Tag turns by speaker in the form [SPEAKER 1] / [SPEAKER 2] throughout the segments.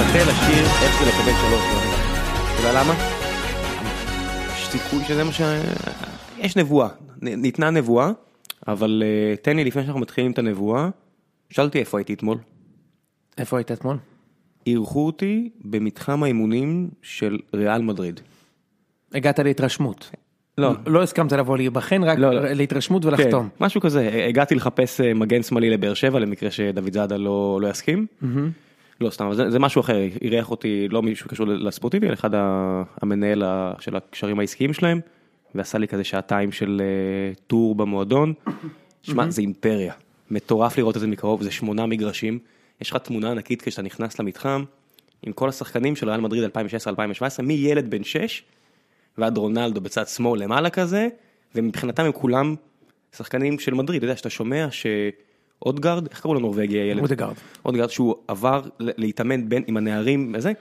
[SPEAKER 1] מכיר איך זה לקבל שלוש גולים. אתה יודע למה? יש סיכוי שזה מה ש... יש נבואה, נ- ניתנה נבואה, אבל אה, תן לי לפני שאנחנו מתחילים את הנבואה, שאלתי איפה הייתי אתמול.
[SPEAKER 2] איפה היית אתמול?
[SPEAKER 1] אירחו אותי במתחם האימונים של ריאל מדריד.
[SPEAKER 2] הגעת להתרשמות.
[SPEAKER 1] לא.
[SPEAKER 2] לא הסכמת לבוא להיבחן, רק
[SPEAKER 1] לא, לא.
[SPEAKER 2] להתרשמות ולחתום.
[SPEAKER 1] כן, משהו כזה, הגעתי לחפש אה, מגן שמאלי לבאר שבע למקרה שדוד זאדה לא, לא יסכים. לא סתם, אבל זה, זה משהו אחר, אירח אותי לא מישהו שקשור לספורטיבי, אלא אחד ה- המנהל ה- של הקשרים העסקיים שלהם, ועשה לי כזה שעתיים של אה, טור במועדון. שמע, זה אימפריה, מטורף לראות את זה מקרוב, זה שמונה מגרשים, יש לך תמונה ענקית כשאתה נכנס למתחם, עם כל השחקנים של ריאל מדריד 2016-2017, מילד בן 6 ועד רונלדו בצד שמאל למעלה כזה, ומבחינתם הם כולם שחקנים של מדריד, אתה יודע, שאתה שומע שאודגרד, איך קראו לנורבגי הילד?
[SPEAKER 2] אודגרד.
[SPEAKER 1] אודגרד שהוא עבר ל- להתאמן בין, עם הנערים וזה,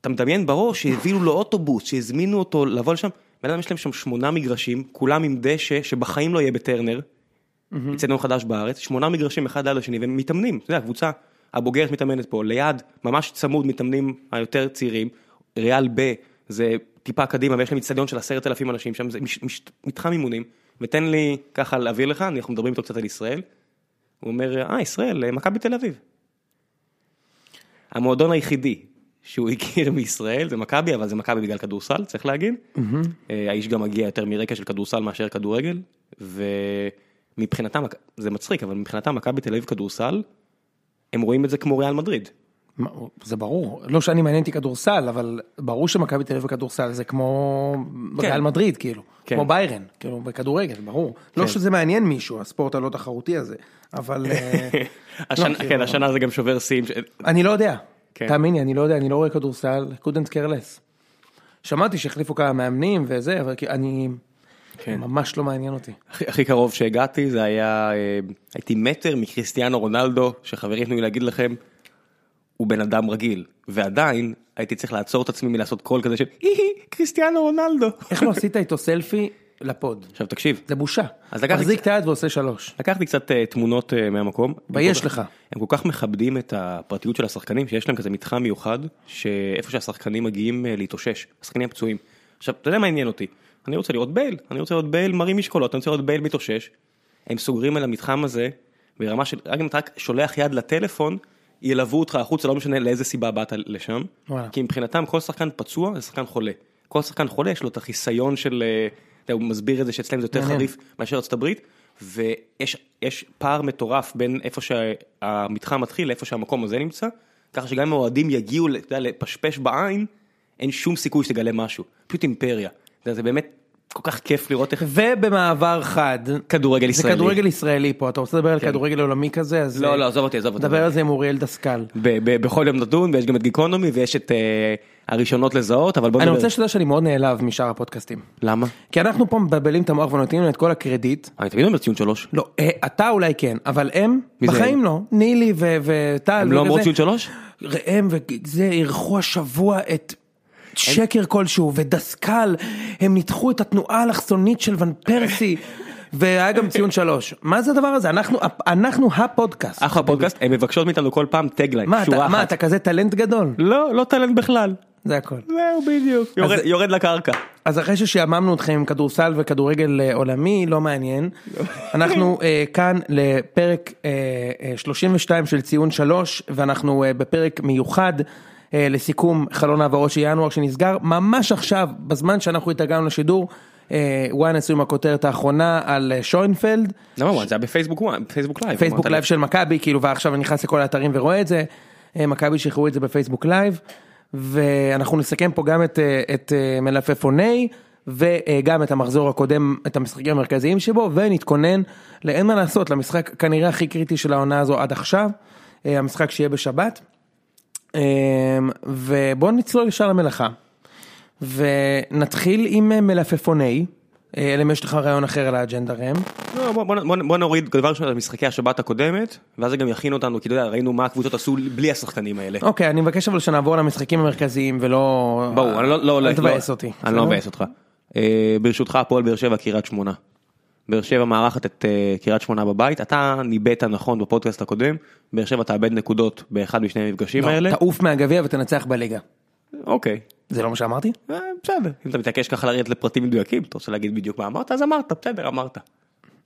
[SPEAKER 1] אתה מדמיין בראש שהביאו לו אוטובוס, שהזמינו אותו לבוא לשם, בן אדם יש להם שם שמונה מגרשים, כולם עם דשא שבחיים לא יהיה בטרנר, אצטדיון חדש בארץ, שמונה מגרשים אחד ליד השני, והם מתאמנים, אתה יודע, הקבוצה הבוגרת מתאמנת פה, ליד, ממש צמוד מתאמנים היותר צעירים, ריאל ב, זה טיפה קדימה, ויש להם אצטדיון של עשרת אלפים אנשים שם, זה מש, מש, מתחם אימונים, ותן לי ככה להעביר לך, אנחנו מדברים איתו קצת על ישראל, הוא אומר, אה, ישראל, מכבי תל אביב. המועדון היחידי שהוא הכיר מישראל זה מכבי, אבל זה מכבי בגלל כדורסל, צריך להגיד. אה, האיש גם מגיע יותר מרקע של כדורסל מאשר כדורגל, ומבחינתם, זה מצחיק, אבל מבחינתם מכבי תל אביב כדורסל, הם רואים את זה כמו ריאל מדריד.
[SPEAKER 2] מה, זה ברור, לא שאני מעניין אותי כדורסל, אבל ברור שמכבי תל אביב וכדורסל זה כמו
[SPEAKER 1] כן.
[SPEAKER 2] ריאל מדריד, כאילו,
[SPEAKER 1] כן.
[SPEAKER 2] כמו ביירן, כאילו, בכדורגל, ברור. לא שזה מעניין מישהו, הספורט הלא תחרותי הזה, אבל אה,
[SPEAKER 1] השנה-
[SPEAKER 2] כאילו,
[SPEAKER 1] כן, השנה זה גם שובר שיאים. ש-
[SPEAKER 2] אני לא יודע.
[SPEAKER 1] כן.
[SPEAKER 2] תאמין לי, אני לא יודע, אני לא רואה כדורסל, couldn't care less. שמעתי שהחליפו כמה מאמנים וזה, אבל כי- אני,
[SPEAKER 1] כן.
[SPEAKER 2] ממש לא מעניין אותי.
[SPEAKER 1] הכי הכי קרוב שהגעתי זה היה, אה, הייתי מטר מקריסטיאנו רונלדו, שחברים תנו לי להגיד לכם, הוא בן אדם רגיל, ועדיין הייתי צריך לעצור את עצמי מלעשות קול כזה של, "היי, קריסטיאנו רונלדו.
[SPEAKER 2] איך לא עשית איתו סלפי לפוד?
[SPEAKER 1] עכשיו תקשיב,
[SPEAKER 2] זה בושה.
[SPEAKER 1] אז לקחתי-
[SPEAKER 2] מחזיק את היד ועושה שלוש.
[SPEAKER 1] לקחתי קצת אה, תמונות אה, מהמקום.
[SPEAKER 2] בייש
[SPEAKER 1] הם כל כך-
[SPEAKER 2] לך.
[SPEAKER 1] הם כל כך מכבדים את הפרטיות של השחקנים, שיש להם כזה מתחם מיוחד, שאיפה שהשחקנים מגיעים אה, להתאושש, השחקנים הפצועים. עכשיו, אתה יודע מה עניין אותי? אני רוצה לראות בייל, אני רוצה לראות בייל מרים משקולות, אני רוצה לראות בייל מתאושש. הם סוגרים על המתחם הזה, ברמה של, רק אם אתה רק שולח יד לטלפון, ילוו אותך החוצה, לא משנה לאיזה סיבה באת לשם.
[SPEAKER 2] וואלה.
[SPEAKER 1] כי מבחינתם כל שחקן פצוע זה שחקן חולה. כל שחקן חולה יש לו את החיסיון של, אה, אתה יודע, הוא מסביר את זה שאצלם זה יותר
[SPEAKER 2] מעניין.
[SPEAKER 1] חריף מאשר ארצות הברית, ויש יש פער מטורף בין איפה שהמתחם מתחיל לאיפה שהמקום הזה נמצא, ככה שגם אם האוהדים יגיעו אתה יודע, לפשפש בעין, אין שום סיכוי שתגלה משהו, פשוט אימפריה. אתה יודע, זה באמת כל כך כיף לראות איך
[SPEAKER 2] ובמעבר חד,
[SPEAKER 1] כדורגל
[SPEAKER 2] זה
[SPEAKER 1] ישראלי. כן.
[SPEAKER 2] כדורגל ישראלי פה, אתה רוצה לדבר על כדורגל עולמי כזה? אז אה,
[SPEAKER 1] לא, לא, עזוב אותי, עזוב אותי.
[SPEAKER 2] דבר על זה עם אוריאל דסקל.
[SPEAKER 1] ב- ב- בכל יום נדון, ויש גם את גיקונומי, ויש את אה, הראשונות לזהות, אבל בוא
[SPEAKER 2] אני
[SPEAKER 1] נדבר.
[SPEAKER 2] רוצה שתדע שאני מאוד נעלב משאר הפודקאסטים.
[SPEAKER 1] למה?
[SPEAKER 2] כי אנחנו פה מבלבלים את המוח ונותנים להם את כל הקרדיט.
[SPEAKER 1] אני תמיד אומר ציון שלוש.
[SPEAKER 2] לא, אה, אתה אולי כן, אבל הם,
[SPEAKER 1] מי זה
[SPEAKER 2] בחיים לא. נילי ו- וטל.
[SPEAKER 1] הם לא
[SPEAKER 2] וכזה.
[SPEAKER 1] אמרו ציון שלוש?
[SPEAKER 2] ראם וזה אירחו השבוע את שקר כלשהו ודסקל, הם ניתחו את התנועה האלכסונית של ון פרסי, והיה גם ציון שלוש. מה זה הדבר הזה? אנחנו, אנחנו הפודקאסט.
[SPEAKER 1] אחלה פודקאסט, הן מבקשות מאיתנו כל פעם טגליין,
[SPEAKER 2] מה
[SPEAKER 1] שורה
[SPEAKER 2] אתה, מה
[SPEAKER 1] אחת.
[SPEAKER 2] אתה כזה טלנט גדול?
[SPEAKER 1] לא, לא טלנט בכלל.
[SPEAKER 2] זה הכל.
[SPEAKER 1] זהו, בדיוק. יורד- יורד לקרקע.
[SPEAKER 2] אז אחרי ששעממנו אתכם עם כדורסל וכדורגל אה, עולמי, לא מעניין. אנחנו אה, כאן לפרק אה, אה, 32 של ציון 3, ואנחנו אה, בפרק מיוחד אה, לסיכום חלון העברות של ינואר שנסגר ממש עכשיו, בזמן שאנחנו התרגלנו לשידור. אה, וואן עשו עם הכותרת האחרונה על אה, שוינפלד,
[SPEAKER 1] למה, וואן, זה היה בפייסבוק וואן, פייסבוק לייב.
[SPEAKER 2] פייסבוק
[SPEAKER 1] אמרת
[SPEAKER 2] לייב של מכבי, כאילו, ועכשיו אני נכנס לכל האתרים ורואה את זה, אה, מכבי שחררו את זה בפייסבוק לייב, ואנחנו נסכם פה גם את, אה, את אה, מלפפוני, וגם את המחזור הקודם, את המשחקים המרכזיים שבו, ונתכונן לאין מה לעשות, למשחק כנראה הכי קריטי של העונה הזו עד עכשיו, אה, המשחק שיהיה בשבת, אה, ובואו נצלול ישר למלאכה, ונתחיל עם אה, מלפפוני, אה, אלא אם יש לך רעיון אחר על האג'נדה ראם.
[SPEAKER 1] לא, בוא- בוא- בוא- בוא נוריד דבר ראשון את משחקי השבת הקודמת, ואז זה גם יכין אותנו, כי אתה יודע, ראינו מה הקבוצות עשו בלי השחקנים האלה.
[SPEAKER 2] אוקיי, אני מבקש אבל שנעבור למשחקים המרכזיים ולא...
[SPEAKER 1] ברור, אני לא... לא-
[SPEAKER 2] אל
[SPEAKER 1] לא-
[SPEAKER 2] תבאס
[SPEAKER 1] לא-
[SPEAKER 2] אותי.
[SPEAKER 1] אני
[SPEAKER 2] בסדר?
[SPEAKER 1] לא מבאס אותך. אה, ברשותך, הפועל באר שבע, קריית שמונה. באר שבע מארחת את אה, קריית שמונה בבית, אתה ניבאת נכון בפודקאסט הקודם, באר שבע תאבד נקודות באחד משני המפגשים האלה.
[SPEAKER 2] לא, תעוף מהגביע ותנצח בליגה.
[SPEAKER 1] אוקיי,
[SPEAKER 2] זה לא מה שאמרתי?
[SPEAKER 1] אה, בסדר, אם אתה מתעקש ככה לרדת לפרטים מדויקים, אתה רוצה להגיד בדיוק מה אמרת, אז אמרת, בסדר, אמרת.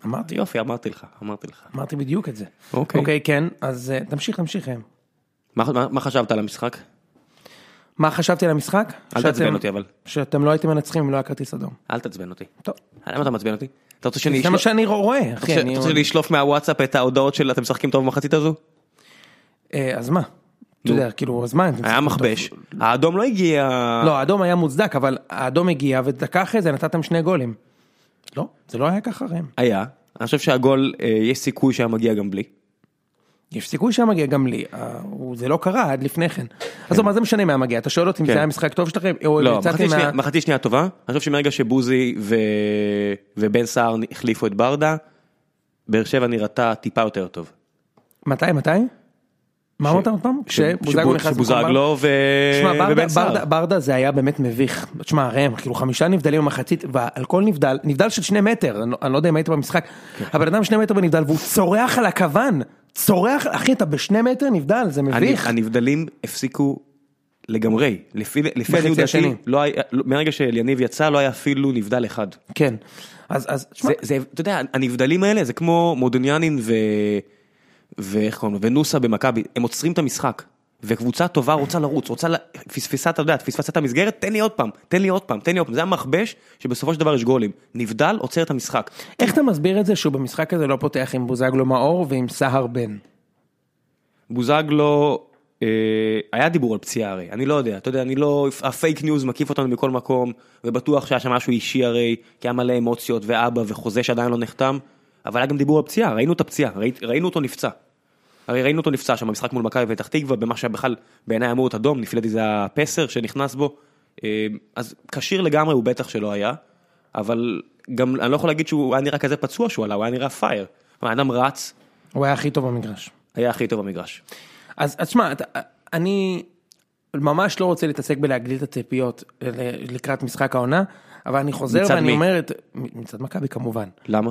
[SPEAKER 2] אמרתי.
[SPEAKER 1] יופי, אמרתי לך, אמרתי לך.
[SPEAKER 2] אמרתי בדיוק את זה.
[SPEAKER 1] אוקיי.
[SPEAKER 2] אוקיי, כן, אז אה, תמשיך, תמשיך. אה.
[SPEAKER 1] מה, מה, מה חשבת על המשחק?
[SPEAKER 2] מה חשבתי על המשחק?
[SPEAKER 1] אל
[SPEAKER 2] שאתם-
[SPEAKER 1] תעצבן אותי אבל,
[SPEAKER 2] שאתם לא הייתם מנצחים אם לא היה כרטיס אדום.
[SPEAKER 1] אל תעצבן אותי.
[SPEAKER 2] טוב.
[SPEAKER 1] אה, למה אתה מעצבן אותי? אתה רוצה שאני
[SPEAKER 2] זה מה
[SPEAKER 1] אשלוף-
[SPEAKER 2] שאני רואה,
[SPEAKER 1] אתה רוצה-
[SPEAKER 2] אחי.
[SPEAKER 1] אתה
[SPEAKER 2] אני-
[SPEAKER 1] רוצה לשלוף מהוואטסאפ את ההודעות של אתם משחקים טוב במחצית הזו?
[SPEAKER 2] אה, אז מה? אתה יודע, כאילו, אז מה? אם אתם
[SPEAKER 1] היה
[SPEAKER 2] משחקים
[SPEAKER 1] מכבש, האדום לא הגיע...
[SPEAKER 2] טוב? לא, האדום היה מוצדק, אבל האדום הגיע, ודקה אחרי זה נתתם שני גולים. לא, זה לא היה ככה ראם.
[SPEAKER 1] היה, אני חושב שהגול, אה, יש סיכוי שהיה מגיע גם בלי.
[SPEAKER 2] יש סיכוי שהיה מגיע גם לי, אה, הוא- זה לא קרה עד לפני כן. עזוב, מה זה משנה מה מגיע? אתה שואל אותי אם
[SPEAKER 1] כן.
[SPEAKER 2] זה היה משחק טוב שלכם? או אם
[SPEAKER 1] לא,
[SPEAKER 2] יצאתי
[SPEAKER 1] מחצית שנייה-
[SPEAKER 2] מה-
[SPEAKER 1] מחצית שנייה טובה, אני חושב שמרגע שבוזי ו... ובן סער החליפו את ברדה, באר שבע נראתה טיפה יותר טוב.
[SPEAKER 2] מתי, מתי? מה אמרת עוד פעם? כשבוזגלו
[SPEAKER 1] שבוז-
[SPEAKER 2] נכנס... במקום ברדה?
[SPEAKER 1] שבוזגלו ו...
[SPEAKER 2] תשמע, ברדה-
[SPEAKER 1] אה, ובן סער.
[SPEAKER 2] ברדה- ברדה זה היה באמת מביך. תשמע, ראם, כאילו חמישה נבדלים במחצית, ועל כל נבדל, נבדל של שני מטר, אני לא- אני לא יודע אם היית במשחק,
[SPEAKER 1] כן.
[SPEAKER 2] הבן אדם שני מטר בנבדל, והוא צורח על הכוון, צורח, אחי, אתה בשני מטר נבדל, זה מביך.
[SPEAKER 1] הנ- הנבדלים הפסיקו לגמרי, לפי לפי
[SPEAKER 2] בחצי
[SPEAKER 1] עניות דעתי,
[SPEAKER 2] השני.
[SPEAKER 1] לא היה- לא- מרגע שאליניב יצא לא היה אפילו נבדל אחד.
[SPEAKER 2] כן. אז, אז, תשמע,
[SPEAKER 1] זה, זה, אתה יודע, הנבדלים האלה זה כמו מודוניאנין ו... ואיך קוראים לו? ונוסה במכבי, הם עוצרים את המשחק. וקבוצה טובה רוצה לרוץ, רוצה, לה- פספסה, אתה יודע, פספסה את המסגרת, תן לי עוד פעם, תן לי עוד פעם, תן לי עוד פעם, זה המכבש שבסופו של דבר יש גולים. נבדל, עוצר את המשחק.
[SPEAKER 2] איך אתה מסביר את זה שהוא במשחק הזה לא פותח עם בוזגלו מאור ועם סהר בן?
[SPEAKER 1] בוזגלו, אה, היה דיבור על פציעה הרי, אני לא יודע, אתה יודע, אני לא, הפייק ניוז מקיף אותנו מכל מקום, ובטוח שהיה שם משהו אישי הרי, כי היה מלא אמוציות ואבא וחוזה שעדיין לא נחתם, אבל היה גם דיבור על פציעה, ראינו את הפציעה, ראי, ראינו אותו נפצע. הרי ראינו אותו נפצע שם במשחק מול מכבי פתח תקווה, במה שהיה בכלל בעיניי אמור להיות אדום, לפי דעתי זה הפסר שנכנס בו, אה, אז כשיר לגמרי הוא בטח שלא היה, אבל גם אני לא יכול להגיד שהוא היה נראה כזה פצוע שהוא עלה, הוא היה נראה פייר. האדם רץ,
[SPEAKER 2] הוא היה הכי טוב במגרש.
[SPEAKER 1] היה הכי טוב במגרש.
[SPEAKER 2] אז אז תשמע, אתה- אני ממש לא רוצה להתעסק בלהגדיל את הציפיות ל- לקראת משחק העונה, אבל אני חוזר
[SPEAKER 1] מצד מי?
[SPEAKER 2] ואני אומר את... מ- מצד מכבי כמובן.
[SPEAKER 1] למה?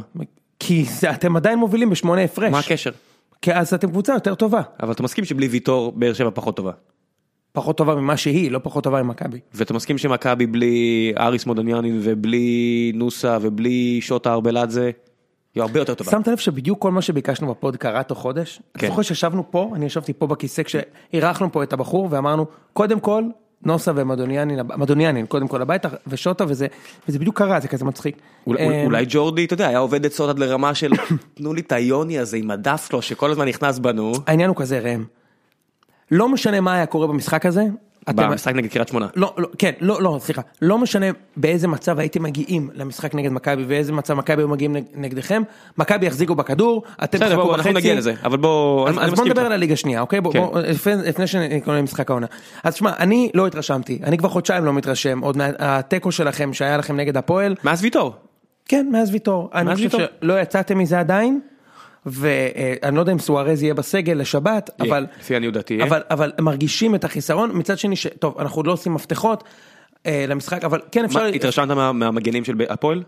[SPEAKER 2] כי זה, אתם עדיין מובילים בשמונה הפרש.
[SPEAKER 1] מה הקשר?
[SPEAKER 2] כי אז אתם קבוצה יותר טובה.
[SPEAKER 1] אבל אתה מסכים שבלי ויטור באר שבע פחות טובה.
[SPEAKER 2] פחות טובה ממה שהיא, לא פחות טובה ממכבי.
[SPEAKER 1] ואתה מסכים שמכבי בלי אריס מודניאנין ובלי נוסה ובלי שוטה ארבלאדזה, היא הרבה יותר טובה.
[SPEAKER 2] שמת לב שבדיוק כל מה שביקשנו בפוד קרה תוך חודש?
[SPEAKER 1] כן.
[SPEAKER 2] כן. זוכר שישבנו פה, אני ישבתי פה בכיסא כשאירחנו פה את הבחור ואמרנו, קודם כל, נוסה ומדוניאנין, מדוניאנין, קודם כל הביתה, ושוטה וזה, וזה בדיוק קרה, זה כזה מצחיק.
[SPEAKER 1] אולי- אולי-
[SPEAKER 2] אמ,
[SPEAKER 1] אולי ג'ורדי, אתה יודע, היה עובד עצות עד לרמה של תנו לי את היוני הזה עם הדף שלו שכל הזמן נכנס בנו.
[SPEAKER 2] העניין הוא כזה ראם. לא משנה מה היה קורה במשחק הזה. אתם...
[SPEAKER 1] במשחק נגד קריית שמונה.
[SPEAKER 2] לא, לא, כן, לא, לא, סליחה. לא משנה באיזה מצב הייתם מגיעים למשחק נגד מכבי ואיזה מצב מכבי היו מגיעים נג- נגדכם. מכבי יחזיקו בכדור, אתם
[SPEAKER 1] בסדר,
[SPEAKER 2] תחכו
[SPEAKER 1] בוא, אנחנו
[SPEAKER 2] בחצי.
[SPEAKER 1] נגיע לזה, אבל בוא,
[SPEAKER 2] אז,
[SPEAKER 1] אני- אני
[SPEAKER 2] אז בוא
[SPEAKER 1] מסכים
[SPEAKER 2] נדבר
[SPEAKER 1] איתך.
[SPEAKER 2] על הליגה השנייה, אוקיי? בוא,
[SPEAKER 1] כן.
[SPEAKER 2] בוא, לפני, לפני שנקרא למשחק העונה. אז שמע, אני לא התרשמתי, אני כבר חודשיים לא מתרשם, עוד מהתיקו שלכם שהיה לכם נגד הפועל,
[SPEAKER 1] מאז ויטור.
[SPEAKER 2] כן, מאז ויטור. אני
[SPEAKER 1] מאז
[SPEAKER 2] חושב
[SPEAKER 1] ויטור.
[SPEAKER 2] שלא יצאתם מזה עדיין, ואני לא יודע אם סוארז יהיה בסגל לשבת,
[SPEAKER 1] יהיה,
[SPEAKER 2] אבל...
[SPEAKER 1] לפי עניות דעתי. אה? יהיה.
[SPEAKER 2] אבל, אבל מרגישים את החיסרון, מצד שני, ש... טוב, אנחנו עוד לא עושים מפתחות אה, למשחק, אבל כן אפשר...
[SPEAKER 1] מה, התרשמת מה- מהמגנים של הפועל?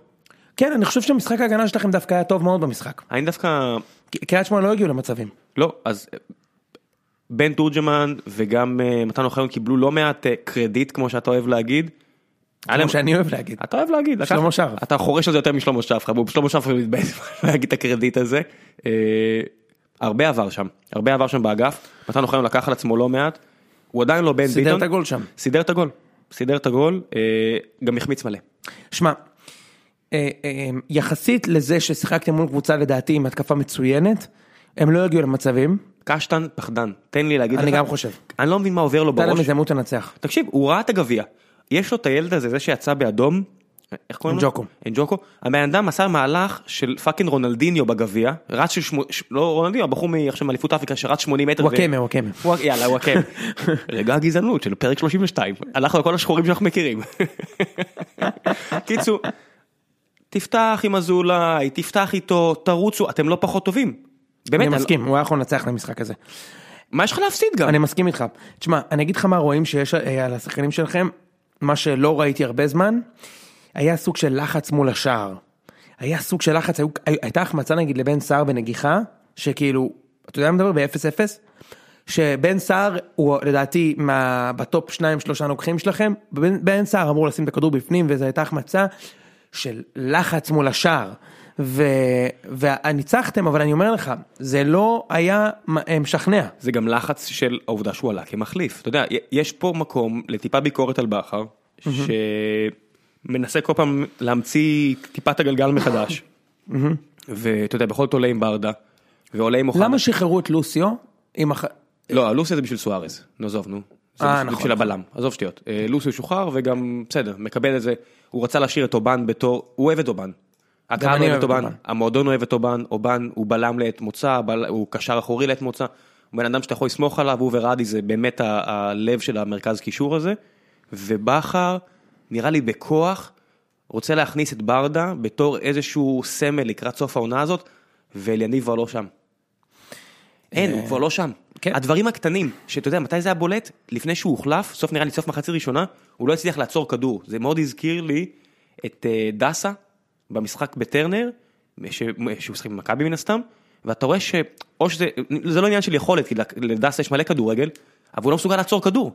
[SPEAKER 2] כן, אני חושב שמשחק ההגנה שלכם דווקא היה טוב מאוד במשחק.
[SPEAKER 1] אני דווקא
[SPEAKER 2] ק- קריית שמונה לא הגיעו למצבים.
[SPEAKER 1] לא, אז אה, בן תורג'מן וגם אה, מתן אוחיון קיבלו לא מעט אה, קרדיט, כמו שאתה אוהב להגיד. היה להם- אה,
[SPEAKER 2] כמו שאני אוהב להגיד.
[SPEAKER 1] אתה אוהב להגיד, לקח-
[SPEAKER 2] שלמה שרף.
[SPEAKER 1] אתה חורש על זה יותר משלמה שרף, חבוב, שלמה שרף מתבאס להגיד את הקרדיט הזה. אה, הרבה עבר שם, הרבה עבר שם באגף, מתן אוחיון לקח על עצמו לא מעט, הוא עדיין לא בן ביטון.
[SPEAKER 2] סידר את הגול שם.
[SPEAKER 1] סידר את הגול, סידר את הגול, אה, גם החמיץ מלא.
[SPEAKER 2] שמע, אה, אה, יחסית לזה ששיחקתם מול קבוצה לדעתי עם התקפה מצוינת, הם לא הגיעו למצבים,
[SPEAKER 1] קשטן פחדן, תן לי להגיד לך.
[SPEAKER 2] אני גם חושב.
[SPEAKER 1] אני לא מבין מה עובר לו
[SPEAKER 2] הייתה
[SPEAKER 1] בראש.
[SPEAKER 2] להם הזדמנות לנצח.
[SPEAKER 1] תקשיב, הוא ראה את הגביע. יש לו את הילד הזה, זה שיצא באדום. איך קוראים לו?
[SPEAKER 2] אנג'וקו.
[SPEAKER 1] אנג'וקו. הבן אדם עשה מהלך של פאקינג רונלדיניו בגביע. רץ של שמונה... לא רונלדיניו, הבחור מ- עכשיו מאליפות אפריקה שרץ 80 מטר. ו-
[SPEAKER 2] וואקמה, וואקמה.
[SPEAKER 1] וואק- יאללה, וואקמה. רגע הגזענות של פרק 32. הלכנו לכל השחורים שאנחנו מכירים. קיצור, תפתח עם אזולאי, תפתח איתו, תרוצו, אתם לא פחות טובים. באמת,
[SPEAKER 2] אני
[SPEAKER 1] אני- לא-
[SPEAKER 2] מסכים, הוא היה יכול לנצח למשחק הזה.
[SPEAKER 1] מה יש לך להפסיד גם?
[SPEAKER 2] אני מסכים איתך. תשמע, אני אגיד לך מה רואים שיש אה, על השחקנים שלכם, מה שלא ראיתי הרבה זמן, היה סוג של לחץ מול השער. היה סוג של לחץ, היו, היו, הייתה החמצה נגיד לבן סער בנגיחה, שכאילו, אתה יודע מה מדבר? ב-0-0? שבן סער הוא לדעתי מה, בטופ שניים שלושה נוקחים שלכם, בן, בן סער אמור לשים את הכדור בפנים וזו הייתה החמצה של לחץ מול השער. ו... וניצחתם אבל אני אומר לך זה לא היה מ- משכנע
[SPEAKER 1] זה גם לחץ של העובדה שהוא עלה כמחליף. אתה יודע, י- יש פה מקום לטיפה ביקורת על בכר, שמנסה כל פעם להמציא טיפה את הגלגל מחדש. ואתה יודע, בכל זאת עולה עם ברדה, ועולה עם אוחנה.
[SPEAKER 2] למה שחררו את לוסיו? עם הח...
[SPEAKER 1] לא, לוסי זה בשביל סוארז, נו, עזוב, נו. זה
[SPEAKER 2] אה,
[SPEAKER 1] בשביל-
[SPEAKER 2] נכון,
[SPEAKER 1] בשביל הבלם, עזוב שטויות. אה, לוסי הוא שוחרר וגם, בסדר, מקבל את זה. הוא רצה להשאיר את אובן בתור, הוא אוהב את אובן. הקהל
[SPEAKER 2] אני
[SPEAKER 1] אוהב
[SPEAKER 2] אוהב
[SPEAKER 1] את
[SPEAKER 2] את
[SPEAKER 1] אובן,
[SPEAKER 2] אובן.
[SPEAKER 1] המועדון אוהב את אובן, אובן הוא בלם לעת מוצא, בל- הוא קשר אחורי לעת מוצא. הוא בן אדם שאתה יכול לסמוך עליו, הוא ורדי זה באמת ה- הלב של המרכז קישור הזה. ובכר, נראה לי בכוח, רוצה להכניס את ברדה בתור איזשהו סמל לקראת סוף העונה הזאת, ואליניב כבר לא שם. אין, הוא כבר לא שם.
[SPEAKER 2] כן.
[SPEAKER 1] הדברים הקטנים, שאתה יודע, מתי זה היה בולט? לפני שהוא הוחלף, סוף נראה לי סוף מחצית ראשונה, הוא לא הצליח לעצור כדור. זה מאוד הזכיר לי את אה, דסה במשחק בטרנר, ש- שהוא משחק במכבי מן הסתם, ואתה רואה ש... או שזה... זה לא עניין של יכולת, כי לדסה יש מלא כדורגל, אבל הוא לא מסוגל לעצור כדור.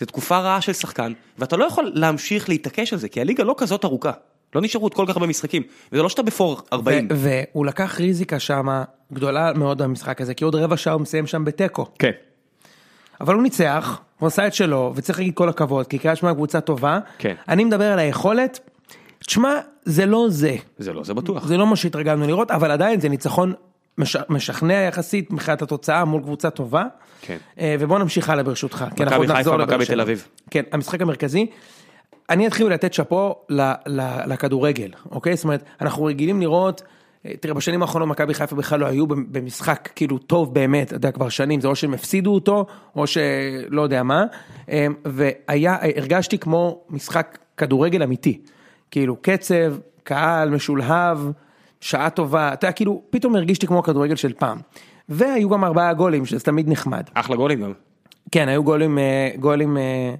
[SPEAKER 1] זו תקופה רעה של שחקן, ואתה לא יכול להמשיך להתעקש על זה, כי הליגה לא כזאת ארוכה. לא נשארו עוד כל כך הרבה משחקים, וזה לא שאתה בפור 40.
[SPEAKER 2] ו- והוא לקח ריזיקה שמה גדולה מאוד במשחק הזה, כי עוד רבע שעה הוא מסיים שם בתיקו.
[SPEAKER 1] כן.
[SPEAKER 2] אבל הוא ניצח, הוא עשה את שלו, וצריך להגיד כל הכבוד, כי קריית שמונה קבוצה טובה.
[SPEAKER 1] כן.
[SPEAKER 2] אני מדבר על היכולת, תשמע, זה לא זה.
[SPEAKER 1] זה לא, זה בטוח.
[SPEAKER 2] זה לא מה שהתרגלנו לראות, אבל עדיין זה ניצחון מש... משכנע יחסית מבחינת התוצאה מול קבוצה טובה.
[SPEAKER 1] כן.
[SPEAKER 2] אה, ובוא נמשיך הלאה ברשותך. כי אנחנו עוד
[SPEAKER 1] מכבי
[SPEAKER 2] נחזור
[SPEAKER 1] חיפה,
[SPEAKER 2] לבאר
[SPEAKER 1] מכבי
[SPEAKER 2] שבע.
[SPEAKER 1] תל אביב.
[SPEAKER 2] כן, המשחק המרכזי. אני אתחיל לתת שאפו ל- ל- לכדורגל, אוקיי? זאת אומרת, אנחנו רגילים לראות, אה, תראה, בשנים האחרונות מכבי חיפה בכלל לא היו במ- במשחק כאילו טוב באמת, אתה יודע, כבר שנים, זה או שהם הפסידו אותו, או שלא יודע מה, אה, והיה, הרגשתי כמו משחק כדורגל אמיתי. כאילו, קצב, קהל, משולהב, שעה טובה, אתה יודע, כאילו, פתאום הרגישתי כמו הכדורגל של פעם. והיו גם ארבעה גולים, שזה תמיד נחמד.
[SPEAKER 1] אחלה גולים גם.
[SPEAKER 2] כן, היו גולים, אה, גולים אה,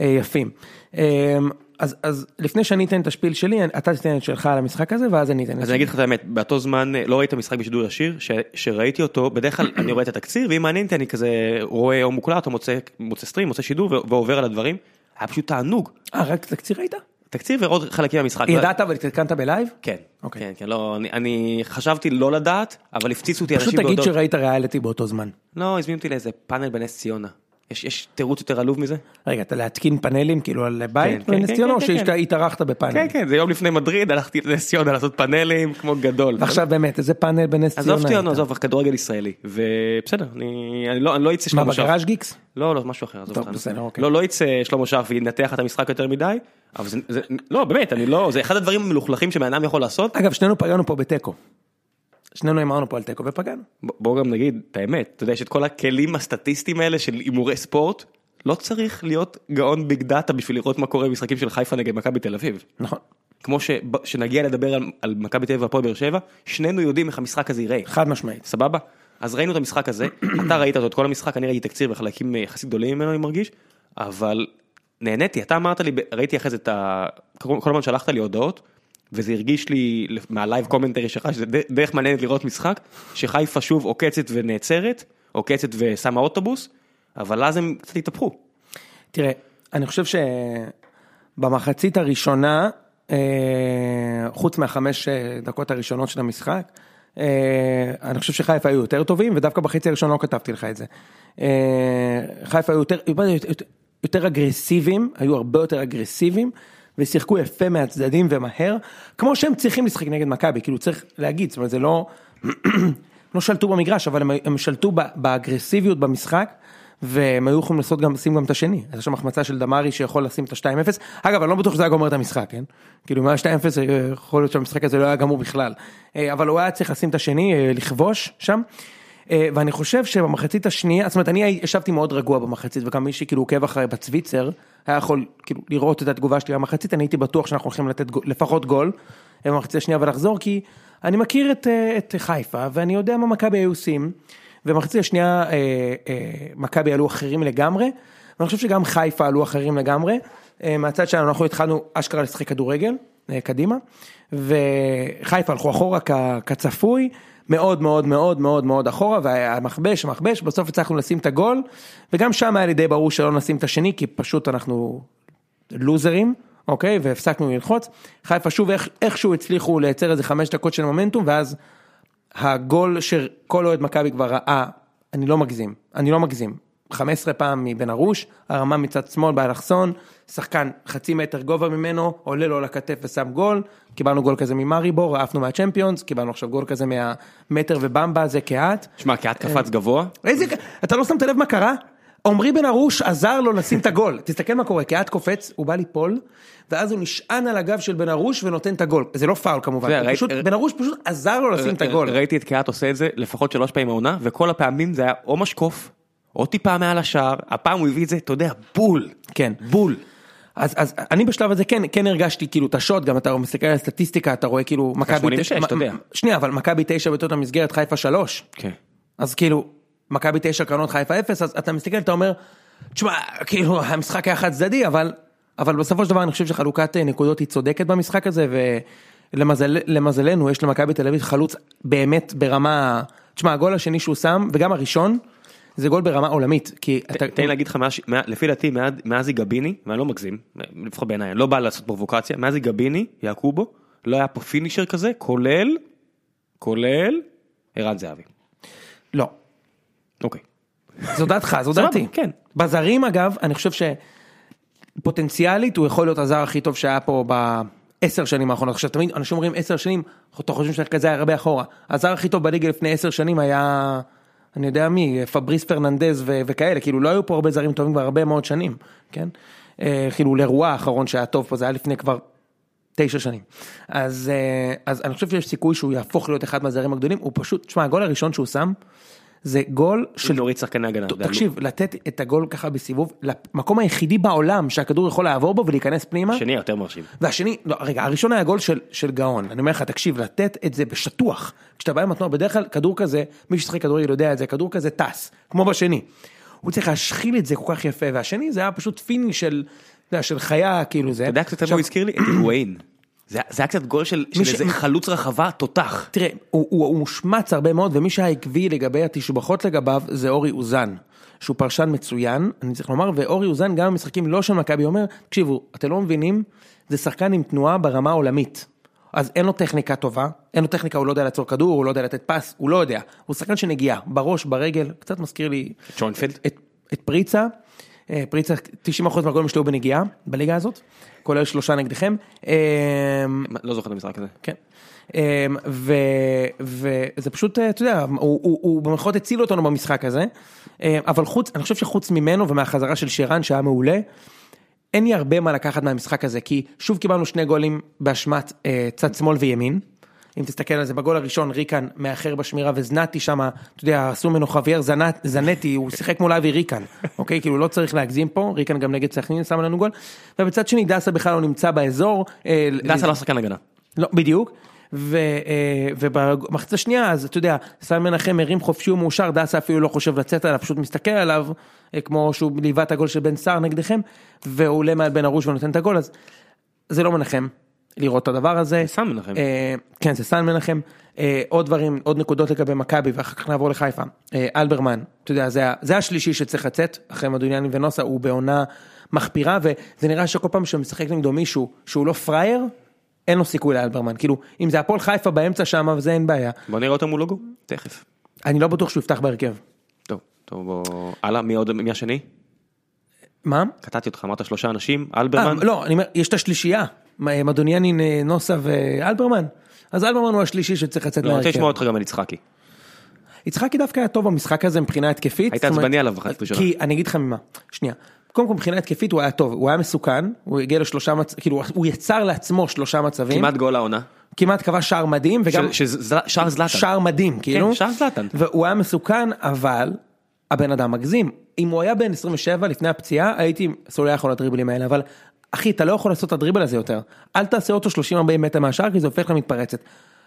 [SPEAKER 2] אה, יפים. אה, אז, אז לפני שאני אתן את השפיל שלי, אתה תיתן את שלך על המשחק הזה, ואז אני אתן את
[SPEAKER 1] אז אני אגיד לך את האמת, באותו זמן אה, לא ראיתי משחק בשידור ישיר, ש- שראיתי אותו, בדרך כלל אני רואה את התקציר, ואם מעניין אותי אני כזה רואה או מוקלט או מוצא, מוצא סטרים, מוצא שידור ו- ועובר על הדברים, היה פשוט תענוג,
[SPEAKER 2] אה, רק תקציר ראית?
[SPEAKER 1] תקציר ועוד חלקים במשחק.
[SPEAKER 2] ידעת אבל התקנת בלייב?
[SPEAKER 1] כן,
[SPEAKER 2] אוקיי.
[SPEAKER 1] כן, כן, לא, אני, אני חשבתי לא לדעת, אבל הפציצו אותי אנשים
[SPEAKER 2] פשוט תגיד
[SPEAKER 1] בהודעות.
[SPEAKER 2] שראית ריאליטי באותו זמן. לא,
[SPEAKER 1] לא, הזמינו אותי לאיזה פאנל בנס ציונה. יש, יש תירוץ יותר עלוב מזה?
[SPEAKER 2] רגע, אתה להתקין פאנלים כאילו על
[SPEAKER 1] כן,
[SPEAKER 2] בית
[SPEAKER 1] כן,
[SPEAKER 2] בנס
[SPEAKER 1] כן,
[SPEAKER 2] ציונה,
[SPEAKER 1] כן,
[SPEAKER 2] או
[SPEAKER 1] כן, כן.
[SPEAKER 2] שהתארחת בפאנל?
[SPEAKER 1] כן, כן, זה יום לפני מדריד, הלכתי לנס ציונה לעשות פאנלים כמו גדול.
[SPEAKER 2] ועכשיו באמת, איזה פאנל בנס ציונה?
[SPEAKER 1] עזוב ציונה,
[SPEAKER 2] היית?
[SPEAKER 1] עזוב, כדורגל ישראלי, ובסדר, אני אני לא אני לא אצא
[SPEAKER 2] מה,
[SPEAKER 1] שלמה שרף.
[SPEAKER 2] בגראז' גיקס?
[SPEAKER 1] לא, לא, משהו אחר, עזוב
[SPEAKER 2] טוב,
[SPEAKER 1] אותנו.
[SPEAKER 2] בסדר, אוקיי.
[SPEAKER 1] לא, לא יצא שלמה שרף וינתח את המשחק יותר מדי, אבל זה, זה- לא, באמת, אני לא, זה אחד הדברים המלוכלכים שבן אדם יכול לעשות.
[SPEAKER 2] אגב, שנינו פגענו פה בתיקו. שנינו אמרנו פה על תיקו ופגענו.
[SPEAKER 1] ב- בוא גם נגיד את האמת, אתה יודע, יש את כל הכלים הסטטיסטיים האלה של הימורי ספורט, לא צריך להיות גאון ביג דאטה בשביל לראות מה קורה במשחקים של חיפה נגד מכבי תל אביב.
[SPEAKER 2] נכון.
[SPEAKER 1] כמו ש- שנגיע לדבר על, על מכבי תל אביב והפועל באר שבע, שנינו יודעים איך המשחק הזה ייראה.
[SPEAKER 2] חד משמעית.
[SPEAKER 1] סבבה? אז ראינו את המשחק הזה, אתה ראית אותו, את כל המשחק, אני ראיתי תקציר וחלקים אה, יחסית גדולים ממנו, אני מרגיש, אבל נהניתי, אתה אמרת לי, ב- ראיתי אחרי זה את ה... כל כל הזמן שלחת לי הודעות, וזה הרגיש לי לפ- מהלייב קומנטרי שלך, שזה ד- דרך מעניינת לראות משחק, שחיפה שוב עוקצת ונעצרת, עוקצת ושמה אוטובוס, אבל אז הם קצת התהפכו.
[SPEAKER 2] תראה, אני חושב שבמחצית הראשונה, אה, חוץ מהחמש אה, דקות הראשונות של המשחק, אה, אני חושב שחיפה היו יותר טובים, ודווקא בחצי הראשון לא כתבתי לך את זה. אה, חיפה היו יותר, יותר, יותר אגרסיביים, היו הרבה יותר אגרסיביים, ושיחקו יפה מהצדדים ומהר, כמו שהם צריכים לשחק נגד מכבי, כאילו צריך להגיד, זאת אומרת זה לא... לא שלטו במגרש, אבל הם, הם שלטו ב- באגרסיביות במשחק, והם היו יכולים לעשות גם, לשים גם את השני. אז יש שם החמצה של דמארי שיכול לשים את ה-2-0. אגב, אני לא בטוח שזה היה גומר את המשחק, כן? כאילו, אם היה 2-0, אה, יכול להיות שהמשחק הזה לא היה גמור בכלל. אה, אבל הוא היה צריך לשים את השני, אה, לכבוש שם. אה, ואני חושב שבמחצית השנייה, זאת אומרת, אני הי- ישבתי מאוד רגוע במחצית, וגם מי שכאילו עוקב אחרי בצוויצר, היה יכול כאילו לראות את התגובה שלי במחצית, אני הייתי בטוח שאנחנו הולכים לתת גו- לפחות גול אה, במחצית השנייה ולחזור, כי אני מכיר את, אה, את חיפה, ואני יודע מה מכבי היו עושים, ובמחצית השנייה אה, אה, מכבי עלו אחרים לגמרי, ואני חושב שגם חיפה עלו אחרים לגמרי. אה, מהצד שלנו אנחנו התחלנו אשכרה לשחק כדורגל, אה, קדימה. וחיפה הלכו אחורה כ- כצפוי, מאוד מאוד מאוד מאוד מאוד אחורה, והמכבש, המכבש, בסוף הצלחנו לשים את הגול, וגם שם היה לי די ברור שלא נשים את השני, כי פשוט אנחנו לוזרים, אוקיי? והפסקנו ללחוץ. חיפה שוב איך, איכשהו הצליחו לייצר איזה חמש דקות של מומנטום, ואז הגול שכל אוהד מכבי כבר ראה, אני לא מגזים, אני לא מגזים. 15 פעם מבן ארוש, הרמה מצד שמאל באלכסון, שחקן חצי מטר גובה ממנו, עולה לו לכתף ושם גול, קיבלנו גול כזה ממאריבור, עפנו מהצ'מפיונס, קיבלנו עכשיו גול כזה מהמטר ובמבה, זה קהת.
[SPEAKER 1] שמע, כי
[SPEAKER 2] כן.
[SPEAKER 1] את קפץ גבוה,
[SPEAKER 2] איזה, אתה לא שמת לב מה קרה? עמרי בן ארוש עזר לו לשים את הגול, תסתכל מה קורה, קהת קופץ, הוא בא ליפול, ואז הוא נשען על הגב של בן ארוש ונותן את הגול, זה לא פאול
[SPEAKER 1] אתה
[SPEAKER 2] כמובן,
[SPEAKER 1] יודע,
[SPEAKER 2] הוא
[SPEAKER 1] ראי- אה,
[SPEAKER 2] פשוט, בן ארוש פשוט עזר לו לשים את הגול.
[SPEAKER 1] ראיתי את קהת עושה את זה לפחות שלוש פעמים העונה, וכל הפעמים זה היה או משקוף, או טיפה מעל השער, הפעם הוא הביא את זה, אתה יודע, בול.
[SPEAKER 2] כן. בול. אז, אז אני בשלב הזה כן, כן הרגשתי כאילו את השוט, גם אתה מסתכל על הסטטיסטיקה, אתה רואה כאילו מכבי...
[SPEAKER 1] 86,
[SPEAKER 2] מ-
[SPEAKER 1] אתה יודע.
[SPEAKER 2] שנייה, אבל מכבי תשע בעיטות המסגרת, חיפה שלוש.
[SPEAKER 1] כן.
[SPEAKER 2] אז כאילו, מכבי תשע קרנות חיפה אפס, אז אתה מסתכל, אתה אומר, תשמע, כאילו, המשחק היה חד צדדי, אבל, אבל בסופו של דבר אני חושב שחלוקת אה, נקודות היא צודקת במשחק הזה, ולמזלנו יש למכבי תל אביב חלוץ באמת ברמה, תשמע, הגול השני שהוא שם, וגם הראשון, זה גול ברמה עולמית, כי אתה...
[SPEAKER 1] תן לי להגיד לך, מאז ש- מה- לפי דעתי, מאז- מאז גביני, ואני לא מגזים, לפחות בעיניי, אני לא בא לעשות פרובוקציה, מאז גביני, יעקובו, לא היה פה פינישר כזה, כולל, כולל, ערן זהבי.
[SPEAKER 2] לא,
[SPEAKER 1] אוקיי.
[SPEAKER 2] זו דעתך, זו
[SPEAKER 1] סבבה,
[SPEAKER 2] דעתי.
[SPEAKER 1] כן.
[SPEAKER 2] בזרים אגב, אני חושב שפוטנציאלית הוא יכול להיות הזר הכי טוב שהיה פה בעשר שנים האחרונות. עכשיו תמיד אנשים אומרים עשר שנים, אתה חושבים שאתה כזה הרבה אחורה. הזר הכי טוב בליגה לפני עשר שנים היה, אני יודע מי, פבריס פרננדז ו- וכאלה, כאילו לא היו פה הרבה זרים טובים כבר הרבה מאוד שנים, כן? אה, כאילו לרואה האחרון שהיה טוב פה, זה היה לפני כבר תשע שנים. אז, אה, אז אני חושב שיש סיכוי שהוא יהפוך להיות אחד מהזרים הגדולים, הוא פשוט, תשמע, הגול הראשון שהוא שם, זה גול של
[SPEAKER 1] של להוריד שחקני הגנה.
[SPEAKER 2] ת- תקשיב, לתת את הגול ככה בסיבוב, למקום היחידי בעולם שהכדור יכול לעבור בו ולהיכנס פנימה,
[SPEAKER 1] שני יותר מרשים.
[SPEAKER 2] והשני, לא, רגע, הראשון היה גול של, של גאון, אני אומר לך, תקשיב, לתת את זה בשטוח, כשאתה בא עם התנועה, בדרך כלל כדור כזה, מי ששחק כדורגל יודע את זה, כדור כזה טס, כמו בשני. הוא צריך להשחיל את זה כל כך יפה, והשני זה היה פשוט פיני של, אתה יודע, של חיה, כאילו זה.
[SPEAKER 1] אתה יודע קצת מה
[SPEAKER 2] עכשיו,
[SPEAKER 1] הוא הזכיר לי? את היגואין. זה זה היה קצת גול של של
[SPEAKER 2] ש-
[SPEAKER 1] איזה חלוץ רחבה תותח.
[SPEAKER 2] תראה, הוא, הוא, הוא מושמץ הרבה מאוד, ומי שהיה עקבי לגבי התשבחות לגביו זה אורי אוזן, שהוא פרשן מצוין, אני צריך לומר, ואורי אוזן גם במשחקים לא של מכבי אומר, תקשיבו, אתם לא מבינים, זה שחקן עם תנועה ברמה העולמית. אז אין לו טכניקה טובה, אין לו טכניקה, הוא לא יודע לעצור כדור, הוא לא יודע לתת פס, הוא לא יודע. הוא שחקן של נגיעה, בראש, ברגל, קצת מזכיר לי
[SPEAKER 1] צ'ונפלד?
[SPEAKER 2] את, את פריצה, אה, פריצה 90% מהגולים שלו הוא בנגיעה, בליגה הזאת, כולל שלושה נגדכם. אה,
[SPEAKER 1] מה, לא זוכר את המשחק הזה.
[SPEAKER 2] כן. אמ, ו- וזה פשוט, אה, אתה יודע, הוא, הוא, הוא במירכאות הציל אותנו במשחק הזה, אמ, אבל חוץ, אני חושב שחוץ ממנו ומהחזרה של שירן שהיה מעולה, אין לי הרבה מה לקחת מהמשחק הזה, כי שוב קיבלנו שני גולים באשמת אה, צד שמאל וימין. אם תסתכל על זה, בגול הראשון ריקן מאחר בשמירה וזנתי שם, אתה יודע, עשו ממנו חוויאר זנת- זנתי, הוא שיחק מול אבי ריקן, אוקיי? כאילו לא צריך להגזים פה, ריקן גם נגד סכנין שם לנו גול. ובצד שני דסה בכלל לא נמצא באזור. אה,
[SPEAKER 1] דסה לא שחקן הגנה.
[SPEAKER 2] לא, בדיוק. ו, אה, ובמחצית השנייה, אז אתה יודע, סן מנחם הרים חופשי ומאושר, דסה אפילו לא חושב לצאת עליו, פשוט מסתכל עליו, אה, כמו שהוא ליווה את הגול של בן סער נגדכם, והוא עולה מעל בן ארוש ונותן את הגול, אז זה לא מנחם לראות את הדבר הזה.
[SPEAKER 1] סן מנחם.
[SPEAKER 2] אה, כן, זה סן מנחם. אה, עוד דברים, עוד נקודות לגבי מכבי, ואחר כך נעבור לחיפה. אה, אלברמן, אתה יודע, זה, ה- זה השלישי שצריך לצאת, אחרי מדוניאני ונוסה, הוא בעונה מחפירה, וזה נראה שכל פעם שמשחק נגדו מישהו שהוא לא פראייר, אין לו סיכוי לאלברמן. כאילו, אם זה הפועל חיפה באמצע שם, וזה אין בעיה.
[SPEAKER 1] בוא נראה אותו מול לוגו. תכף.
[SPEAKER 2] אני לא בטוח שהוא יפתח בהרכב.
[SPEAKER 1] טוב, טוב, בוא... הלאה, מי עוד, מי השני?
[SPEAKER 2] מה?
[SPEAKER 1] קטעתי אותך, אמרת שלושה אנשים,
[SPEAKER 2] אה,
[SPEAKER 1] אלברמן.
[SPEAKER 2] לא, אני אומר, יש את השלישייה, מ- מדוניאנין, אה, נוסה ואלברמן. אז אלברמן הוא השלישי שצריך לצאת
[SPEAKER 1] לא, אני רוצה
[SPEAKER 2] מהרכב.
[SPEAKER 1] לשמוע אותך גם על יצחקי.
[SPEAKER 2] יצחקי דווקא היה טוב במשחק הזה מבחינה התקפית.
[SPEAKER 1] היית
[SPEAKER 2] זאת אומרת-
[SPEAKER 1] עצבני עליו בחצי ראשונה.
[SPEAKER 2] כי אני אגיד לך ממה, שנייה. קודם כל מבחינה התקפית הוא היה טוב, הוא היה מסוכן, הוא הגיע לשלושה מצבים, כאילו הוא יצר לעצמו שלושה מצבים,
[SPEAKER 1] כמעט גול העונה.
[SPEAKER 2] כמעט כבש שער מדהים וגם
[SPEAKER 1] ש- שזל- שער זלאטן. כן,
[SPEAKER 2] שער מדהים, כאילו,
[SPEAKER 1] שער זלאטן.
[SPEAKER 2] והוא היה מסוכן, אבל הבן אדם מגזים. אם הוא היה בן 27 לפני הפציעה, הייתי סולח לו לדריבלים האלה, אבל אחי, אתה לא יכול לעשות את הדריבל הזה יותר. אל תעשה אותו 30-40 מטר מהשער, כי זה הופך למתפרצת.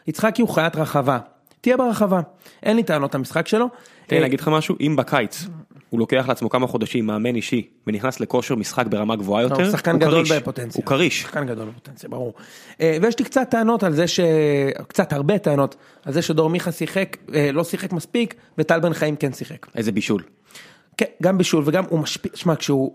[SPEAKER 2] יצחקי הוא חיית רחבה, תהיה ברחבה. אין לי טענות למשחק שלו. אה,
[SPEAKER 1] תן לי להגיד לך משהו, אם בקיץ הוא לוקח לעצמו כמה חודשים מאמן אישי ונכנס לכושר משחק ברמה גבוהה יותר,
[SPEAKER 2] הוא שחקן
[SPEAKER 1] הוא
[SPEAKER 2] גדול
[SPEAKER 1] כריש.
[SPEAKER 2] בפוטנציה.
[SPEAKER 1] הוא כריש.
[SPEAKER 2] שחקן גדול בפוטנציה, ברור. אה, ויש לי קצת טענות על זה ש... קצת הרבה טענות על זה שדור מיכה שיחק, אה, לא שיחק מספיק, וטל בן חיים כן שיחק.
[SPEAKER 1] איזה בישול.
[SPEAKER 2] כן, גם בישול וגם הוא משפיע, שמע, כשהוא...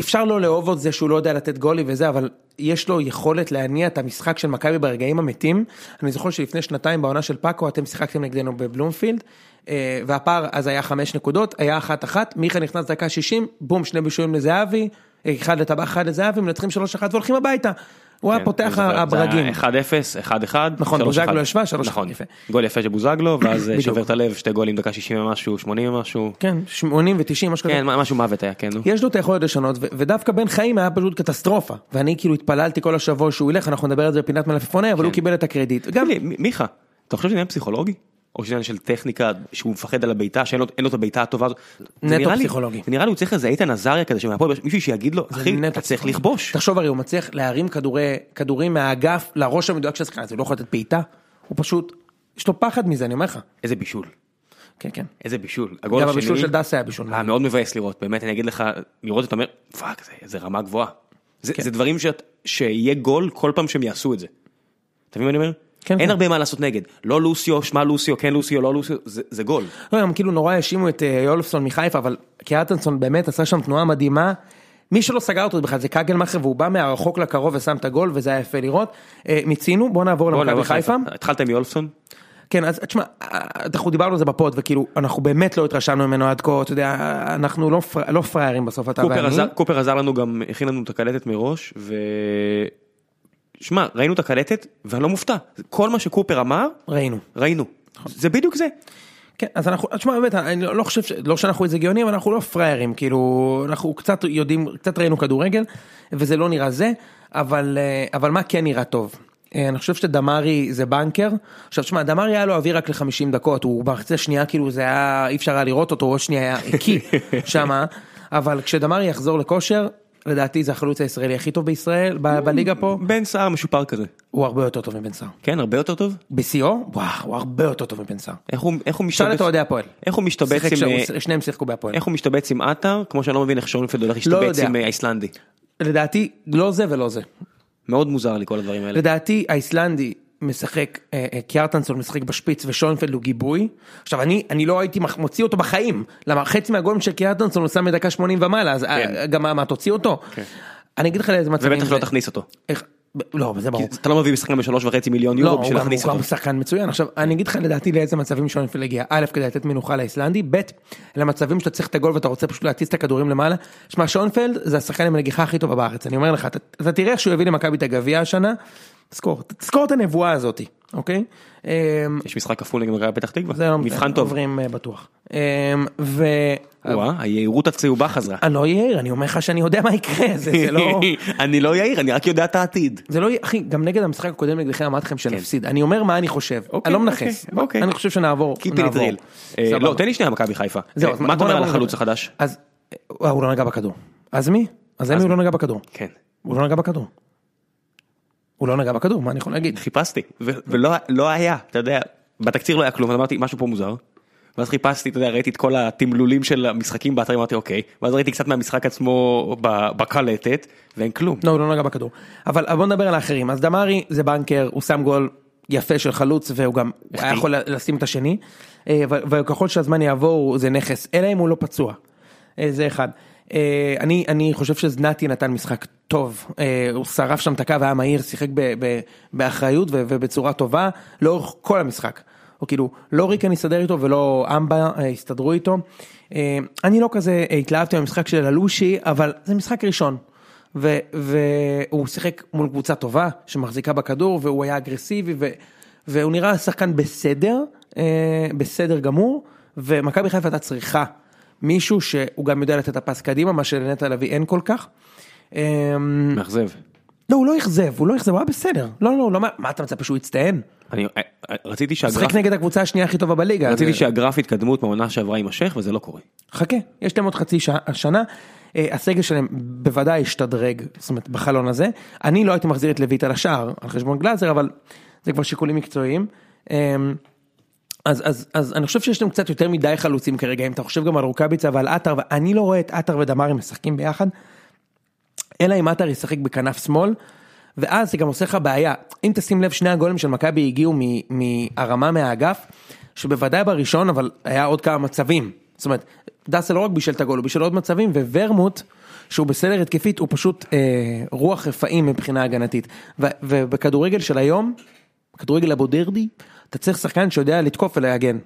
[SPEAKER 2] אפשר לא לאהוב את זה שהוא לא יודע לתת גולי וזה, אבל יש לו יכולת להניע את המשחק של מכבי ברגעים המתים. אני זוכר שלפני שנתיים בעונה של פאקו אתם שיחקתם נגדנו בבלומפילד, אה, והפער אז היה חמש נקודות, היה אחת אחת, מיכה נכנס דקה שישים, בום, שני בישולים לזהבי, אחד לטבח, אחד לזהבי, מנצחים שלוש אחת והולכים הביתה. הוא היה
[SPEAKER 1] כן,
[SPEAKER 2] פותח
[SPEAKER 1] אני זוכר.
[SPEAKER 2] הברגים.
[SPEAKER 1] זה היה 1-0, 1-1.
[SPEAKER 2] נכון,
[SPEAKER 1] 3-1.
[SPEAKER 2] בוזגלו ישבה, 3-1,
[SPEAKER 1] נכון,
[SPEAKER 2] יפה.
[SPEAKER 1] גול יפה של בוזגלו, ואז אה,
[SPEAKER 2] בדיוק.
[SPEAKER 1] שובר את הלב, שתי גולים דקה 60 ומשהו, 80 ומשהו.
[SPEAKER 2] כן, שמונים ותשעים, משהו כזה.
[SPEAKER 1] כן, מה- משהו מוות היה, כן, נו.
[SPEAKER 2] יש לו את היכולת לשנות, ו- ודווקא בן חיים היה פשוט קטסטרופה. ואני כאילו התפללתי כל השבוע שהוא ילך, אנחנו נדבר על זה בפינת מלפפוני, אבל הוא קיבל את הקרדיט. גם
[SPEAKER 1] כן. תגיד לי, מ- מיכה, אתה חושב שזה עניין פסיכולוגי? או שזה עניין של טכניקה, שהוא מפחד על הבעיטה, שאין לו אין לו את הבעיטה הטובה הזאת? זה
[SPEAKER 2] נטו
[SPEAKER 1] נראה לי-
[SPEAKER 2] פסיכולוגי.
[SPEAKER 1] זה נראה לי הוא צריך איזה איתן עזריה כזה שמהפועל, באר שבע, מישהו שיגיד לו, אחי,
[SPEAKER 2] נטו
[SPEAKER 1] אתה צריך
[SPEAKER 2] פסיכולוגי.
[SPEAKER 1] לכבוש.
[SPEAKER 2] תחשוב הרי הוא מצליח להרים כדורי, כדורים מהאגף לראש המדויק של השחקן, אז הוא לא יכול לתת בעיטה, הוא פשוט, יש לו פחד מזה, אני אומר לך.
[SPEAKER 1] איזה בישול.
[SPEAKER 2] כן, כן.
[SPEAKER 1] איזה בישול. הגול
[SPEAKER 2] גם
[SPEAKER 1] השני-
[SPEAKER 2] הבישול של דסה היה בישול.
[SPEAKER 1] אה, מאוד מבאס לראות, באמת, אני אגיד לך, לראות אתה אומר, פאק, זה- זה רמה גבוהה. זה
[SPEAKER 2] כן.
[SPEAKER 1] זה דברים שאת- שיהיה גול כל פעם שהם יעשו את זה. אתה מבין מה אני אומר?
[SPEAKER 2] כן,
[SPEAKER 1] אין
[SPEAKER 2] כן.
[SPEAKER 1] הרבה מה לעשות נגד. לא לוסיו, שמע לוסיו, כן לוסיו, לא לוסיו, זה זה גול.
[SPEAKER 2] לא, הם כאילו נורא האשימו את אה, יולפסון מחיפה, אבל קיאטנסון באמת עשה שם תנועה מדהימה. מי שלא סגר אותו בכלל זה קגלמאכר והוא בא מהרחוק לקרוב ושם את הגול וזה היה יפה לראות. אה, מיצינו, בוא נעבור
[SPEAKER 1] בוא,
[SPEAKER 2] למכבי
[SPEAKER 1] נעבור
[SPEAKER 2] חיפה.
[SPEAKER 1] התחלת עם יולפסון?
[SPEAKER 2] כן, אז תשמע, אנחנו דיברנו על זה בפוד, וכאילו, אנחנו באמת לא התרשמנו ממנו עד כה, אתה יודע, אנחנו לא, פר... לא פראיירים בסוף, אתה
[SPEAKER 1] קופר
[SPEAKER 2] ואני.
[SPEAKER 1] עזר, קופר עזר לנו גם, הכין לנו את הקלטת מראש, ו... שמע, ראינו את הקלטת, ואני לא מופתע. כל מה שקופר אמר,
[SPEAKER 2] ראינו.
[SPEAKER 1] ראינו.
[SPEAKER 2] נכון.
[SPEAKER 1] זה בדיוק זה.
[SPEAKER 2] כן, אז אנחנו, תשמע, באמת, אני לא חושב, ש... לא שאנחנו איזה גאונים, אבל אנחנו לא פראיירים, כאילו, אנחנו קצת יודעים, קצת ראינו כדורגל, וזה לא נראה זה, אבל, אה, אבל מה כן נראה טוב? אה, אני חושב שדמרי זה בנקר. עכשיו, תשמע, דמרי היה לו אוויר רק ל-50 דקות, הוא בחצי השנייה, כאילו, זה היה, אי אפשר היה לראות אותו, הוא עוד שנייה היה הקיא שמה, אבל כשדמרי יחזור לכושר, לדעתי זה החלוץ הישראלי הכי טוב בישראל, ב- בליגה פה,
[SPEAKER 1] בן סער משופר כזה.
[SPEAKER 2] הוא הרבה יותר טוב מבן סער.
[SPEAKER 1] כן, הרבה יותר טוב.
[SPEAKER 2] בשיאו, וואו, הוא הרבה יותר טוב מבן סער.
[SPEAKER 1] איך הוא, איך הוא
[SPEAKER 2] שאל
[SPEAKER 1] משתבץ,
[SPEAKER 2] את אוהדי הפועל.
[SPEAKER 1] איך הוא משתבץ
[SPEAKER 2] שיחק
[SPEAKER 1] עם, אה,
[SPEAKER 2] כשהוא- שניהם שיחקו בהפועל.
[SPEAKER 1] איך הוא משתבץ עם עטר, כמו שאני לא מבין איך שונפלד הולך להשתבץ
[SPEAKER 2] יודע.
[SPEAKER 1] עם אה, האיסלנדי.
[SPEAKER 2] לדעתי לא זה ולא זה.
[SPEAKER 1] מאוד מוזר לי כל הדברים האלה.
[SPEAKER 2] לדעתי האיסלנדי משחק, אה, אה, קיארטנסון משחק בשפיץ ושוינפלד הוא גיבוי. עכשיו אני, אני לא הייתי מח- מוציא אותו בחיים. למה חצי מהגולים של קיארטנסון הוא שם מדקה 80 ומעלה, אז אה, גם מה, מה, תוציא אותו? אני אגיד לך לאיזה מצבים.
[SPEAKER 1] כן. ובטח לא
[SPEAKER 2] זה-
[SPEAKER 1] תכניס אותו.
[SPEAKER 2] איך- ב- לא, זה ברור.
[SPEAKER 1] כי אתה לא מביא משחקן בשלוש וחצי מיליון
[SPEAKER 2] לא,
[SPEAKER 1] יורו
[SPEAKER 2] הוא
[SPEAKER 1] בשביל
[SPEAKER 2] גם, הוא
[SPEAKER 1] להכניס
[SPEAKER 2] גם
[SPEAKER 1] אותו.
[SPEAKER 2] שחקן מצוין. עכשיו, אני אגיד לך לדעתי לאיזה מצבים שוינפלד הגיע. א', כדי לתת מנוחה לאיסלנדי, ב', למצבים שאתה צריך את הגול ואתה רוצה פשוט להטיס את הכדורים למעלה. שמע, שוינפלד זה השחקן עם הנגיחה הכי טובה בארץ, אני אומר לך, אתה, אתה תראה איך שהוא הביא למכבי את הגביע השנה, תזכור, תזכור את הנבואה הזאת, אוקיי? אמ,
[SPEAKER 1] יש משחק כפול נגד מכבי פתח תקווה.
[SPEAKER 2] זה לא
[SPEAKER 1] מבחן טוב.
[SPEAKER 2] עוברים אה, בטוח. אמ, ו...
[SPEAKER 1] וואה, היהירות הצהובה חזרה.
[SPEAKER 2] אני לא יאיר, אני אומר לך שאני יודע מה יקרה, זה, זה לא...
[SPEAKER 1] אני לא יאיר, אני רק יודע את העתיד.
[SPEAKER 2] זה לא יהיה, אחי, גם נגד המשחק הקודם נגדכם אמרתי לכם שנפסיד, אני אומר מה אני חושב,
[SPEAKER 1] כן. אוקיי,
[SPEAKER 2] אני לא מנכס,
[SPEAKER 1] אוקיי, אוקיי.
[SPEAKER 2] אני חושב שנעבור,
[SPEAKER 1] קיפ אין
[SPEAKER 2] נעבור.
[SPEAKER 1] טריל. אה,
[SPEAKER 2] סבבה.
[SPEAKER 1] לא, תן לי שנייה מכבי חיפה.
[SPEAKER 2] זהו,
[SPEAKER 1] אה,
[SPEAKER 2] אז
[SPEAKER 1] מה אתה
[SPEAKER 2] בוא
[SPEAKER 1] אומר על
[SPEAKER 2] נעבור
[SPEAKER 1] החלוץ
[SPEAKER 2] לדבר.
[SPEAKER 1] החדש?
[SPEAKER 2] אז, אה, הוא לא נגע בכדור. אז מי? אז אין מי הוא לא נגע בכדור.
[SPEAKER 1] כן.
[SPEAKER 2] הוא לא נגע בכדור. הוא לא נגע בכדור, מה אני יכול להגיד?
[SPEAKER 1] חיפשתי, ו- ולא לא היה, אתה יודע, בתקציר לא היה כלום, אז אמרתי, משהו פה מוזר. ואז חיפשתי, אתה יודע, ראיתי את כל התמלולים של המשחקים באתרים, אמרתי, אוקיי. ואז ראיתי קצת מהמשחק עצמו ב- בקלטת, ואין כלום.
[SPEAKER 2] לא, הוא לא נגע בכדור. אבל אבל בוא נדבר על האחרים. אז דמארי זה בנקר, הוא שם גול יפה של חלוץ, והוא גם הוא היה יכול לשים את השני. אה, ו- וככל שהזמן יעבור זה נכס, אלא אם הוא לא פצוע. אה, זה אחד. אה, אני, אני חושב שזנתי נתן משחק טוב, אה, הוא שרף שם את הקו, היה מהיר, שיחק ב, ב, באחריות ו, ובצורה טובה לאורך כל המשחק. או כאילו, לא ריקן הסתדר איתו ולא אמבה אה, הסתדרו איתו. אה, אני לא כזה אה, התלהבתי מהמשחק של אלושי, אבל זה משחק ראשון. ו- והוא שיחק מול קבוצה טובה שמחזיקה בכדור והוא היה אגרסיבי ו- והוא נראה שחקן בסדר, אה, בסדר גמור, ומכבי חיפה הייתה צריכה מישהו שהוא גם יודע לתת את הפס קדימה, מה שלנטע לביא אין כל כך. אה,
[SPEAKER 1] מאכזב.
[SPEAKER 2] לא, הוא לא אכזב, הוא לא אכזב, הוא היה בסדר. לא, לא, לא, מה- מה אתה מצפה שהוא יצטיין?
[SPEAKER 1] אני אה, אה, רציתי שהגרף-
[SPEAKER 2] משחק נגד הקבוצה השנייה הכי טובה בליגה. אה,
[SPEAKER 1] רציתי
[SPEAKER 2] זה-
[SPEAKER 1] שהגרף התקדמות מהעונה שעברה יימשך, וזה לא קורה.
[SPEAKER 2] חכה, יש להם עוד חצי שעה, שנה, אה, הסגל שלהם בוודאי השתדרג, זאת אומרת, בחלון הזה. אני לא הייתי מחזיר את לויט על השער, על חשבון גלאזר, אבל זה כבר שיקולים מקצועיים. אה, אז, אז, אז אני חושב שיש להם קצת יותר מדי חלוצים כרגע, אם אתה חושב גם על רוקאביצה ועל עטר, אני לא רואה את עטר ודמרי משחקים ביחד, אלא אם עטר ישחק בכנף שמאל, ואז זה גם עושה לך בעיה. אם תשים לב, שני הגולים של מכבי הגיעו מ- מהרמה מהאגף, שבוודאי בראשון, אבל היה עוד כמה מצבים. זאת אומרת, דסה לא רק בישל את הגול, הוא בישל עוד מצבים, וורמוט, שהוא בסדר התקפית, הוא פשוט אה, רוח רפאים מבחינה הגנתית. ו- ובכדורגל של היום, בכדורגל הבודרדי, אתה צריך שחקן שיודע לתקוף ולהגן.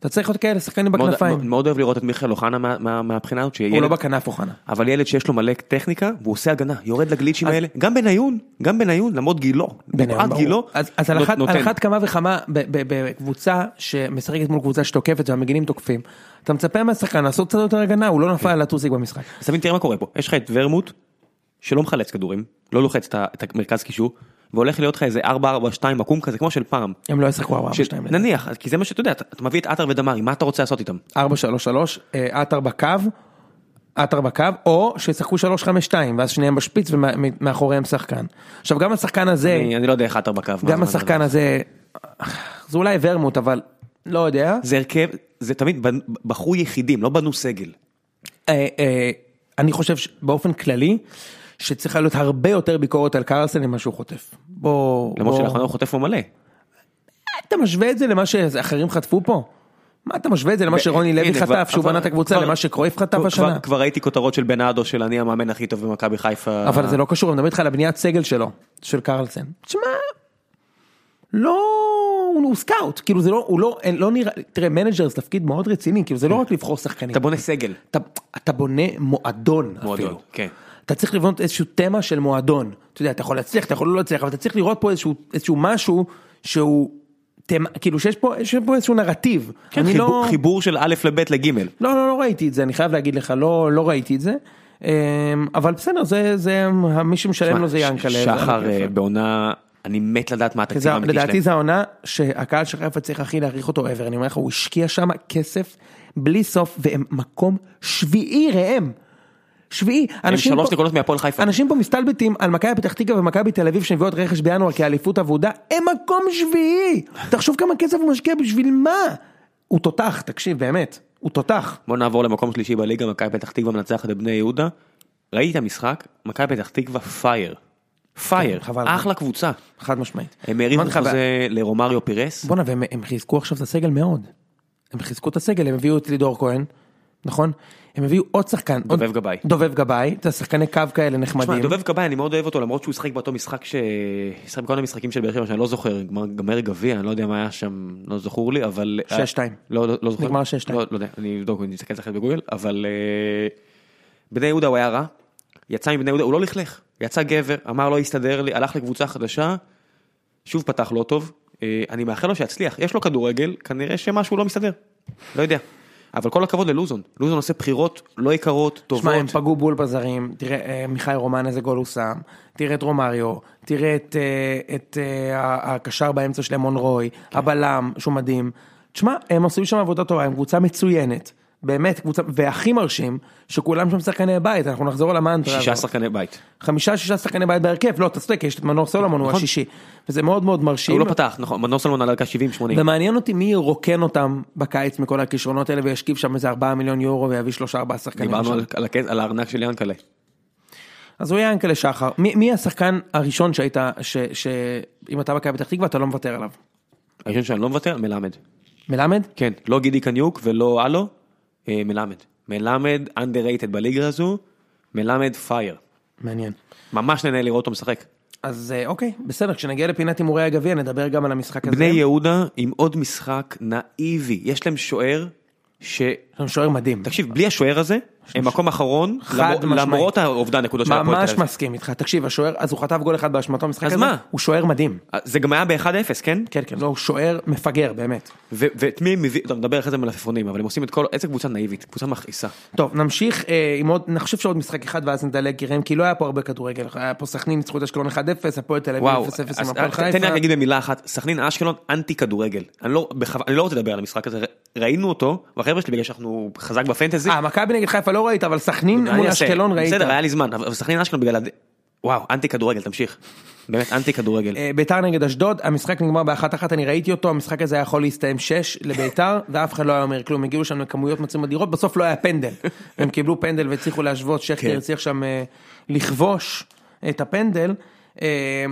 [SPEAKER 2] אתה צריך עוד כאלה שחקנים
[SPEAKER 1] מאוד-
[SPEAKER 2] בכנפיים.
[SPEAKER 1] מאוד- מאוד אוהב לראות את מיכאל אוחנה מה- מה- מהבחינה הזאת,
[SPEAKER 2] הוא
[SPEAKER 1] שילד,
[SPEAKER 2] לא בכנף אוחנה.
[SPEAKER 1] אבל ילד שיש לו מלא טכניקה והוא עושה הגנה, יורד לגליצ'ים האלה, גם בניון, גם בניון, למרות גילו,
[SPEAKER 2] ביניהם,
[SPEAKER 1] מפאת
[SPEAKER 2] ברור.
[SPEAKER 1] גילו,
[SPEAKER 2] אז, אז על,
[SPEAKER 1] נות-
[SPEAKER 2] אחת,
[SPEAKER 1] נותן.
[SPEAKER 2] על אחת כמה וכמה ב- ב- בקבוצה שמשחקת מול קבוצה שתוקפת והמגינים תוקפים. אתה מצפה מהשחקן לעשות קצת יותר הגנה, הוא לא נפל על הטוסיק במשחק.
[SPEAKER 1] אז תבין, תראה מה קורה פה, יש לך את ורמוט, שלא מחלץ כדורים, לא לוחץ את ה- את המרכז קישור, והולך להיות לך איזה 4-4-2 עקום כזה, כמו של פעם.
[SPEAKER 2] הם לא ישחקו 4
[SPEAKER 1] של-
[SPEAKER 2] 2
[SPEAKER 1] נניח, אז כי זה מה שאתה יודע, אתה אתה מביא את עטר ודמרי, מה אתה רוצה לעשות איתם?
[SPEAKER 2] 4 3 3 עטר בקו, עטר בקו, או שישחקו 3 5 2 ואז שניהם בשפיץ ומאחוריהם שחקן. עכשיו גם השחקן הזה,
[SPEAKER 1] אני אני לא יודע איך עטר בקו. מה
[SPEAKER 2] אה, גם
[SPEAKER 1] זה-
[SPEAKER 2] השחקן הזה, זה אולי ורמוט אבל לא יודע.
[SPEAKER 1] זה הרכב, זה תמיד בנ- בחרו יחידים, לא בנו סגל.
[SPEAKER 2] אה, אה, אני חושב ש- באופן כללי, שצריכה להיות הרבה יותר ביקורת על קרלסן ממה שהוא חוטף. בוא...
[SPEAKER 1] למרות
[SPEAKER 2] בוא-
[SPEAKER 1] שלאחרונה הוא חוטף לו מלא.
[SPEAKER 2] אתה משווה את זה למה שאחרים חטפו פה? מה אתה משווה את זה למה שרוני לוי
[SPEAKER 1] הנה, כבר-
[SPEAKER 2] חטף, שהוא
[SPEAKER 1] כבר-
[SPEAKER 2] בנה את הקבוצה,
[SPEAKER 1] כבר-
[SPEAKER 2] למה שקרויף חטף
[SPEAKER 1] כבר-
[SPEAKER 2] השנה?
[SPEAKER 1] כבר- כבר ראיתי כותרות של בנאדו של אני המאמן הכי טוב במכבי חיפה.
[SPEAKER 2] אבל זה לא קשור, אני מדבר איתך על הבניית סגל שלו, של קרלסן. תשמע, לא, הוא סקאוט, כאילו זה לא, הוא לא, אין- לא נראה, תראה, מנג'ר זה תפקיד מאוד רציני, כאילו זה לא רק לבחור שחקנים.
[SPEAKER 1] כן. אתה בונה סגל.
[SPEAKER 2] אתה, אתה בונה מועדון
[SPEAKER 1] מועדון,
[SPEAKER 2] אפילו.
[SPEAKER 1] כן.
[SPEAKER 2] אתה צריך לבנות איזשהו תמה של מועדון. אתה יודע, אתה יכול להצליח, אתה יכול לא להצליח, אבל אתה צריך לראות פה איזשהו, איזשהו משהו שהוא, תמה, כאילו שיש פה, שיש פה איזשהו נרטיב.
[SPEAKER 1] כן,
[SPEAKER 2] אני
[SPEAKER 1] חיבור-
[SPEAKER 2] לא,
[SPEAKER 1] חיבור של א' לב' לג'.
[SPEAKER 2] לא, לא, לא ראיתי את זה, אני חייב להגיד לך, לא, לא ראיתי את זה. אמ, אבל בסדר, זה, זה, מי שמשלם לו זה
[SPEAKER 1] ש-
[SPEAKER 2] ינקלה. זה-
[SPEAKER 1] שחר אה, בעונה, אני מת לדעת מה התקציב
[SPEAKER 2] זה-
[SPEAKER 1] האמיתי שלהם.
[SPEAKER 2] לדעתי זו העונה שהקהל של חיפה צריך הכי להעריך אותו ever, אני אומר לך, הוא השקיע שם כסף בלי סוף, והם מקום שביעי ראם. שביעי.
[SPEAKER 1] הם
[SPEAKER 2] אנשים
[SPEAKER 1] שלוש
[SPEAKER 2] פה-
[SPEAKER 1] נקודות מהפועל חיפה.
[SPEAKER 2] אנשים פה מסתלבטים על מכבי פתח תקווה ומכבי תל אביב שמביאות רכש בינואר כאליפות עבודה, הם מקום שביעי! תחשוב כמה כסף הוא משקיע בשביל מה? הוא תותח, תקשיב, באמת, הוא תותח.
[SPEAKER 1] בוא נעבור למקום שלישי בליגה, מכבי פתח תקווה מנצחת את בני יהודה. ראיתי את המשחק, מכבי פתח תקווה פייר. פייר,
[SPEAKER 2] כן, חבל.
[SPEAKER 1] אחלה קבוצה.
[SPEAKER 2] חד משמעית.
[SPEAKER 1] הם הערימו
[SPEAKER 2] אמרתי לך,
[SPEAKER 1] חוזה לרומריו פירס.
[SPEAKER 2] בואנה, והם הם חיזקו עכשיו את הסגל מאוד. הם חיזקו את הסגל, הם הביאו את לידור כהן, נכון? הם הביאו עוד שחקן. עוד-
[SPEAKER 1] דובב גבאי.
[SPEAKER 2] דובב גבאי, אתה שחקני קו כאלה
[SPEAKER 1] תשמע,
[SPEAKER 2] נחמדים.
[SPEAKER 1] דובב גבאי אני מאוד אוהב אותו למרות שהוא שיחק באותו משחק ש... שיחק בכל המשחקים של באר שבע שאני לא זוכר, גמר- גמר גביע, אני לא יודע מה היה שם, לא זכור לי, אבל...
[SPEAKER 2] שש, שתיים.
[SPEAKER 1] לא, לא, לא זוכר.
[SPEAKER 2] נגמר שש, שתיים.
[SPEAKER 1] לא, לא יודע, אני אבדוק, אני אסתכל אחרי זה בגוגל, אבל... אה, בני יהודה הוא היה רע, יצא מבני יהודה, הוא לא לכלך, יצא גבר, אמר לא הסתדר לי, הלך לקבוצה חדשה, שוב פתח לא טוב, אה, אני מאחל לו שיצליח, יש לו כדורגל, כנראה שמשהו לא מסתדר, לא יודע. אבל כל הכבוד ללוזון, לוזון עושה בחירות לא יקרות, טובות.
[SPEAKER 2] שמע, הם פגעו בול בזרים, תראה אה, מיכאל רומן איזה גול הוא שם, תראה את רומריו, תראה את, אה, את אה, ה- הקשר באמצע שלהם מונרוי,
[SPEAKER 1] כן.
[SPEAKER 2] הבלם, שהוא מדהים. תשמע, הם עשו שם עבודה טובה, הם קבוצה מצוינת, באמת קבוצה, והכי מרשים, שכולם שם שחקני בית, אנחנו נחזור על המנטרה.
[SPEAKER 1] שישה
[SPEAKER 2] הזאת.
[SPEAKER 1] שחקני בית.
[SPEAKER 2] חמישה, שישה שחקני בית בהרכב, לא, אתה צודק, יש את מנור סולומון, הוא
[SPEAKER 1] נכון.
[SPEAKER 2] השישי, וזה מאוד מאוד מרשים.
[SPEAKER 1] הוא לא פתח, נכון, מנור סלמון על דקה 70-80.
[SPEAKER 2] ומעניין אותי מי ירוקן אותם בקיץ מכל הכישרונות האלה וישכיב שם איזה 4 מיליון יורו ויביא שלושה ארבעה שחקנים.
[SPEAKER 1] דיברנו
[SPEAKER 2] לשם.
[SPEAKER 1] על- על הכס- על הארנק של ינקלה.
[SPEAKER 2] אז הוא היה ינקלה שחר. מי, מי השחקן הראשון שהיית, ש, שאם אתה מכבי פתח תקווה אתה לא מוותר עליו?
[SPEAKER 1] הראשון שאני לא מוותר, מלמד.
[SPEAKER 2] מלמד?
[SPEAKER 1] כן, לא גידי קניוק ולא הלו, אה, מלמד. מלמד underrated בליגה הזו, מלמד פייר.
[SPEAKER 2] מעניין.
[SPEAKER 1] ממש נהנה לראות אותו משחק.
[SPEAKER 2] אז אה, אוקיי, בסדר, כשנגיע לפינת הימורי הגביע נדבר גם על המשחק הזה.
[SPEAKER 1] בני יהודה עם עוד משחק נאיבי, יש להם שוער ש...
[SPEAKER 2] יש לנו שוער מדהים.
[SPEAKER 1] תקשיב, בלי השוער הזה, הם מקום אחרון,
[SPEAKER 2] חד
[SPEAKER 1] למ-
[SPEAKER 2] משמעית.
[SPEAKER 1] למרות האובדן נקודות של הפועל
[SPEAKER 2] ממש
[SPEAKER 1] תל אביב.
[SPEAKER 2] מסכים איתך. תקשיב, השוער, אז הוא חטף גול אחד באשמתו במשחק
[SPEAKER 1] אז
[SPEAKER 2] הזה.
[SPEAKER 1] מה?
[SPEAKER 2] הוא שוער מדהים.
[SPEAKER 1] אה, זה גם היה ב-1-0, כן?
[SPEAKER 2] כן, כן, לא, הוא שוער מפגר, באמת.
[SPEAKER 1] ו- ואת מי הם מביאים, טוב, נדבר אחרי זה מלפפונים, אבל הם עושים את כל, איזה קבוצה נאיבית, קבוצה מכעיסה.
[SPEAKER 2] טוב, נמשיך אה, עם עוד, אני חושב שעוד משחק אחד ואז נדלג, כי ראם, כי לא היה פה הרבה כדורגל. היה פה סכנין ניצחו את אשקלון 1-0, הפועל תל אביב 0-0
[SPEAKER 1] וואו,
[SPEAKER 2] עם
[SPEAKER 1] אז
[SPEAKER 2] הפועל
[SPEAKER 1] תן לי רק
[SPEAKER 2] חיפה.
[SPEAKER 1] להגיד במילה אחת, סכנין אשקלון אנטי כדורגל. אני לא בכו- אני לא רוצה לדבר על המשחק הזה, ר- ראינו אותו, והחבר'ה שלי בגלל שאנחנו חזק בפנטזי,
[SPEAKER 2] אה, מכבי נגד חיפה לא ראית, אבל סכנין
[SPEAKER 1] אני
[SPEAKER 2] אה, מול
[SPEAKER 1] אעשה.
[SPEAKER 2] אשקלון ראית.
[SPEAKER 1] בסדר היה לי זמן, אבל אבל סכנין אשקלון בגלל, הד- וואו, אנטי כדורגל, תמשיך. באמת, אנטי כדורגל.
[SPEAKER 2] אה, ביתר נגד אשדוד, המשחק נגמר באחת אחת, אני ראיתי אותו, המשחק הזה היה יכול להסתיים שש לביתר, ואף אחד לא היה אומר כלום, הגיעו שם לכמויות מצבים אדירות, בסוף לא היה פנדל. הם קיבלו פנדל והצליחו להשוות,
[SPEAKER 1] כן.
[SPEAKER 2] שכטר הצליח שם אה, לכבוש את הפנדל, אה,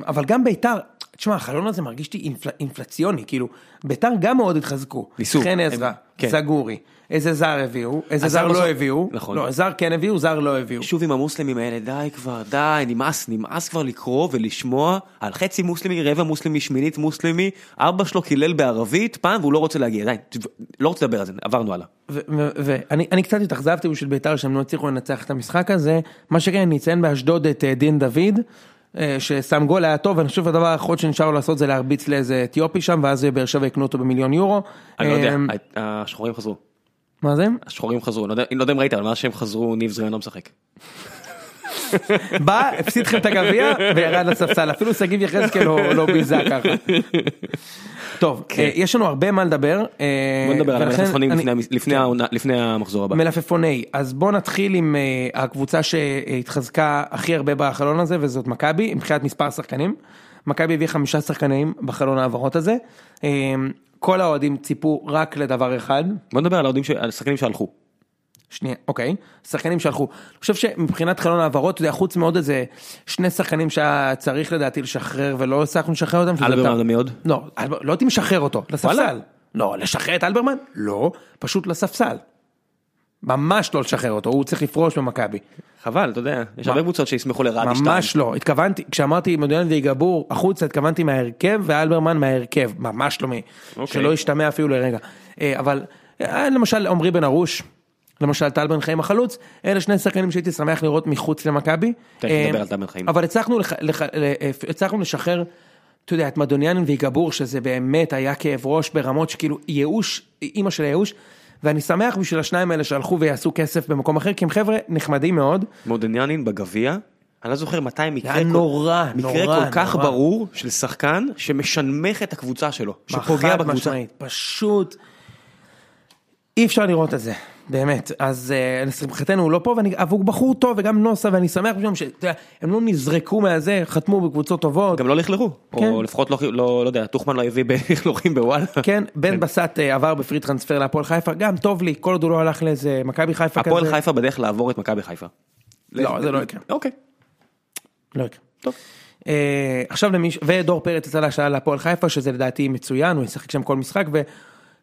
[SPEAKER 2] אבל גם ביתר, תשמע, החלון הזה מרגיש לי אינפל- אינפלציוני, כאילו, ביתר גם מאוד התחזקו.
[SPEAKER 1] ניסו.
[SPEAKER 2] חן
[SPEAKER 1] הם-
[SPEAKER 2] עזרא,
[SPEAKER 1] כן.
[SPEAKER 2] זגורי, איזה זר הביאו, איזה
[SPEAKER 1] הזר
[SPEAKER 2] זר
[SPEAKER 1] בסוף-
[SPEAKER 2] לא הביאו,
[SPEAKER 1] נכון.
[SPEAKER 2] לא, זר כן הביאו, זר לא הביאו.
[SPEAKER 1] שוב עם המוסלמים האלה, די כבר, די, נמאס, נמאס כבר לקרוא ולשמוע על חצי מוסלמי, רבע מוסלמי, שמינית מוסלמי, אבא שלו קילל בערבית פעם והוא לא רוצה להגיע, די, ת- לא רוצה לדבר על זה, עברנו הלאה.
[SPEAKER 2] ואני אני קצת התאכזבתי בשביל בית"ר שהם לא הצליחו לנצח את המשחק הזה. מה שכן, אני אציין באשדוד את אה, דין דוד, אה, ששם גול היה טוב, ואני חושב שהדבר האחרון שנשאר לו לעשות זה להרביץ לאיזה אתיופי שם, ואז באר שבע יקנו אותו במיליון יורו.
[SPEAKER 1] אני לא יודע,
[SPEAKER 2] אה,
[SPEAKER 1] ה- השחורים חזרו,
[SPEAKER 2] מה זה?
[SPEAKER 1] השחורים חזרו, אני לא יודע- אני לא יודע אם ראית, אבל מאז שהם חזרו, ניב זריאן לא משחק.
[SPEAKER 2] בא, הפסיד לכם את הגביע, וירד לספסל, אפילו שגיב יחזקאל לא לא ביזה ככה. טוב, אה, יש לנו הרבה מה לדבר. אה,
[SPEAKER 1] כן. בוא נדבר על
[SPEAKER 2] ולכן
[SPEAKER 1] המלפפונים
[SPEAKER 2] אני- כן.
[SPEAKER 1] לפני המס- לפני העונה- לפני המחזור הבא.
[SPEAKER 2] מלפפוני, אז בואו נתחיל עם אה, הקבוצה שהתחזקה הכי הרבה בחלון הזה, וזאת מכבי, מבחינת מספר השחקנים. מכבי הביא חמישה שחקנים בחלון ההעברות הזה. אה, כל האוהדים ציפו רק לדבר אחד,
[SPEAKER 1] בוא נדבר על האוהדים ש- על השחקנים שהלכו.
[SPEAKER 2] שנייה, אוקיי, שחקנים שהלכו. אני חושב שמבחינת חלון ההעברות, אתה יודע, חוץ מעוד איזה שני שחקנים שהיה צריך לדעתי לשחרר ולא הצלחנו לשחרר אותם. שזה
[SPEAKER 1] אלברמן
[SPEAKER 2] אותם.
[SPEAKER 1] ומי עוד?
[SPEAKER 2] לא, אלבר- לא הייתי משחרר אותו,
[SPEAKER 1] וואלה?
[SPEAKER 2] לספסל. לא, לשחרר את אלברמן? לא, פשוט לספסל. ממש לא לשחרר אותו, הוא צריך לפרוש במכבי.
[SPEAKER 1] חבל, אתה יודע, יש הרבה קבוצות שישמחו לרעד
[SPEAKER 2] ממש לא, התכוונתי, כשאמרתי מודיעין ויגבור החוצה, התכוונתי מההרכב ואלברמן מההרכב, ממש לא מ...
[SPEAKER 1] אוקיי.
[SPEAKER 2] שלא ישתמע אפילו לרגע. אה, אבל אה, למשל עמרי בן ארוש, למשל טל בן חיים החלוץ, אלה שני שחקנים שהייתי שמח לראות מחוץ למכבי.
[SPEAKER 1] תכף
[SPEAKER 2] אה,
[SPEAKER 1] נדבר על טל בן חיים.
[SPEAKER 2] אבל הצלחנו, לח... לח... לח- הצלחנו לשחרר, אתה יודע, את מדוניאנין ויגבור, שזה באמת היה כאב ראש ברמות שכאילו ייאוש, אימא של הייאוש. ואני שמח בשביל השניים האלה שהלכו ויעשו כסף במקום אחר, כי הם חבר'ה נחמדים מאוד.
[SPEAKER 1] מודניאנין בגביע, אני לא זוכר מתי מקרה,
[SPEAKER 2] היה
[SPEAKER 1] כל-
[SPEAKER 2] נורא,
[SPEAKER 1] מקרה
[SPEAKER 2] נורא,
[SPEAKER 1] כל כך
[SPEAKER 2] נורא.
[SPEAKER 1] ברור של שחקן שמשנמך את הקבוצה שלו, שפוגע
[SPEAKER 2] חד
[SPEAKER 1] בקבוצה.
[SPEAKER 2] משמעית, פשוט אי אפשר לראות את זה, באמת. אז אה, לשמחתנו הוא לא פה, ואני- אבל הוא בחור טוב וגם נוסה, ואני שמח בשבילם שאתה יודע, הם לא נזרקו מהזה, חתמו בקבוצות טובות.
[SPEAKER 1] גם לא לכלכו, או
[SPEAKER 2] כן.
[SPEAKER 1] לפחות לא, לא, לא יודע, טוחמן לא הביא בלכלוכים בוואלה.
[SPEAKER 2] כן, בן בסט אה, עבר בפרי טרנספר להפועל חיפה, גם טוב לי, כל עוד הוא לא הלך לאיזה מכבי חיפה כזה.
[SPEAKER 1] הפועל חיפה בדרך לעבור את מכבי חיפה.
[SPEAKER 2] לא, זה לא יקרה.
[SPEAKER 1] אוקיי,
[SPEAKER 2] לא יקרה.
[SPEAKER 1] טוב.
[SPEAKER 2] אה, עכשיו למישהו, ודור פרץ יצא להשאלה להפועל חיפה, שזה לדעתי מצוין, הוא ישחק שם כל משחק, ו,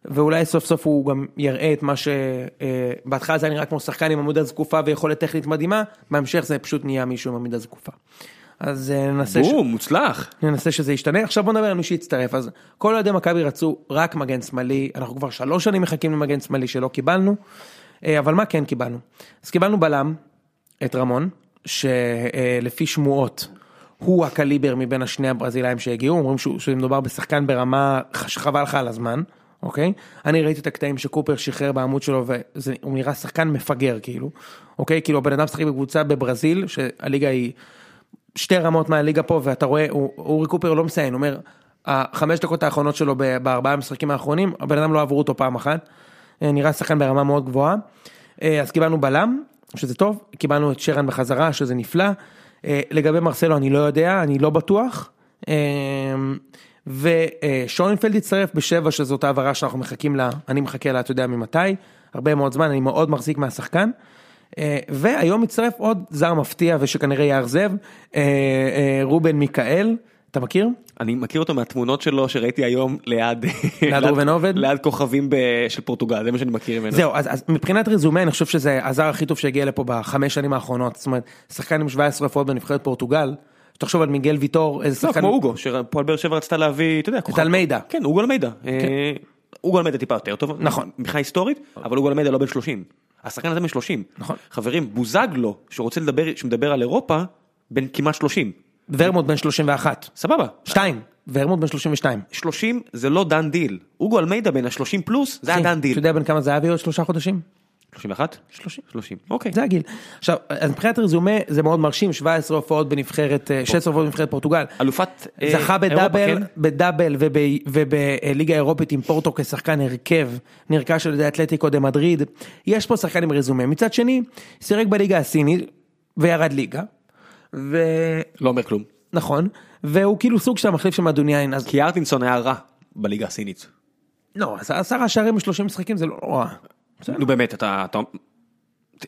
[SPEAKER 2] ואולי סוף סוף הוא גם יראה את מה שבהתחלה זה היה נראה כמו שחקן עם עמודה זקופה ויכולת טכנית מדהימה, בהמשך זה פשוט נהיה מישהו עם עמודה זקופה. אז אה, ננסה, ש,
[SPEAKER 1] בום, מוצלח.
[SPEAKER 2] ננסה שזה ישתנה, עכשיו בוא נדבר על מי שהצטרף, אז כל אוהדי מכבי רצו רק מגן שמאלי, אנחנו כבר שלוש שנים מחכים למגן שמאלי שלא קיבלנו, אה, אבל מה כן קיבלנו? אז קיבלנו בלם, את רמון, שלפי שמועות הוא הקליבר מבין השני הברזילאים שהגיעו, אומרים שהוא- שמדובר בשחקן ברמה חש- חבל לך על הזמן, אוקיי? אני ראיתי את הקטעים שקופר שחרר בעמוד שלו והוא נראה שחקן מפגר כאילו, אוקיי? כאילו הבן אדם משחק בקבוצה בברזיל, שהליגה היא שתי רמות מהליגה פה ואתה רואה, הוא- אורי קופר לא מסיין, הוא אומר, החמש דקות האחרונות שלו ב- בארבעה המשחקים האחרונים, הבן אדם לא עברו אותו פעם אחת. אה, נראה שחקן ברמה מאוד גבוהה. אה, אז קיבלנו בלם, שזה טוב, קיבלנו את שרן בחזרה, שזה נפלא. אה, לגבי מרסלו אני לא יודע, אני לא בטוח. ושוינפלד הצטרף בשבע, שזאת העברה שאנחנו מחכים לה, אני מחכה לה, אתה יודע ממתי, הרבה מאוד זמן, אני מאוד מחזיק מהשחקן. אה, והיום מצטרף עוד זר מפתיע ושכנראה יאכזב, אה, אה, רובן מיקאל, אתה מכיר?
[SPEAKER 1] אני מכיר אותו מהתמונות שלו שראיתי היום ליד...
[SPEAKER 2] ראובן עובד?
[SPEAKER 1] ליד כוכבים ב... של פורטוגל, זה מה שאני מכיר ממנו.
[SPEAKER 2] זהו, אז, אז מבחינת רזומה, אני חושב שזה הזר הכי טוב שהגיע לפה בחמש שנים האחרונות. זאת אומרת, שחקן עם 17 הופעות בנבחרת פורטוגל, תחשוב על מיגל ויטור, איזה
[SPEAKER 1] לא,
[SPEAKER 2] שחקן...
[SPEAKER 1] כמו אוגו, שפועל באר שבע רצתה להביא, אתה יודע, כוכב.
[SPEAKER 2] אלמידה.
[SPEAKER 1] כן, אוגו אלמידה. אה, אוגו אלמידה טיפה יותר טוב.
[SPEAKER 2] נכון.
[SPEAKER 1] מבחינה היסטורית, אבל אוגו אלמידה לא בן 30. השחקן הזה בן 30.
[SPEAKER 2] נכון.
[SPEAKER 1] חברים, בוזגלו, שרוצה לדבר, שמדבר על אירופה, בן כמעט 30.
[SPEAKER 2] ורמוט בן 31.
[SPEAKER 1] סבבה.
[SPEAKER 2] שתיים. ורמוט בן 32.
[SPEAKER 1] 30 זה לא דן דיל. אוגו אלמידה בן ה-30 פלוס, זה היה
[SPEAKER 2] אחי,
[SPEAKER 1] דן דיל.
[SPEAKER 2] כן. אתה יודע בן כמה זה היה בעוד שלושה חודשים?
[SPEAKER 1] 31?
[SPEAKER 2] 30.
[SPEAKER 1] 30. אוקיי.
[SPEAKER 2] זה הגיל. עכשיו, אז מבחינת רזומה זה מאוד מרשים, 17 הופעות בנבחרת, אה, 16 הופעות בנבחרת פורטוגל.
[SPEAKER 1] אלופת אה,
[SPEAKER 2] זכה
[SPEAKER 1] אירופה,
[SPEAKER 2] בדאבל,
[SPEAKER 1] כן?
[SPEAKER 2] בדאבל וב- ובליגה האירופית עם פורטו כשחקן הרכב, נרכש על ידי אתלטיקו דה מדריד. יש פה שחקן עם רזומה. מצד שני, שיחק בליגה הסינית וירד ליגה. ו...
[SPEAKER 1] לא אומר כלום.
[SPEAKER 2] נכון, והוא כאילו סוג של המחליף של מדוניין, אז
[SPEAKER 1] כי ארטינסון היה רע בליגה הסינית.
[SPEAKER 2] לא, אז עשרה שערים ב-30 משחקים זה לא רע. בסדר.
[SPEAKER 1] נו באמת, אתה... אתה-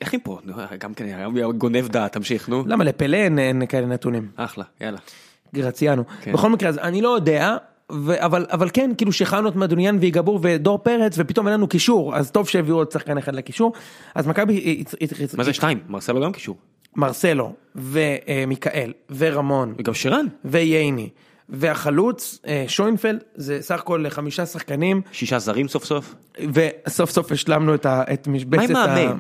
[SPEAKER 1] איך היא פה? נו, גם כן, היום גונב דעת, תמשיך, נו.
[SPEAKER 2] למה לפלא אין, אין כאלה נתונים?
[SPEAKER 1] אחלה, יאללה.
[SPEAKER 2] גרציאנו.
[SPEAKER 1] כן.
[SPEAKER 2] בכל מקרה, אז אני לא יודע, ו... אבל, אבל כן, כאילו שחררנו את מדוניאן ויגבור ודור פרץ, ופתאום אין לנו קישור, אז טוב שהביאו עוד שחקן אחד לקישור. אז מכבי... היא- היא- היא-
[SPEAKER 1] מה זה שתיים? מרסלו גם קישור.
[SPEAKER 2] מרסלו, ומיכאל, ורמון,
[SPEAKER 1] וגם שרן.
[SPEAKER 2] וייני, והחלוץ, אה, שוינפלד, זה סך הכל חמישה שחקנים,
[SPEAKER 1] שישה זרים סוף סוף.
[SPEAKER 2] וסוף סוף השלמנו את, ה... את
[SPEAKER 1] מה
[SPEAKER 2] משבצת
[SPEAKER 1] עם מאמן?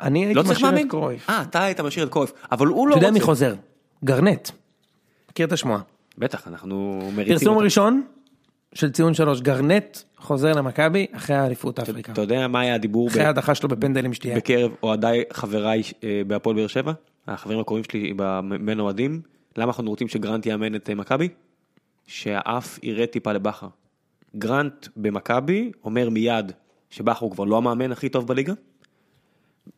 [SPEAKER 2] אני הייתי
[SPEAKER 1] לא צריך
[SPEAKER 2] משאיר
[SPEAKER 1] מאמן?
[SPEAKER 2] את קרויף.
[SPEAKER 1] אה, אתה היית משאיר את קרויף. אבל הוא לא
[SPEAKER 2] אתה יודע מי
[SPEAKER 1] רוצה.
[SPEAKER 2] חוזר? גרנט. מכיר את השמועה.
[SPEAKER 1] בטח, אנחנו מריצים
[SPEAKER 2] פרסום
[SPEAKER 1] אותו.
[SPEAKER 2] ראשון של ציון שלוש, גרנט חוזר למכבי אחרי האליפות אפריקה.
[SPEAKER 1] אתה יודע מה היה הדיבור ב-
[SPEAKER 2] אחרי ההדחה שלו בפנדלים שתהיה.
[SPEAKER 1] בקרב אוהדיי חבריי אה, בהפועל באר שבע? החברים הקרובים שלי בממן אוהדים? למה אנחנו רוצים שגרנט יאמן את אה, מכבי? שהאף יראה טיפה לבכר. גרנט במכבי אומר מיד שבכר הוא כבר לא המאמן הכי טוב בליגה.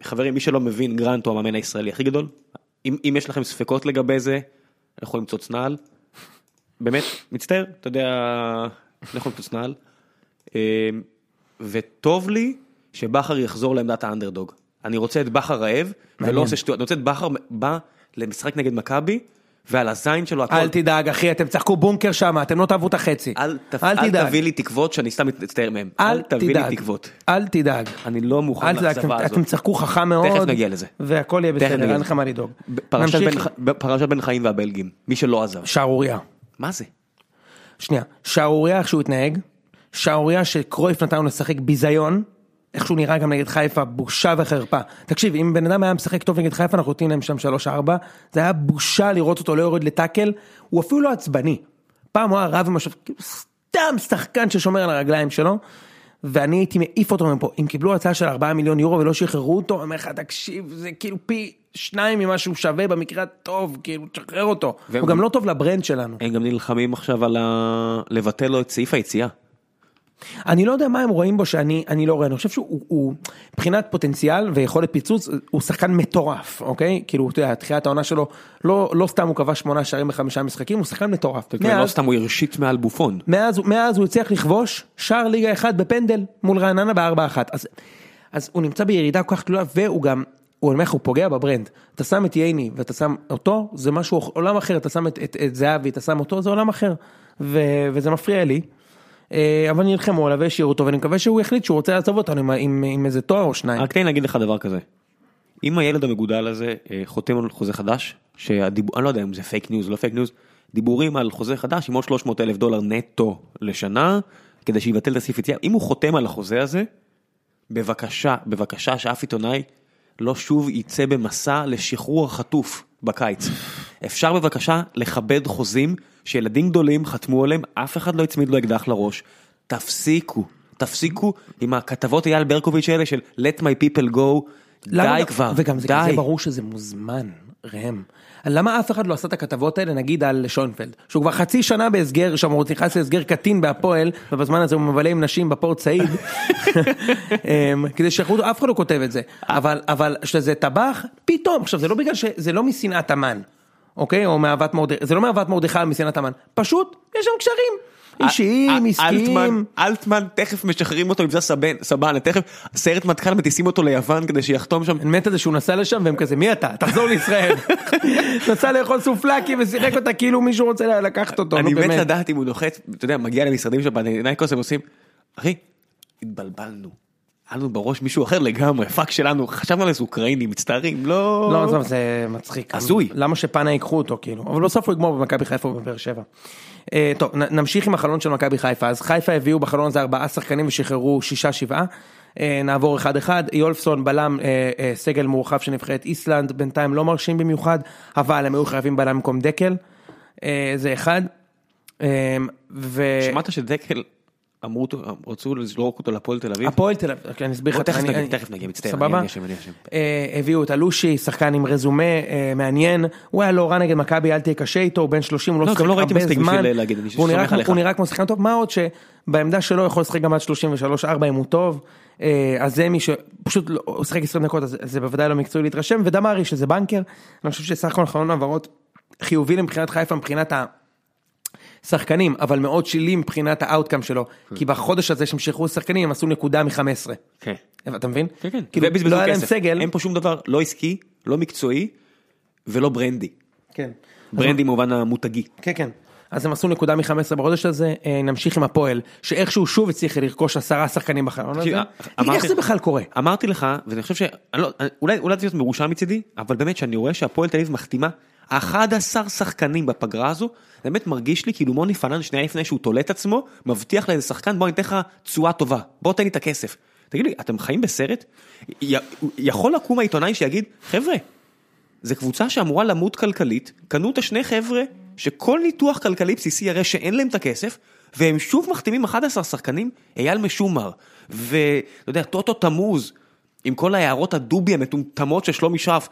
[SPEAKER 1] חברים, מי שלא מבין, גרנט הוא המאמן הישראלי הכי גדול. אם, אם יש לכם ספקות לגבי זה, אנחנו יכולים למצוא צנעל. באמת, מצטער, אתה יודע, אנחנו יכולים למצוא צנעל. אמ, וטוב לי שבכר יחזור לעמדת האנדרדוג. אני רוצה את בכר רעב, ולא עושה שטויות. אני רוצה את בכר בא למשחק נגד מכבי, ועל הזין שלו הכל.
[SPEAKER 2] אל תדאג אחי, אתם צחקו בונקר שם, אתם לא תעברו את החצי.
[SPEAKER 1] אל, תפ...
[SPEAKER 2] אל
[SPEAKER 1] אל
[SPEAKER 2] תדאג.
[SPEAKER 1] תביא לי תקוות שאני סתם מצטער מהם.
[SPEAKER 2] אל
[SPEAKER 1] תביא
[SPEAKER 2] תדאג.
[SPEAKER 1] לי תקוות.
[SPEAKER 2] אל תדאג.
[SPEAKER 1] אני לא מוכן
[SPEAKER 2] אל תדאג, אתם-
[SPEAKER 1] לאכזבה הזאת.
[SPEAKER 2] אתם צחקו חכם מאוד.
[SPEAKER 1] נגיע לזה.
[SPEAKER 2] והכל יהיה
[SPEAKER 1] תכף
[SPEAKER 2] בסדר,
[SPEAKER 1] נגיע
[SPEAKER 2] אין
[SPEAKER 1] לזה.
[SPEAKER 2] לך מה לדאוג.
[SPEAKER 1] פרשת
[SPEAKER 2] נמשיך.
[SPEAKER 1] בן ח- פרשת בן חיים והבלגים, מי שלא עזב.
[SPEAKER 2] שערורייה.
[SPEAKER 1] מה זה?
[SPEAKER 2] שנייה, שערורייה איך שהוא התנהג, שערורייה שקרויף נתן לו לשחק ביזיון, איך שהוא נראה גם נגד חיפה, בושה וחרפה. תקשיב, אם בן אדם היה משחק טוב נגד חיפה, אנחנו נותנים להם שם 3-4, זה היה בושה לראות אותו לא יורד לטאקל, הוא אפילו לא עצבני. פעם הוא היה רב עם השופט, כאילו סתם שחקן ששומר על הרגליים שלו, ואני הייתי מעיף אותו מפה. אם קיבלו הצעה של 4 מיליון יורו ולא שחררו אותו, אני אומר לך, תקשיב, זה כאילו פי שניים ממה שהוא שווה במקרה הטוב, כאילו, תשחרר אותו.
[SPEAKER 1] ו-
[SPEAKER 2] הוא גם לא טוב לברנד שלנו.
[SPEAKER 1] הם גם נלחמים עכשיו על ה... לבטל לו את סעיף היציאה.
[SPEAKER 2] אני לא יודע מה הם רואים בו שאני אני לא רואה, אני חושב שהוא הוא- מבחינת פוטנציאל ויכולת פיצוץ הוא שחקן מטורף, אוקיי? כאילו, אתה יודע, תחילת העונה שלו, לא, לא סתם הוא כבש שמונה שערים בחמישה משחקים, הוא שחקן מטורף.
[SPEAKER 1] לא
[SPEAKER 2] מאז,
[SPEAKER 1] סתם הוא הרשית מעל בופון.
[SPEAKER 2] מאז, הוא- מאז הוא הצליח לכבוש שער ליגה אחד בפנדל מול רעננה ב-4-1. אז, אז הוא נמצא בירידה כל כך תלולה, והוא גם, הוא אומר לך, הוא פוגע בברנד. אתה שם את ייני ואתה שם אותו, זה משהו, עולם אחר, אתה שם את, את, את זהבי, אתה שם אותו, זה עולם אחר. ו, וזה מפריע לי. אה, אבל נלחמו עליו והשאירו אותו, ואני מקווה שהוא יחליט שהוא רוצה לעזוב אותנו עם, עם, עם איזה תואר או שניים.
[SPEAKER 1] רק תן לי להגיד לך דבר כזה. אם הילד המגודל הזה אה, חותם על חוזה חדש, שהדיבור, אני לא יודע אם זה פייק ניוז, לא פייק ניוז, דיבורים על חוזה חדש עם עוד 300 אלף דולר נטו לשנה, כדי שיבטל את הסעיף יציאה, אם הוא חותם על החוזה הזה, בבקשה, בבקשה שאף עיתונאי לא שוב יצא במסע לשחרור החטוף בקיץ. אפשר בבקשה לכבד חוזים שילדים גדולים חתמו עליהם, אף אחד לא הצמיד לו אקדח לראש. תפסיקו, תפסיקו עם הכתבות אייל ברקוביץ' האלה של let my people go,
[SPEAKER 2] למה
[SPEAKER 1] די
[SPEAKER 2] גם-
[SPEAKER 1] כבר,
[SPEAKER 2] וגם זה
[SPEAKER 1] די.
[SPEAKER 2] כזה ברור שזה מוזמן, ראם. למה אף אחד לא עשה את הכתבות האלה, נגיד על שוינפלד, שהוא כבר חצי שנה בהסגר, שם הוא נכנס להסגר קטין בהפועל, ובזמן הזה הוא מבלה עם נשים בפורט סעיד, אמ, כדי שיחרו אותו, אף אחד לא כותב את זה. אבל, אבל שזה טבח, פתאום, עכשיו זה לא בגלל ש... זה לא משנאת המן, אוקיי? או מאהבת מרדכי, זה לא מאהבת מרדכי או משנאת המן, פשוט יש שם קשרים. אישיים,
[SPEAKER 1] אל-
[SPEAKER 2] עסקיים.
[SPEAKER 1] אלטמן, אלטמן תכף משחררים אותו עם זה סבן, סבן, תכף סיירת מטכ"ל מטיסים אותו ליוון כדי שיחתום שם.
[SPEAKER 2] אני מת על זה שהוא נסע לשם והם כזה מי אתה תחזור לישראל נסע לאכול סופלקי ושיחק אותה כאילו מישהו רוצה לקחת אותו
[SPEAKER 1] אני
[SPEAKER 2] נו,
[SPEAKER 1] מת
[SPEAKER 2] באמת.
[SPEAKER 1] לדעת אם הוא נוחת, אתה יודע, מגיע למשרדים של פנאייקוס, הם עושים, אחי, התבלבלנו. היה לנו בראש מישהו אחר לגמרי, פאק שלנו, חשבנו על איזה אוקראיני, מצטערים, לא...
[SPEAKER 2] לא עזוב זה מצחיק
[SPEAKER 1] הזוי.
[SPEAKER 2] למה שפאנה ייקחו אותו כאילו אבל בסוף הוא יגמור במכבי חיפה ובבאר שבע. אה, טוב נ- נמשיך עם החלון של מכבי חיפה אז חיפה הביאו בחלון הזה ארבעה שחקנים ושחררו שישה שבעה. אה, נעבור אחד אחד יולפסון בלם אה, אה, סגל מורחב של נבחרת איסלנד בינתיים לא מרשים במיוחד אבל הם היו חייבים בלם במקום דקל. אה, זה אחד. אה, ו...
[SPEAKER 1] שמעת שדקל אמרו אותו, רצו לזרוק אותו להפועל תל אביב.
[SPEAKER 2] הפועל תל אביב, אוקיי, אני אסביר לך.
[SPEAKER 1] או, תכף
[SPEAKER 2] אני-
[SPEAKER 1] נגיע,
[SPEAKER 2] אני-
[SPEAKER 1] תכף נגיע, מצטער,
[SPEAKER 2] סבבה?
[SPEAKER 1] אני אשם, אני אשם.
[SPEAKER 2] אה, הביאו את אלושי, שחקן עם רזומה אה, מעניין, הוא היה לא רע נגד מכבי, אל תהיה קשה איתו, הוא בן 30, הוא לא
[SPEAKER 1] לא,
[SPEAKER 2] שיחק
[SPEAKER 1] גם לא
[SPEAKER 2] הרבה
[SPEAKER 1] ראיתי מספיק
[SPEAKER 2] זמן.
[SPEAKER 1] בשביל להגיד, אני
[SPEAKER 2] והוא נראה
[SPEAKER 1] סומך
[SPEAKER 2] כמו-
[SPEAKER 1] עליך.
[SPEAKER 2] הוא נראה כמו שחקן טוב, מה עוד שבעמדה שלו יכול לשחק גם עד 33-4 אם הוא טוב, אה, אז זה מי שפשוט לא- הוא שיחק 20 דקות, אז אז זה בוודאי לא מקצועי להתרשם, ודמרי שזה בנקר, אני חושב שסך הכל חלון העברות חיובי למבחינת חיפה, מבחינת ה... שחקנים, אבל מאוד שלילי מבחינת האאוטקאם שלו, כי בחודש הזה שהם שחררו שחקנים הם עשו נקודה מ-15.
[SPEAKER 1] כן.
[SPEAKER 2] אתה מבין?
[SPEAKER 1] כן, כן.
[SPEAKER 2] כאילו,
[SPEAKER 1] ובזבזו
[SPEAKER 2] לא היה להם
[SPEAKER 1] כסף.
[SPEAKER 2] סגל.
[SPEAKER 1] אין פה שום דבר, לא עסקי, לא מקצועי, ולא ברנדי.
[SPEAKER 2] כן.
[SPEAKER 1] ברנדי במובן המותגי.
[SPEAKER 2] כן, כן. אז הם עשו נקודה מ-15 בחודש הזה, אה, נמשיך עם הפועל, שאיכשהו שוב הצליח לרכוש עשרה שחקנים בחלון הזה.
[SPEAKER 1] תקשיב, אמרתי-
[SPEAKER 2] איך זה בכלל קורה?
[SPEAKER 1] אמרתי לך, ואני חושב ש... אני לא, אולי, אולי זה להיות מרושע מצידי, אבל באמת שאני רואה שהפועל תל אביב מחתימה 11 שחקנים בפגרה הזו, זה באמת מרגיש לי כאילו מוני פנן שנייה לפני שהוא תולה את עצמו, מבטיח לאיזה שחקן בוא אני אתן לך תשואה טובה, בוא תן לי את הכסף. תגיד לי, אתם חיים בסרט? י- יכול לקום העיתונאי שיגיד, חבר'ה, זו קבוצה שאמורה למות כלכלית, קנו אותה שני חבר'ה שכל ניתוח כלכלי בסיסי יראה שאין להם את הכסף, והם שוב מחתימים 11 שחקנים, אייל משומר, ואתה יודע, טוטו תמוז, עם כל ההערות הדובי המטומטמות של שלומי שרף.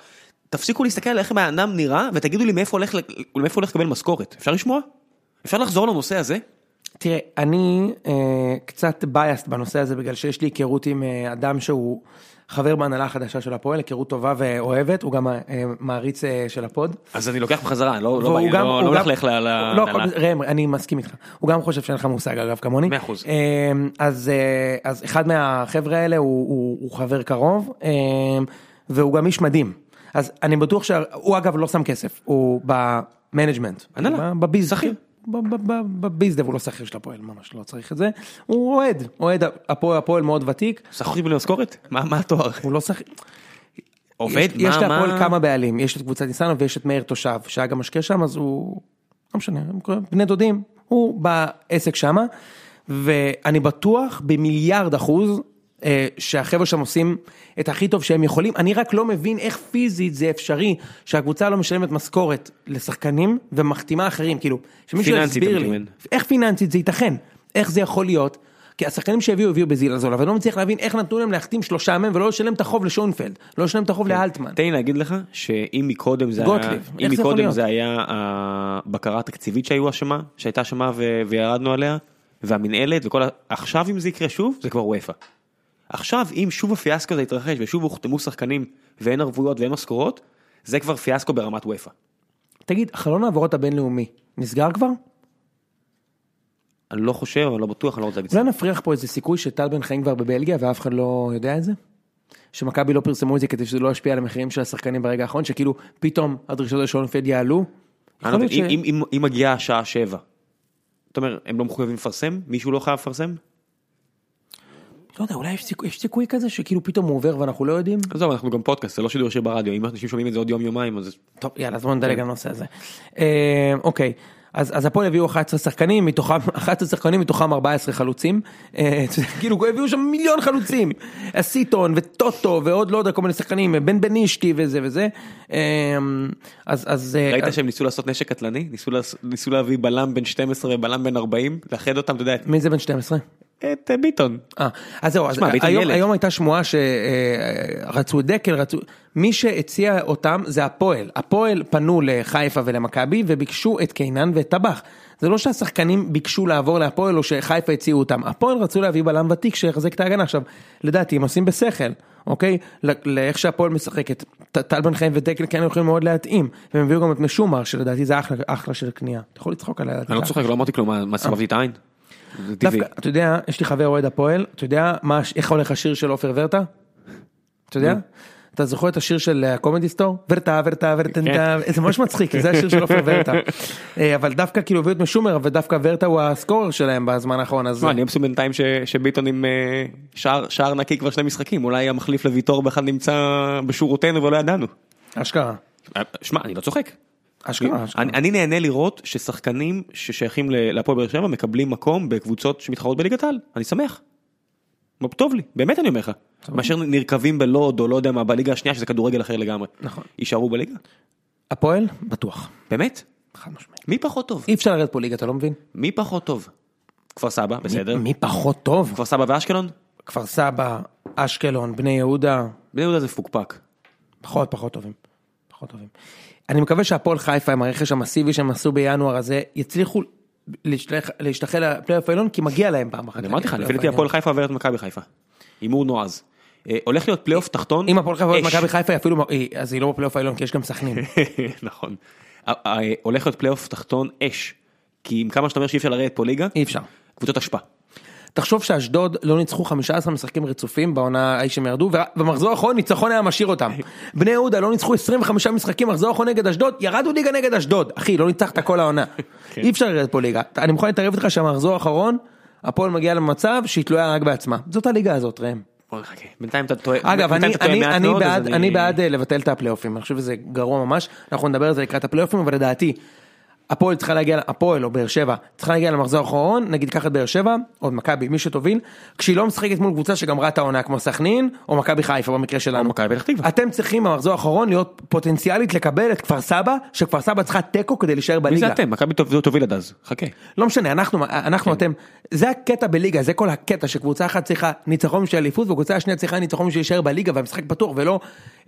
[SPEAKER 1] תפסיקו להסתכל על איך האדם נראה, ותגידו לי מאיפה הולך, ל- מאיפה הולך לקבל משכורת. אפשר לשמוע? אפשר לחזור לנושא הזה?
[SPEAKER 2] תראה, אני אה, קצת biased בנושא הזה, בגלל שיש לי היכרות עם אה, אדם שהוא חבר בהנהלה החדשה של הפועל, היכרות טובה ואוהבת, הוא גם אה, מעריץ אה, של הפוד.
[SPEAKER 1] אז אני לוקח בחזרה, לא, לא,
[SPEAKER 2] והוא
[SPEAKER 1] בעיה,
[SPEAKER 2] גם-
[SPEAKER 1] לא,
[SPEAKER 2] הוא
[SPEAKER 1] לא הולך
[SPEAKER 2] גם-
[SPEAKER 1] לך ל- ל-
[SPEAKER 2] לא,
[SPEAKER 1] להנהלה.
[SPEAKER 2] הכל- ראם, אני מסכים איתך. הוא גם חושב שאין לך מושג אגב כמוני.
[SPEAKER 1] מאה אחוז.
[SPEAKER 2] אה, אז אה, אז אחד מהחבר'ה האלה הוא- הוא הוא חבר קרוב, אה, והוא גם איש מדהים. אז אני בטוח שהוא אגב לא שם כסף, הוא במנג'מנט.
[SPEAKER 1] הנהלה.
[SPEAKER 2] ב- בביז.
[SPEAKER 1] שכיר.
[SPEAKER 2] ב- ב- ב- בביזדב הוא לא שכיר של הפועל, ממש לא צריך את זה. הוא אוהד, אוהד הפועל, הפועל מאוד ותיק,
[SPEAKER 1] שכיר בלי משכורת? מה, מה התואר?
[SPEAKER 2] הוא לא שכיר.
[SPEAKER 1] עובד?
[SPEAKER 2] יש, יש
[SPEAKER 1] מה, מה?
[SPEAKER 2] להפועל כמה בעלים, יש את קבוצת ניסנוב ויש את מאיר תושב, שהיה גם משקיע שם, אז הוא, לא משנה, הם קוראים- בני דודים, הוא בעסק שמה, ואני בטוח במיליארד אחוז אה, שהחבר'ה שם עושים את הכי טוב שהם יכולים, אני רק לא מבין איך פיזית זה אפשרי שהקבוצה לא משלמת משכורת לשחקנים ומחתימה אחרים, כאילו, שמישהו
[SPEAKER 1] פיננסית,
[SPEAKER 2] יסביר
[SPEAKER 1] אתה
[SPEAKER 2] לי,
[SPEAKER 1] מתכוון.
[SPEAKER 2] איך פיננסית זה ייתכן, איך זה יכול להיות. כי השחקנים שהביאו הביאו בזיל הזול, אבל אני לא מצליח להבין איך נתנו להם להחתים שלושה מהם ולא לשלם את החוב לשונפלד, לא לשלם את החוב
[SPEAKER 1] כן.
[SPEAKER 2] לאלטמן.
[SPEAKER 1] תן לי להגיד לך שאם מקודם זה היה,
[SPEAKER 2] גוטליב,
[SPEAKER 1] אם
[SPEAKER 2] איך זה יכול
[SPEAKER 1] מקודם
[SPEAKER 2] להיות?
[SPEAKER 1] זה היה הבקרה התקציבית שהיו אשמה, שהייתה אשמה ו- וירדנו עליה, והמינהלת וכל ה... עכשיו אם זה יקרה שוב, זה כבר וופא. עכשיו אם שוב הפיאסקו הזה יתרחש ושוב הוחתמו שחקנים ואין ערבויות ואין משכורות, זה כבר פיאסקו ברמת וופא.
[SPEAKER 2] תגיד, חלון ההעברות הבינלאומי נסגר כבר?
[SPEAKER 1] אני לא חושב, אני לא בטוח, אני לא רוצה להגיד
[SPEAKER 2] אולי נפריח פה איזה סיכוי שטל בן חיים כבר בבלגיה ואף אחד לא יודע את זה? שמכבי לא פרסמו את זה כדי שזה לא ישפיע על המחירים של השחקנים ברגע האחרון, שכאילו פתאום הדרישות של שונפלד יעלו? לא, יכול
[SPEAKER 1] סתם.
[SPEAKER 2] להיות ש...
[SPEAKER 1] לא אם, אם, אם, אם מגיעה השעה שבע, אתה אומר, הם לא מחויבים לפרסם? מישהו לא חייב לפרסם?
[SPEAKER 2] לא יודע, אולי יש סיכוי, יש סיכוי כזה שכאילו פתאום הוא עובר ואנחנו לא יודעים?
[SPEAKER 1] עזוב, אנחנו גם פודקאסט, זה לא שידור ישיר ברדיו, אם אנשים שומעים את זה עוד יום-יומיים, אז כן.
[SPEAKER 2] טוב, יאללה, אז בוא נדלג על הנושא הזה. אה, אוקיי, אז אז הפועל הביאו 11 שחקנים, מתוכם, 11 שחקנים, מתוכם 14 חלוצים. אה, כאילו, הביאו שם מיליון חלוצים. אסיטון וטוטו ועוד לא יודע, כל מיני שחקנים, בן בנישתי וזה וזה. אה, אז, אז... אה,
[SPEAKER 1] ראית
[SPEAKER 2] אז-
[SPEAKER 1] שהם ניסו לעשות נשק קטלני? ניסו לעש- ניסו להביא בלם בן 12 ובלם בן 40? לאחד אותם, אתה יודע, את-
[SPEAKER 2] מי זה בן 12?
[SPEAKER 1] את אה, ביטון.
[SPEAKER 2] אה, אז זהו, אז
[SPEAKER 1] שמע, ביטון
[SPEAKER 2] היום,
[SPEAKER 1] ילד.
[SPEAKER 2] היום הייתה שמועה שרצו את דקל, רצו... מי שהציע אותם זה הפועל. הפועל פנו לחיפה ולמכבי וביקשו את קינן ואת טבח. זה לא שהשחקנים ביקשו לעבור להפועל או שחיפה הציעו אותם. הפועל רצו להביא בלם ותיק שיחזק את ההגנה. עכשיו, לדעתי הם עושים בשכל, אוקיי? ל- לאיך שהפועל משחקת. ט- טל בן חיים ודקל כן יכולים מאוד להתאים. והם הביאו גם את משומר, שלדעתי זה אחלה, אחלה של קנייה. אתה יכול לצחוק עליה.
[SPEAKER 1] אני לא צוחק, לא אמרתי כלום, מה- מה סבבתי את העין? זה טבעי.
[SPEAKER 2] דווקא, אתה יודע, יש לי חבר אוהד הפועל, אתה יודע מה, איך הולך השיר של עופר ורטה? אתה יודע? אתה זוכר את השיר של הקומדי סטור? ורטה, ורטה,
[SPEAKER 1] כן.
[SPEAKER 2] ורטנטה, זה ממש מצחיק, כי זה השיר של עופר ורטה. אה, אבל דווקא כאילו הביאו את משומר, ודווקא ורטה הוא הסקורר שלהם בזמן האחרון, אז...
[SPEAKER 1] מה, לא, אני מבסוט בינתיים ש- שביטון עם אה, שער- שער נקי כבר שני משחקים, אולי המחליף לוויטור בכלל נמצא בשורותינו ולא ידענו.
[SPEAKER 2] אשכרה.
[SPEAKER 1] אה, שמע, אני לא צוחק.
[SPEAKER 2] אשכרה, כן, אשכרה.
[SPEAKER 1] אה, אני אני נהנה לראות ששחקנים ששייכים ל- להפועל באר שבע מקבלים מקום בקבוצות שמתחרות בליגת העל, אני שמח. מה, טוב לי, באמת אני אומר לך. מאשר נרקבים בלוד או לא יודע מה בליגה השנייה שזה כדורגל אחר לגמרי.
[SPEAKER 2] נכון.
[SPEAKER 1] יישארו בליגה?
[SPEAKER 2] הפועל? בטוח.
[SPEAKER 1] באמת?
[SPEAKER 2] חד משמעית.
[SPEAKER 1] מי פחות טוב?
[SPEAKER 2] אי אפשר לרדת פה ליגה, אתה לא מבין?
[SPEAKER 1] מי פחות טוב? כפר סבא, בסדר.
[SPEAKER 2] מי פחות טוב?
[SPEAKER 1] כפר סבא ואשקלון?
[SPEAKER 2] כפר סבא, אשקלון, בני יהודה,
[SPEAKER 1] בני יהודה זה פוקפק.
[SPEAKER 2] פחות פחות טובים. פחות טובים. אני מקווה שהפועל חיפה עם הרכש המסיבי שהם עשו בינואר הזה יצליחו להשתלח- להשתחל לפלייאוף העליון כי מגיע להם פעם אחת.
[SPEAKER 1] אני אמרתי לך,
[SPEAKER 2] להגיע
[SPEAKER 1] לפי דעתי
[SPEAKER 2] לפלייאוף
[SPEAKER 1] הפועל חיפה עוברת מכבי חיפה. הימור נועז. אה, הולך להיות פלייאוף תחתון.
[SPEAKER 2] העליון. אם הפועל חיפה עוברת
[SPEAKER 1] אש.
[SPEAKER 2] מכבי חיפה היא אפילו מ- היא- אז היא לא בפלייאוף העליון כי יש גם סכנין.
[SPEAKER 1] נכון. ה- ה- הולך להיות פלייאוף תחתון אש. כי עם כמה שאתה אומר שאי אפשר לרדת פה ליגה,
[SPEAKER 2] אי אפשר.
[SPEAKER 1] קבוצות אשפה.
[SPEAKER 2] תחשוב שאשדוד לא ניצחו 15 משחקים רצופים בעונה ההיא שהם ירדו, ובמחזור האחרון ניצחון היה משאיר אותם. בני יהודה לא ניצחו 25 משחקים מחזור האחרון נגד אשדוד, ירדו ליגה נגד אשדוד. אחי, לא ניצחת כל העונה. אי אפשר לרדת פה ליגה. אני מוכן להתערב איתך שהמחזור האחרון, הפועל מגיע למצב שהיא תלויה רק בעצמה. זאת הליגה הזאת, ראם.
[SPEAKER 1] בוא נחכה. בינתיים אתה טועה.
[SPEAKER 2] אגב,
[SPEAKER 1] בינתיים
[SPEAKER 2] אני,
[SPEAKER 1] אתה טועה
[SPEAKER 2] אני,
[SPEAKER 1] מעט
[SPEAKER 2] אני,
[SPEAKER 1] מאוד, אז
[SPEAKER 2] בעד, אני... בעד אה, לבטל את הפלייאופים, אני חושב שזה גרוע ממש, אנחנו נדבר על זה לקראת הפלייאופים, אבל לדעתי, הפועל צריכה להגיע, הפועל או באר שבע, צריכה להגיע למחזור האחרון, נגיד קח את באר שבע, או את מכבי, מי שתוביל, כשהיא לא משחקת מול קבוצה שגם ראתה עונה כמו סכנין, או מכבי חיפה במקרה
[SPEAKER 1] או
[SPEAKER 2] שלנו.
[SPEAKER 1] מכבי פתח תקווה.
[SPEAKER 2] אתם צריכים במחזור האחרון להיות פוטנציאלית לקבל את כפר סבא, שכפר סבא צריכה תיקו כדי להישאר
[SPEAKER 1] מי זה
[SPEAKER 2] בליגה.
[SPEAKER 1] אתם? מכבי תוב- תוביל עד אז. חכה.
[SPEAKER 2] לא משנה, אנחנו,
[SPEAKER 1] כן.
[SPEAKER 2] אנחנו אתם, זה הקטע בליגה, זה כל הקטע שקבוצה אחת צריכה ניצחון של אליפות וקבוצה השנייה צריכה ניצחון של להישאר בליגה והמשחק פתוח ולא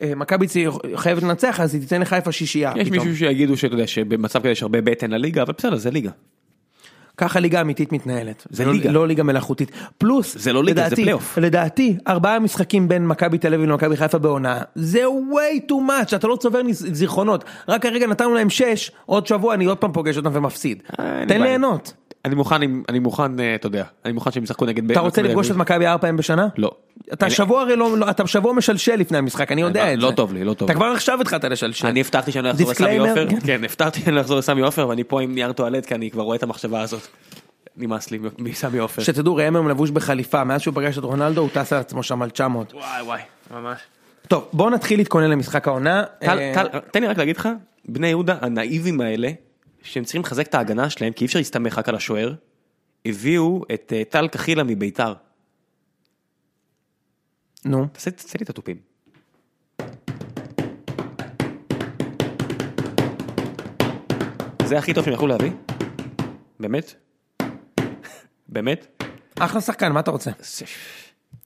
[SPEAKER 2] אה, מכבי צי- חייבת לנצח אז היא תיתן לחיפה שישייה
[SPEAKER 1] יש
[SPEAKER 2] פתאום.
[SPEAKER 1] מישהו שיגידו שאתה יודע שבמצב כזה יש הרבה בטן לליגה, אבל בסדר, זה ליגה.
[SPEAKER 2] ככה ליגה אמיתית מתנהלת.
[SPEAKER 1] זה
[SPEAKER 2] לא-
[SPEAKER 1] ליגה.
[SPEAKER 2] לא ליגה מלאכותית. פלוס,
[SPEAKER 1] זה לא ליגה, זה
[SPEAKER 2] לדעתי,
[SPEAKER 1] פלייאוף.
[SPEAKER 2] לדעתי, ארבעה משחקים בין מכבי תל אביב למכבי חיפה בעונה, זה way too much, אתה לא צובר ניס- זיכרונות. רק כרגע נתנו להם שש, עוד שבוע אני עוד פעם פוגש אותם ומפסיד.
[SPEAKER 1] אה, אין לי
[SPEAKER 2] תן
[SPEAKER 1] בעיה.
[SPEAKER 2] ליהנות.
[SPEAKER 1] אני מוכן, עם- אני מוכן, אה, אתה יודע, אני מוכן שהם ישחקו נגד...
[SPEAKER 2] אתה רוצה
[SPEAKER 1] מכבי
[SPEAKER 2] לפגוש את
[SPEAKER 1] תל אביב.
[SPEAKER 2] מכבי ארבע פעמים בשנה?
[SPEAKER 1] לא.
[SPEAKER 2] אתה
[SPEAKER 1] אני-
[SPEAKER 2] שבוע הרי לא, לא- אתה שבוע משלשל לפני המשחק, אני יודע
[SPEAKER 1] אני-
[SPEAKER 2] את זה.
[SPEAKER 1] לא טוב לי, לא טוב
[SPEAKER 2] אתה
[SPEAKER 1] לי.
[SPEAKER 2] כבר עכשיו התחלת לשלשל.
[SPEAKER 1] אני הבטחתי שאני לא אחזור לסמי
[SPEAKER 2] דיסקליימר,
[SPEAKER 1] עופר,
[SPEAKER 2] כן.
[SPEAKER 1] כן, הבטחתי שאני לא אחזור לסמי עופר, ואני פה עם נייר טואלט, כי אני כבר רואה את המחשבה הזאת. נמאס לי מ- מסמי עופר.
[SPEAKER 2] שתדעו, ראם היום לבוש בחליפה, מאז שהוא פגש את רונלדו הוא טס על עצמו שם על 900.
[SPEAKER 1] וואי וואי, ממש.
[SPEAKER 2] טוב, בואו נתחיל להתכונן למשחק העונה.
[SPEAKER 1] טל,
[SPEAKER 2] אה,
[SPEAKER 1] טל, תן לי רק להגיד לך, בני יהודה הנאיבים האלה, שהם צריכים לחזק את ההגנה שלהם, כי אי אפשר להסתמך רק על השוער, הביאו את אה, טל קחילה מביתר.
[SPEAKER 2] נו,
[SPEAKER 1] תעשה תעשה לי את התופים. זה הכי טוב שהם יכלו להביא? באמת? באמת?
[SPEAKER 2] אחלה שחקן, מה אתה רוצה?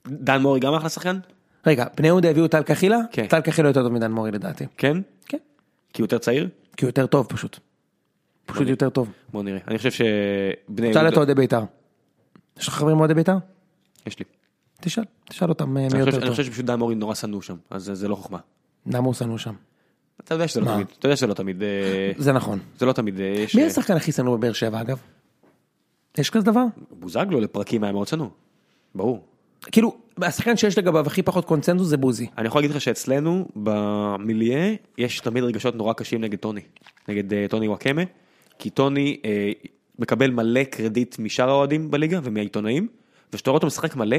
[SPEAKER 1] דן מורי גם אחלה שחקן?
[SPEAKER 2] רגע, בני יהודה הביאו טל קחילה?
[SPEAKER 1] כן.
[SPEAKER 2] טל קחילה יותר טוב מדן מורי לדעתי.
[SPEAKER 1] כן?
[SPEAKER 2] כן.
[SPEAKER 1] כי הוא יותר צעיר?
[SPEAKER 2] כי הוא יותר טוב פשוט. פשוט יותר טוב.
[SPEAKER 1] בוא נראה. אני חושב שבני
[SPEAKER 2] תשאל
[SPEAKER 1] יהודה...
[SPEAKER 2] את אוהדי בית"ר. יש לך חברים אוהדי בית"ר?
[SPEAKER 1] יש לי.
[SPEAKER 2] תשאל, תשאל אותם אה, מי
[SPEAKER 1] אני
[SPEAKER 2] יותר
[SPEAKER 1] חושב- אני
[SPEAKER 2] טוב.
[SPEAKER 1] חושב שפשוט דן מורי נורא שנוא שם, אז זה- זה לא חוכמה.
[SPEAKER 2] למה הוא שנוא שם?
[SPEAKER 1] אתה יודע שזה לא
[SPEAKER 2] מה?
[SPEAKER 1] תמיד, אתה יודע שזה לא תמיד, אה,
[SPEAKER 2] זה נכון.
[SPEAKER 1] זה לא תמיד, אה, יש...
[SPEAKER 2] מי השחקן הכי שנוא בבאר שבע אגב? יש כזה דבר?
[SPEAKER 1] בוזגלו לפרקים היה מאוד שנוא, ברור.
[SPEAKER 2] כאילו, השחקן שיש לגביו הכי פחות קונצנזוס זה בוזי.
[SPEAKER 1] אני יכול להגיד לך שאצלנו במיליה יש תמיד רגשות נורא קשים נגד טוני, נגד אה, טוני וואקמה, כי טוני אה, מקבל מלא קרדיט משאר האוהדים בליגה ומהעיתונאים, וכשאתה רואה אותו משחק מלא,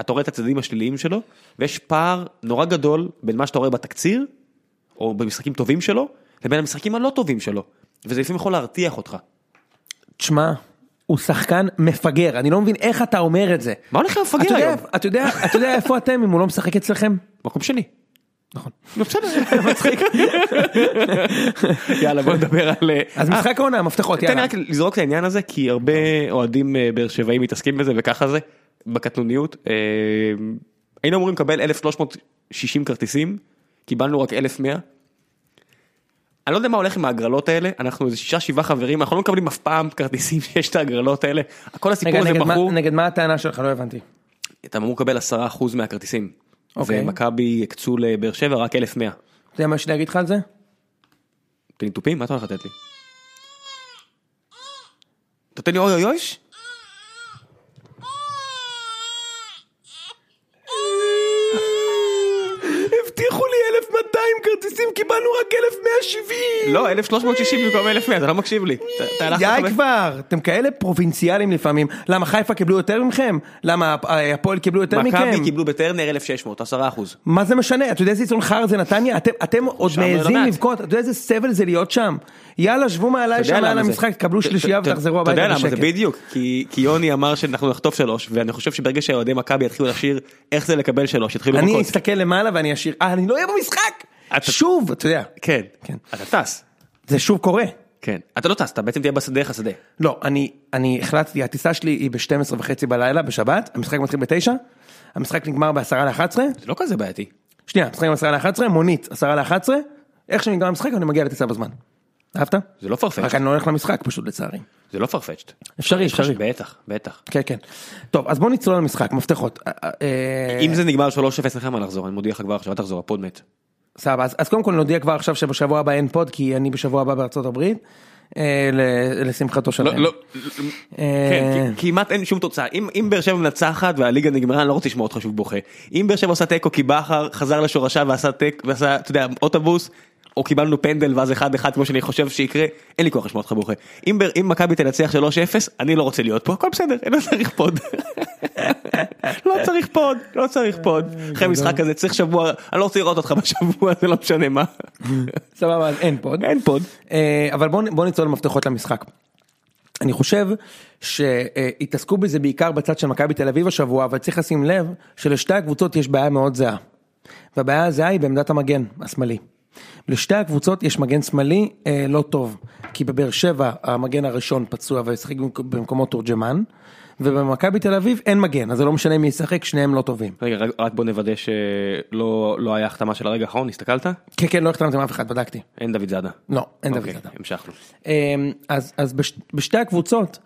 [SPEAKER 1] אתה רואה את הצדדים השליליים שלו, ויש פער נורא גדול בין מה שאתה רואה בתקציר, או במשחקים טובים שלו, לבין המשחקים הלא טובים שלו, וזה לפעמים יכול להרתיח אותך.
[SPEAKER 2] תשמע, הוא שחקן מפגר, אני לא מבין איך אתה אומר את זה.
[SPEAKER 1] מה הולך
[SPEAKER 2] אתה
[SPEAKER 1] להפגר
[SPEAKER 2] יודע,
[SPEAKER 1] היום?
[SPEAKER 2] אתה, יודע, אתה יודע איפה אתם אם הוא לא משחק אצלכם?
[SPEAKER 1] מקום שני.
[SPEAKER 2] נכון.
[SPEAKER 1] נו בסדר, מצחיק. יאללה בוא נדבר על... אה,
[SPEAKER 2] אז
[SPEAKER 1] אה,
[SPEAKER 2] משחק העונה, המפתחות,
[SPEAKER 1] תן לי
[SPEAKER 2] יאללה.
[SPEAKER 1] רק לזרוק את העניין הזה כי הרבה אוהדים אה, באר שבעים מתעסקים בזה וככה זה בקטנוניות. אה, היינו אמורים לקבל 1360 כרטיסים קיבלנו רק 1100. אני לא יודע מה הולך עם ההגרלות האלה אנחנו איזה שישה שבעה חברים אנחנו לא מקבלים אף פעם כרטיסים שיש את ההגרלות האלה. כל
[SPEAKER 2] רגע,
[SPEAKER 1] הסיפור הזה
[SPEAKER 2] נגד מה-
[SPEAKER 1] בחור
[SPEAKER 2] נגד מה הטענה שלך? לא הבנתי.
[SPEAKER 1] אתה אמור לקבל 10% מהכרטיסים.
[SPEAKER 2] אוקיי.
[SPEAKER 1] ומכבי הקצו לבאר שבע רק 1100.
[SPEAKER 2] אתה יודע מה יש לי להגיד לך על זה?
[SPEAKER 1] תן לי תופים? מה אתה הולך לתת לי? אתה נותן לי אוי אוי אוי?
[SPEAKER 2] הבטיחו לי 1200 כרטיסים, קיבלנו רק 1170!
[SPEAKER 1] לא, 1360 במקום 1100, אתה לא מקשיב לי. אתה- אתה הלכת
[SPEAKER 2] די
[SPEAKER 1] לחפש-
[SPEAKER 2] כבר, אתם כאלה פרובינציאליים לפעמים. למה חיפה קיבלו יותר מכם? למה הפ- אה, הפועל קיבלו יותר מכם?
[SPEAKER 1] מכבי קיבלו בטרנר 1600, 10%.
[SPEAKER 2] מה זה משנה? אתה יודע איזה יצאון חרא זה נתניה? אתם, אתם עוד
[SPEAKER 1] שם לא
[SPEAKER 2] מעזים
[SPEAKER 1] יודעת.
[SPEAKER 2] לבכות, אתה יודע איזה סבל זה להיות שם? יאללה, שבו
[SPEAKER 1] אתה
[SPEAKER 2] מעליי
[SPEAKER 1] יודע
[SPEAKER 2] שם על
[SPEAKER 1] למה זה.
[SPEAKER 2] המשחק, תקבלו
[SPEAKER 1] אתה-
[SPEAKER 2] שלישייה
[SPEAKER 1] אתה-
[SPEAKER 2] ותחזרו
[SPEAKER 1] אתה
[SPEAKER 2] הביתה
[SPEAKER 1] יודע למה זה
[SPEAKER 2] בשקט.
[SPEAKER 1] בדיוק, כי כי יוני אמר שאנחנו נחטוף שלוש, ואני חושב שברגע שהאוהדי מכבי יתחילו לשיר איך זה לקבל שלוש, יתחילו
[SPEAKER 2] אני
[SPEAKER 1] מכות.
[SPEAKER 2] אסתכל למעלה ואני אשאיר, אה, אני לא אהיה במשחק!
[SPEAKER 1] אתה-
[SPEAKER 2] שוב, אתה יודע,
[SPEAKER 1] כן,
[SPEAKER 2] כן.
[SPEAKER 1] אתה טס.
[SPEAKER 2] זה שוב קורה.
[SPEAKER 1] כן. אתה לא טס, אתה בעצם תהיה בשדה, דרך השדה.
[SPEAKER 2] לא, אני, אני החלטתי, הטיסה שלי היא ב-12 וחצי בלילה בשבת, המשחק מתחיל ב-9, המשחק נגמר ב-10 ל-11,
[SPEAKER 1] זה לא כזה בעייתי.
[SPEAKER 2] שנייה, המשחק נגמר ב-10 ל-11, מונית 10 ל-11, איך שנגמר המשחק אני מגיע לטיסה בזמן. אהבת?
[SPEAKER 1] זה לא
[SPEAKER 2] רק
[SPEAKER 1] farfetched.
[SPEAKER 2] אני לא הולך למשחק פשוט לצערי.
[SPEAKER 1] זה לא farfetched.
[SPEAKER 2] אפשרי, אפשרי.
[SPEAKER 1] בטח, בטח.
[SPEAKER 2] כן, כן. טוב, אז בוא נצלול למשחק, מפתחות. אה, אה,
[SPEAKER 1] אם זה נגמר 3-0 אין לך מה לחזור, אני מודיע לך כבר עכשיו, אל תחזור, הפוד מת.
[SPEAKER 2] סבבה, אז, אז קודם כל נודיע כבר עכשיו שבשבוע הבא אין פוד, כי אני בשבוע הבא בארצות הברית, אה, ל- לשמחתו של...
[SPEAKER 1] לא, לא,
[SPEAKER 2] אה,
[SPEAKER 1] כן, כי- כמעט אין שום תוצאה. אם אם באר שבע מנצחת והליגה נגמרה, אני לא רוצה לשמוע אותך שוב בוכה. אם באר שבע עושה תיקו כי בכר חזר לשורשיו ועשה תיקו, ועשה, אתה יודע, אוטובוס, או קיבלנו פנדל ואז 1-1 כמו שאני חושב שיקרה, אין לי כוח לשמוע אותך בוכה. אם באר- אם מכבי תנצח 3-0, אני לא רוצה להיות פה, הכל בסדר, אני לא צריך פוד. לא צריך פוד, לא צריך פוד. אחרי המשחק הזה צריך שבוע, אני לא רוצה לראות אותך בשבוע, זה לא משנה מה.
[SPEAKER 2] סבבה, אז אין פוד.
[SPEAKER 1] אין פוד.
[SPEAKER 2] אה, אבל בוא, נ- בוא נצלול למפתחות למשחק. אני חושב שהתעסקו בזה בעיקר בצד של מכבי תל אביב השבוע, אבל צריך לשים לב שלשתי הקבוצות יש בעיה מאוד זהה. והבעיה הזהה היא בעמדת המגן השמאלי. לשתי הקבוצות יש מגן שמאלי אה, לא טוב, כי בבאר שבע המגן הראשון פצוע וישחק במק- במקומו תורג'מן, ובמכבי תל אביב אין מגן, אז זה לא משנה מי ישחק, שניהם לא טובים.
[SPEAKER 1] רגע, רק- רק בוא נוודא שלא לא היה החתמה של הרגע האחרון, הסתכלת?
[SPEAKER 2] כן, כן, לא החתמתם אף אחד, בדקתי.
[SPEAKER 1] אין דוד זאדה.
[SPEAKER 2] לא, אין דוד
[SPEAKER 1] אוקיי,
[SPEAKER 2] זאדה.
[SPEAKER 1] המשכנו.
[SPEAKER 2] אמ, אז, אז בש, בשתי הקבוצות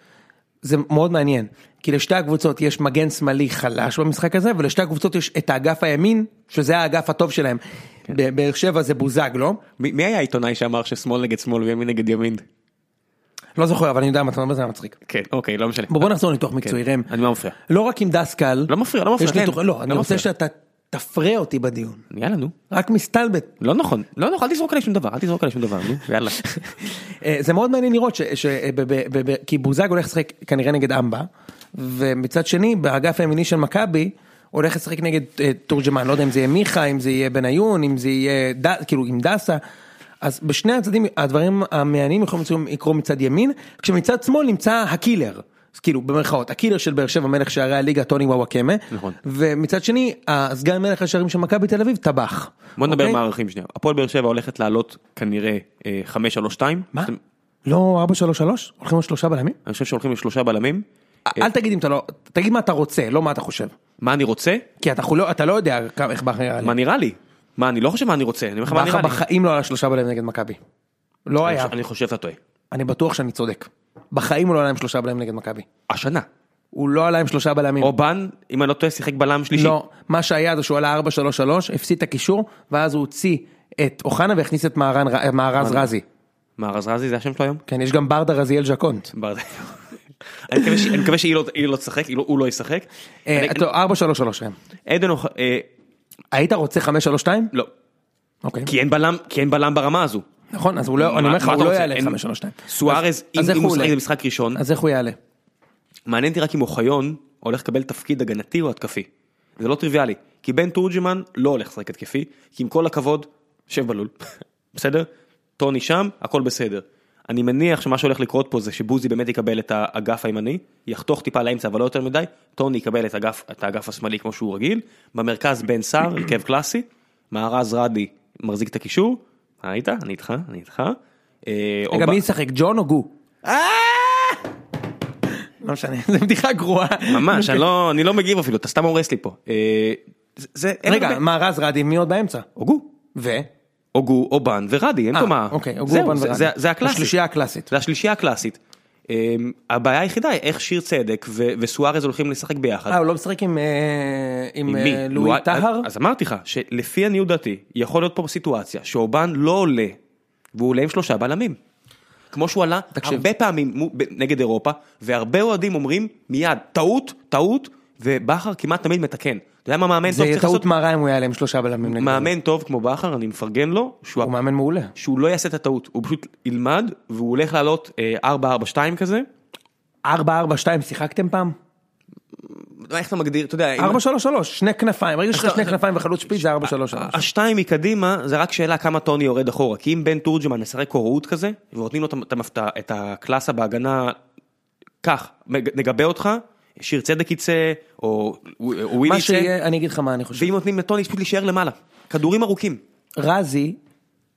[SPEAKER 2] זה מאוד מעניין, כי לשתי הקבוצות יש מגן שמאלי חלש במשחק הזה, ולשתי הקבוצות יש את האגף הימין, שזה האגף הטוב שלהם.
[SPEAKER 1] כן.
[SPEAKER 2] ב- באר שבע זה בוזגלו,
[SPEAKER 1] מי מי היה העיתונאי שאמר ששמאל נגד שמאל וימין נגד ימין?
[SPEAKER 2] לא זוכר, אבל אני יודע מה אתה אומר, זה היה מצחיק.
[SPEAKER 1] כן, אוקיי, לא משנה.
[SPEAKER 2] בוא, בוא נחזור לניתוח מקצועי, ראם.
[SPEAKER 1] אני לא מפריע.
[SPEAKER 2] לא רק עם דסקל,
[SPEAKER 1] לא מפריע, לא מפריע,
[SPEAKER 2] יש לי
[SPEAKER 1] כן.
[SPEAKER 2] תוכן- לא,
[SPEAKER 1] לא
[SPEAKER 2] אני רוצה
[SPEAKER 1] מפריע.
[SPEAKER 2] שאתה תפרה אותי בדיון,
[SPEAKER 1] יאללה נו.
[SPEAKER 2] רק מסתלבט
[SPEAKER 1] לא נכון, לא נכון, אל תזרוק עלי שום דבר, אל תזרוק עלי שום דבר, נו, יאללה.
[SPEAKER 2] אה, זה מאוד מעניין לראות ש... ש אה, ב, ב, ב, ב, כי בוזגלו הולך לשחק כנראה נגד אמבה, ומצד שני באגף הימיני של מכבי הולך לשחק נגד אה, תורג'מן, לא יודע אם זה יהיה מיכה, אם זה יהיה בניון, אם זה יהיה ד, כאילו עם דסה. אז בשני הצדדים הדברים המעניינים יכולים לצום- לקרות מצד ימין, כשמצד שמאל נמצא הקילר. אז כאילו במרכאות הקילר של באר שבע מלך שערי הליגה טוני וואקמה
[SPEAKER 1] נכון.
[SPEAKER 2] ומצד שני הסגן מלך השערים של מכבי תל אביב טבח.
[SPEAKER 1] בוא נדבר
[SPEAKER 2] אוקיי?
[SPEAKER 1] מערכים שנייה. הפועל באר שבע הולכת לעלות כנראה אה, 5-3-2.
[SPEAKER 2] מה?
[SPEAKER 1] זאת אומרת,
[SPEAKER 2] לא 433? הולכים על שלושה בלמים?
[SPEAKER 1] אני חושב שהולכים לשלושה בלמים.
[SPEAKER 2] אל תגיד אם אתה לא, תגיד מה אתה רוצה, לא מה אתה חושב.
[SPEAKER 1] מה אני רוצה?
[SPEAKER 2] כי אתה לא, אתה לא יודע כמה- איך בכר נראה לי.
[SPEAKER 1] מה נראה לי? מה, אני לא חושב מה אני רוצה, אני אומר לך מה
[SPEAKER 2] בכר
[SPEAKER 1] נראה לי.
[SPEAKER 2] בחיים לא עלה שלושה בלמים נגד מכבי. לא
[SPEAKER 1] אני
[SPEAKER 2] היה.
[SPEAKER 1] חושב- אני חושב שאתה טועה.
[SPEAKER 2] אני בטוח שאני צודק. בחיים הוא לא עלה עם שלושה בלמים נגד מכבי.
[SPEAKER 1] השנה.
[SPEAKER 2] הוא לא עלה עם שלושה בלמים.
[SPEAKER 1] אובן, אם אני לא טועה, שיחק בלם שלישי.
[SPEAKER 2] לא, מה שהיה זה שהוא עלה 4-3-3, הפסיד את הקישור, ואז הוא הוציא את אוחנה והכניס את מהרן ר- מהרז רזי.
[SPEAKER 1] מה, רז רזי זה השם שלו היום?
[SPEAKER 2] כן, יש גם ברדה רזיאל ז'קונט.
[SPEAKER 1] ברדה. אני מקווה ש- אני מקווה שהיא לא- היא לא תשחק, היא לא- הוא לא ישחק.
[SPEAKER 2] אה,
[SPEAKER 1] אני-
[SPEAKER 2] טוב, 4-3-3 ראם.
[SPEAKER 1] עדן אוח... אה,
[SPEAKER 2] כן. היית רוצה 5-3-2?
[SPEAKER 1] לא.
[SPEAKER 2] אוקיי.
[SPEAKER 1] כי אין בלם, כי אין בלם ברמה הזו.
[SPEAKER 2] נכון, אז הוא לא, אני אומר לך,
[SPEAKER 1] מה
[SPEAKER 2] הוא
[SPEAKER 1] אתה
[SPEAKER 2] לא
[SPEAKER 1] רוצה?
[SPEAKER 2] יעלה
[SPEAKER 1] אין-
[SPEAKER 2] 5-3-2.
[SPEAKER 1] סוארז,
[SPEAKER 2] אז
[SPEAKER 1] אם
[SPEAKER 2] איך
[SPEAKER 1] אם
[SPEAKER 2] הוא
[SPEAKER 1] הוא משחק
[SPEAKER 2] עולה?
[SPEAKER 1] זה משחק ראשון,
[SPEAKER 2] אז איך הוא יעלה?
[SPEAKER 1] מעניין אותי רק אם אוחיון הולך לקבל תפקיד הגנתי או התקפי. זה לא טריוויאלי. כי בן תורג'מן לא הולך לשחק התקפי, כי עם כל הכבוד, שב בלול. בסדר? טוני שם, הכל בסדר. אני מניח שמה שהולך לקרות פה זה שבוזי באמת יקבל את האגף הימני, יחתוך טיפה לאמצע אבל לא יותר מדי, טוני יקבל את האגף, את האגף השמאלי כמו שהוא רגיל, במרכז בן סער, הרכב קלאסי, מארז רדי מחזיק את הקישור, אה, היית? אני איתך, אני איתך. אה,
[SPEAKER 2] רגע,
[SPEAKER 1] אובן-
[SPEAKER 2] מי ישחק, ג'ון או גו? אה! לא משנה, זו בדיחה גרועה. אוקיי.
[SPEAKER 1] ממש, אני לא, אני לא מגיב אפילו, אתה סתם הורס לי פה. אה, זה- זה, אין
[SPEAKER 2] רגע,
[SPEAKER 1] הרבה-
[SPEAKER 2] מה רז רדי, מי עוד באמצע?
[SPEAKER 1] הוגו,
[SPEAKER 2] ו?
[SPEAKER 1] הוגו, אובן ורדי, אין פה מה.
[SPEAKER 2] אוקיי,
[SPEAKER 1] זהו,
[SPEAKER 2] אוגורבן
[SPEAKER 1] זה-
[SPEAKER 2] ורדי.
[SPEAKER 1] זה- זה הקלאסי.
[SPEAKER 2] השלישייה הקלאסית.
[SPEAKER 1] זה השלישייה הקלאסית. אה, הבעיה היחידה היא איך שיר צדק ו- וסוארז הולכים לשחק ביחד.
[SPEAKER 2] אה, הוא לא משחק עם אה, עם,
[SPEAKER 1] עם
[SPEAKER 2] אה,
[SPEAKER 1] מי? לואי-
[SPEAKER 2] לואי טהר?
[SPEAKER 1] אז אמרתי לך, שלפי עניות דעתי, יכול להיות פה סיטואציה שאובן לא עולה, והוא עולה עם שלושה בלמים. כמו שהוא עלה
[SPEAKER 2] תקשיב.
[SPEAKER 1] הרבה פעמים מו- ב- נגד אירופה, והרבה אוהדים אומרים מיד, טעות, טעות, ובכר כמעט תמיד מתקן. אתה יודע מה מאמן
[SPEAKER 2] זה
[SPEAKER 1] טוב
[SPEAKER 2] יהיה
[SPEAKER 1] צריך לעשות?
[SPEAKER 2] טעות מרה אם הוא יעלה עם שלושה בלמים. נגד זה.
[SPEAKER 1] מאמן טוב כמו בכר, אני מפרגן לו, שהוא,
[SPEAKER 2] הוא מאמן מעולה.
[SPEAKER 1] שהוא לא יעשה את הטעות, הוא פשוט ילמד, והוא הולך לעלות אה, 4-4-2 כזה.
[SPEAKER 2] 4-4-2 שיחקתם פעם?
[SPEAKER 1] לא יודע איך אתה מגדיר, אתה יודע, אם-
[SPEAKER 2] 4-3-3, שני כנפיים. ברגע שיש לך
[SPEAKER 1] אתה-
[SPEAKER 2] שני כנפיים וחלוץ שפיץ זה 4-3-3.
[SPEAKER 1] השתיים מקדימה, זה רק שאלה כמה טוני יורד אחורה, כי אם בן תורג'מן משחק הוראות כזה, ונותנים לו את המ- את המפתע- את הקלאסה בהגנה, כך, מג- נגבה אותך, שיר צדק יצא, או ו- או ווילי
[SPEAKER 2] מה
[SPEAKER 1] יצא,
[SPEAKER 2] שיהיה, אני אגיד לך מה אני חושב.
[SPEAKER 1] ואם נותנים לטוני פשוט להישאר למעלה, כדורים ארוכים.
[SPEAKER 2] רזי,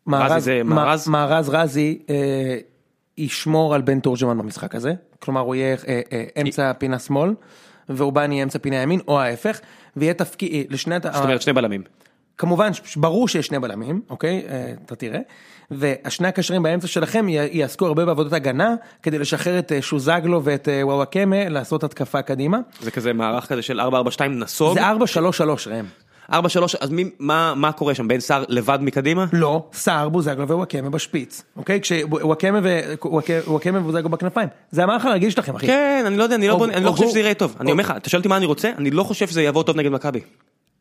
[SPEAKER 2] מארז-
[SPEAKER 1] זה
[SPEAKER 2] מא-
[SPEAKER 1] מארז?
[SPEAKER 2] מארז רזי, אה, ישמור על בן תורג'מן במשחק הזה, כלומר הוא יהיה אה, אה, אמצע פינה שמאל, ואובן יהיה אמצע פינה ימין, או ההפך, ויהיה תפקיד, לשני, הת-
[SPEAKER 1] זאת אומרת שני בלמים.
[SPEAKER 2] כמובן, ש- ברור שיש שני בלמים, אוקיי? אה, אתה תראה. והשני הקשרים באמצע שלכם י- יעסקו הרבה בעבודות הגנה, כדי לשחרר את אה, שוזגלו ואת אה, וואוואקמה לעשות התקפה קדימה.
[SPEAKER 1] זה כזה מערך כזה של 4-4-2 נסוג.
[SPEAKER 2] זה 4-3-3 ראם.
[SPEAKER 1] 4-3, אז מי, מה, מה קורה שם? בן סער לבד מקדימה?
[SPEAKER 2] לא, סער, בוזגלו ווואקמה בשפיץ, אוקיי? כשוואקמה ו- וואק- וואקמה ובוזגלו בכנפיים. זה המערך הרגיל שלכם, אחי.
[SPEAKER 1] כן, אני לא יודע, אני לא,
[SPEAKER 2] או-
[SPEAKER 1] בונה, אני לא
[SPEAKER 2] או
[SPEAKER 1] חושב
[SPEAKER 2] גו-
[SPEAKER 1] שזה יראה טוב. אני
[SPEAKER 2] או-
[SPEAKER 1] אומר לך, אתה שואל אותי מה אני רוצה? אני לא חושב שזה יעבור טוב נגד מכבי.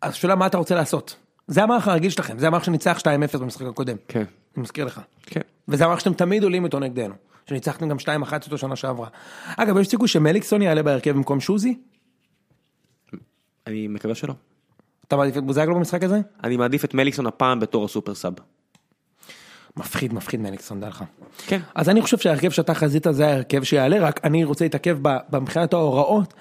[SPEAKER 2] אז השאלה מה אתה רוצה לעשות. זה המערך הרגיל שלכם, זה המערך שניצח 2-0 במשחק הקודם.
[SPEAKER 1] כן.
[SPEAKER 2] אני מזכיר לך.
[SPEAKER 1] כן.
[SPEAKER 2] וזה המערך שאתם תמיד עולים איתו נגדנו. שניצחתם גם 2-1 אותו שנה שעברה. אגב, יש סיכוי שמליקסון יעלה בהרכב במקום שוזי?
[SPEAKER 1] אני מקווה שלא.
[SPEAKER 2] אתה מעדיף את בוזגלו במשחק הזה?
[SPEAKER 1] אני מעדיף את מליקסון הפעם בתור הסופר סאב.
[SPEAKER 2] מפחיד, מפחיד מליקסון, דע לך.
[SPEAKER 1] כן.
[SPEAKER 2] אז אני חושב שההרכב שאתה חזית זה ההרכב שיעלה, רק אני רוצה להתעכב ב- במבחינת ההוראות,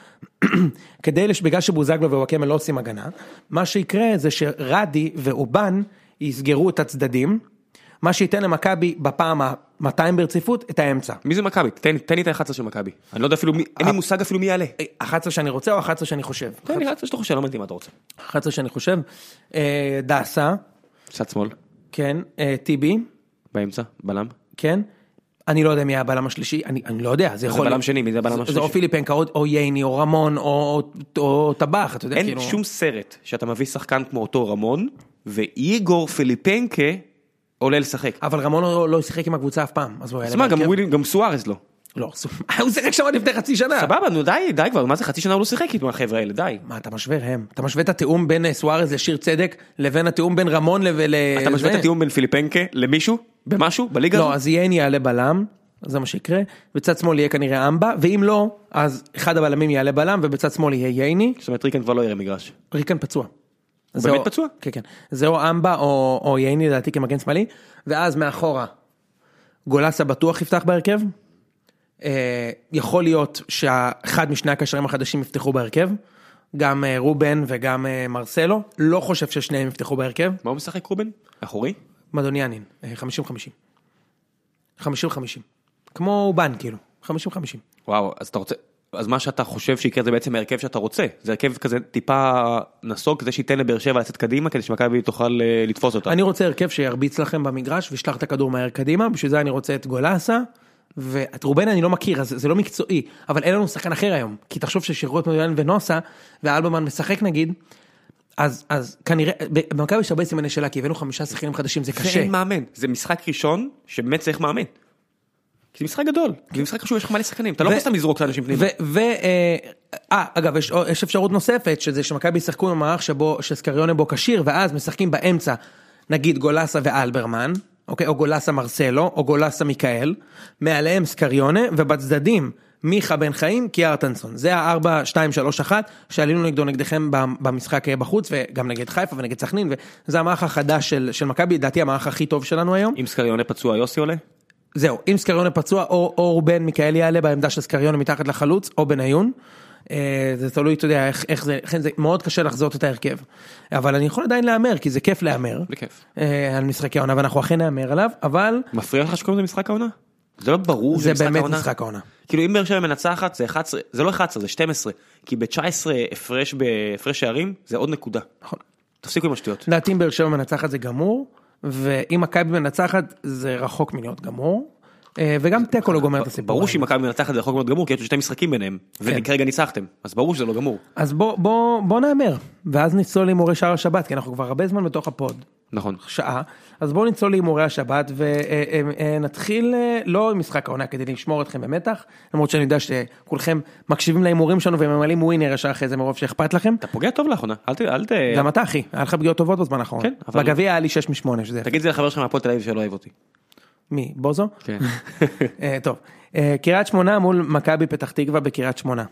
[SPEAKER 2] כדי, לש- בגלל שבוזגלו ווואקמה לא עושים הגנה, מה שיקרה זה שרדי ואובן יסגרו את הצדדים, מה שייתן למכבי בפעם ה-200 ברציפות את האמצע.
[SPEAKER 1] מי זה מכבי? תן, תן לי את ה-11 של מכבי. אני לא יודע אפילו מי, אין לי מושג אפילו מי יעלה.
[SPEAKER 2] 11 שאני רוצה או 11 שאני חושב?
[SPEAKER 1] תן כן, לי את ה-11 שאתה חושב, לא מעניין מה אתה רוצה.
[SPEAKER 2] 11 שאני חושב, אה, דסה,
[SPEAKER 1] צד שמאל,
[SPEAKER 2] כן, אה, טיבי,
[SPEAKER 1] באמצע, בלם.
[SPEAKER 2] כן. אני לא יודע מי הבלם השלישי, אני, אני לא יודע, זה יכול
[SPEAKER 1] בלם שני, מי נכון. זה הבלם השלישי?
[SPEAKER 2] זה או פיליפנקה או, או ייני או רמון או, או, או טבח, אתה יודע,
[SPEAKER 1] אין
[SPEAKER 2] כאילו...
[SPEAKER 1] שום סרט שאתה מביא שחקן כמו אותו רמון, ואיגור פיליפנקה עולה לשחק.
[SPEAKER 2] אבל רמון לא, לא שיחק עם הקבוצה אף פעם, אז הוא היה...
[SPEAKER 1] אז מה, גם ווילי- גם סוארז לא.
[SPEAKER 2] לא, סו- הוא שיחק שם עד לפני חצי שנה.
[SPEAKER 1] סבבה, נו די, די כבר, מה זה חצי שנה הוא לא שיחק איתו החבר'ה האלה, די.
[SPEAKER 2] מה, אתה משווה ראם? אתה משווה את התיאום בין אה, סוארז לשיר צדק, לבין התיאום בין רמון לב- ל...
[SPEAKER 1] אתה משווה את
[SPEAKER 2] זה?
[SPEAKER 1] התיאום בין פיליפנקה למישהו? במשהו? בליגה?
[SPEAKER 2] לא,
[SPEAKER 1] הזאת?
[SPEAKER 2] אז ייני יעלה בלם, זה מה שיקרה, בצד שמאל יהיה כנראה אמבה, ואם לא, אז אחד הבלמים יעלה בלם ובצד שמאל יהיה ייני,
[SPEAKER 1] זאת אומרת, ריקן כבר לא יראה מגרש.
[SPEAKER 2] ריקן פצוע.
[SPEAKER 1] הוא
[SPEAKER 2] זה
[SPEAKER 1] באמת
[SPEAKER 2] או-
[SPEAKER 1] פצוע?
[SPEAKER 2] כן, כן. זה או אמבה או, או ייני לדעתי כמגן שמאלי, ואז מאחורה גולסה בטוח יפתח בהרכב. אה, יכול להיות שאחד משני הקשרים החדשים יפתחו בהרכב, גם אה, רובן וגם אה, מרסלו, לא חושב ששניהם יפתחו בהרכב,
[SPEAKER 1] מה הוא משחק רובן? אחורי?
[SPEAKER 2] מדוניאנין, אה, 50-50. 50-50. כמו אובן כאילו, 50-50.
[SPEAKER 1] וואו, אז אתה רוצה... אז מה שאתה חושב שיקרה זה בעצם ההרכב שאתה רוצה. זה הרכב כזה טיפה נסוג, כזה שייתן לבאר שבע לצאת קדימה, כדי שמכבי תוכל אה, לתפוס אותה.
[SPEAKER 2] אני רוצה הרכב שירביץ לכם במגרש וישלח את הכדור מהר קדימה, בשביל זה אני רוצה את גולסה. ואת רובן אני לא מכיר, אז זה לא מקצועי, אבל אין לנו שחקן אחר היום. כי תחשוב ששירות מדויין ונוסה, ואלברמן משחק נגיד, אז, אז כנראה, במכבי יש הרבה סימני שאלה, כי הבאנו חמישה שחקנים חדשים, זה קשה.
[SPEAKER 1] ואין מאמן. זה משחק ראשון שבאמת צריך מאמן. כי זה משחק גדול, זה משחק חשוב, יש לך מלא שחקנים, אתה לא
[SPEAKER 2] ו-
[SPEAKER 1] יכול סתם לזרוק את האנשים פנימה.
[SPEAKER 2] ו... ו אה, אה, אגב, יש, יש אפשרות נוספת, שזה שמכבי ישחקו במערך שבו, שסקריונה בו כשיר, ואז משחקים באמצע, נגיד גולסה ואלברמן, אוקיי? או גולסה מרסלו, או גולסה מיכאל, מעליהם סקריונה, ובצדדים מיכה בן חיים, קיארטנסון. זה הארבע, שתיים, שלוש, אחת, שעלינו נגדו נגדכם ב- במשחק אה, בחוץ, וגם נגד חיפה ונגד סכנין, וזה המערך החדש של, של מכבי, לדעתי המערך הכי טוב שלנו היום.
[SPEAKER 1] אם סקריונה פצוע יוסי עולה?
[SPEAKER 2] זהו, אם סקריונה פצוע, או, או רובן מיכאלי יעלה בעמדה של סקריונה מתחת לחלוץ, או בניון. אה, זה תלוי, אתה יודע, איך, איך זה, לכן זה מאוד קשה לחזות את ההרכב. אבל אני יכול עדיין להמר, כי זה כיף להמר.
[SPEAKER 1] בכיף.
[SPEAKER 2] אה, על משחקי העונה, ואנחנו אכן נהמר עליו, אבל
[SPEAKER 1] מפריע לך שקוראים לזה משחק העונה? זה לא ברור
[SPEAKER 2] זה
[SPEAKER 1] שזה משחק
[SPEAKER 2] באמת
[SPEAKER 1] העונה?
[SPEAKER 2] משחק העונה.
[SPEAKER 1] כאילו אם באר שבע מנצחת זה 11 זה לא 11 זה 12 כי ב-19 הפרש בהפרש שערים זה עוד נקודה.
[SPEAKER 2] נכון.
[SPEAKER 1] תפסיקו עם השטויות.
[SPEAKER 2] לדעתי אם באר שבע מנצחת זה גמור, ואם מכבי מנצחת זה רחוק מלהיות גמור, אה, וגם תיקו לא גומר את הסיפור. כן.
[SPEAKER 1] ברור שאם מכבי מנצחת זה יכול להיות גמור כי יש עוד שתי משחקים ביניהם וכרגע ניצחתם אז ברור שזה לא גמור.
[SPEAKER 2] אז בוא, בוא, בוא נהמר, ואז נצלול להימורי שער השבת, כי אנחנו כבר הרבה זמן בתוך הפוד.
[SPEAKER 1] נכון.
[SPEAKER 2] שעה, אז בואו נצלול להימורי השבת ונתחיל לא עם משחק העונה כדי לשמור אתכם במתח, למרות שאני יודע שכולכם מקשיבים להימורים שלנו וממלאים ווינר ישר אחרי זה מרוב שאכפת לכם.
[SPEAKER 1] אתה פוגע טוב לאחרונה אל ת... אל ת...
[SPEAKER 2] גם אתה אחי, היה לך פגיעות טובות בזמן האחרון.
[SPEAKER 1] כן, אבל- כן.
[SPEAKER 2] בגביע היה לי 6 מ-8 שזה...
[SPEAKER 1] תגיד את זה לחבר שלך מהפועל תל אביב שלא אוהב אותי.
[SPEAKER 2] מי? בוזו?
[SPEAKER 1] כן.
[SPEAKER 2] אה, טוב, אה, קריית שמונה מול מכבי פתח תקווה בקריית שמונה.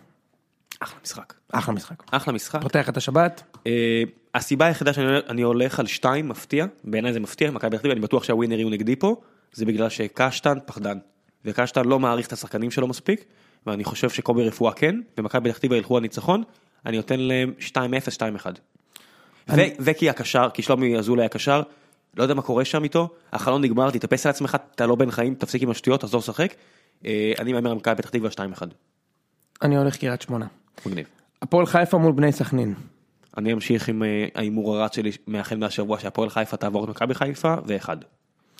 [SPEAKER 1] אחלה משחק.
[SPEAKER 2] אחלה משחק.
[SPEAKER 1] אחלה משחק.
[SPEAKER 2] פותח את השבת,
[SPEAKER 1] אה, הסיבה היחידה שאני הולך על שתיים מפתיע בעיניי זה מפתיע מכבי פתח תקווה אני בטוח שהווינר יהיו נגדי פה זה בגלל שקשטן פחדן וקשטן לא מעריך את השחקנים שלו מספיק ואני חושב שקובי רפואה כן ומכבי פתח תקווה ילכו הניצחון אני נותן להם 2-0 2-1. ו- וכי הקשר כי שלומי אזולאי הקשר לא יודע מה קורה שם איתו, החלון נגמר, תתאפס על עצמך, אתה לא בן חיים, תפסיק עם השטויות, תחזור לשחק. אה, אני מהמר על מכבי פתח תקווה 2-1,
[SPEAKER 2] אני הולך קריית שמונה.
[SPEAKER 1] מגניב.
[SPEAKER 2] הפועל חיפה מול בני סכנין.
[SPEAKER 1] אני אמשיך עם אה, ההימור הרץ שלי מהחל מהשבוע שהפועל חיפה תעבור את מכבי חיפה, ואחד.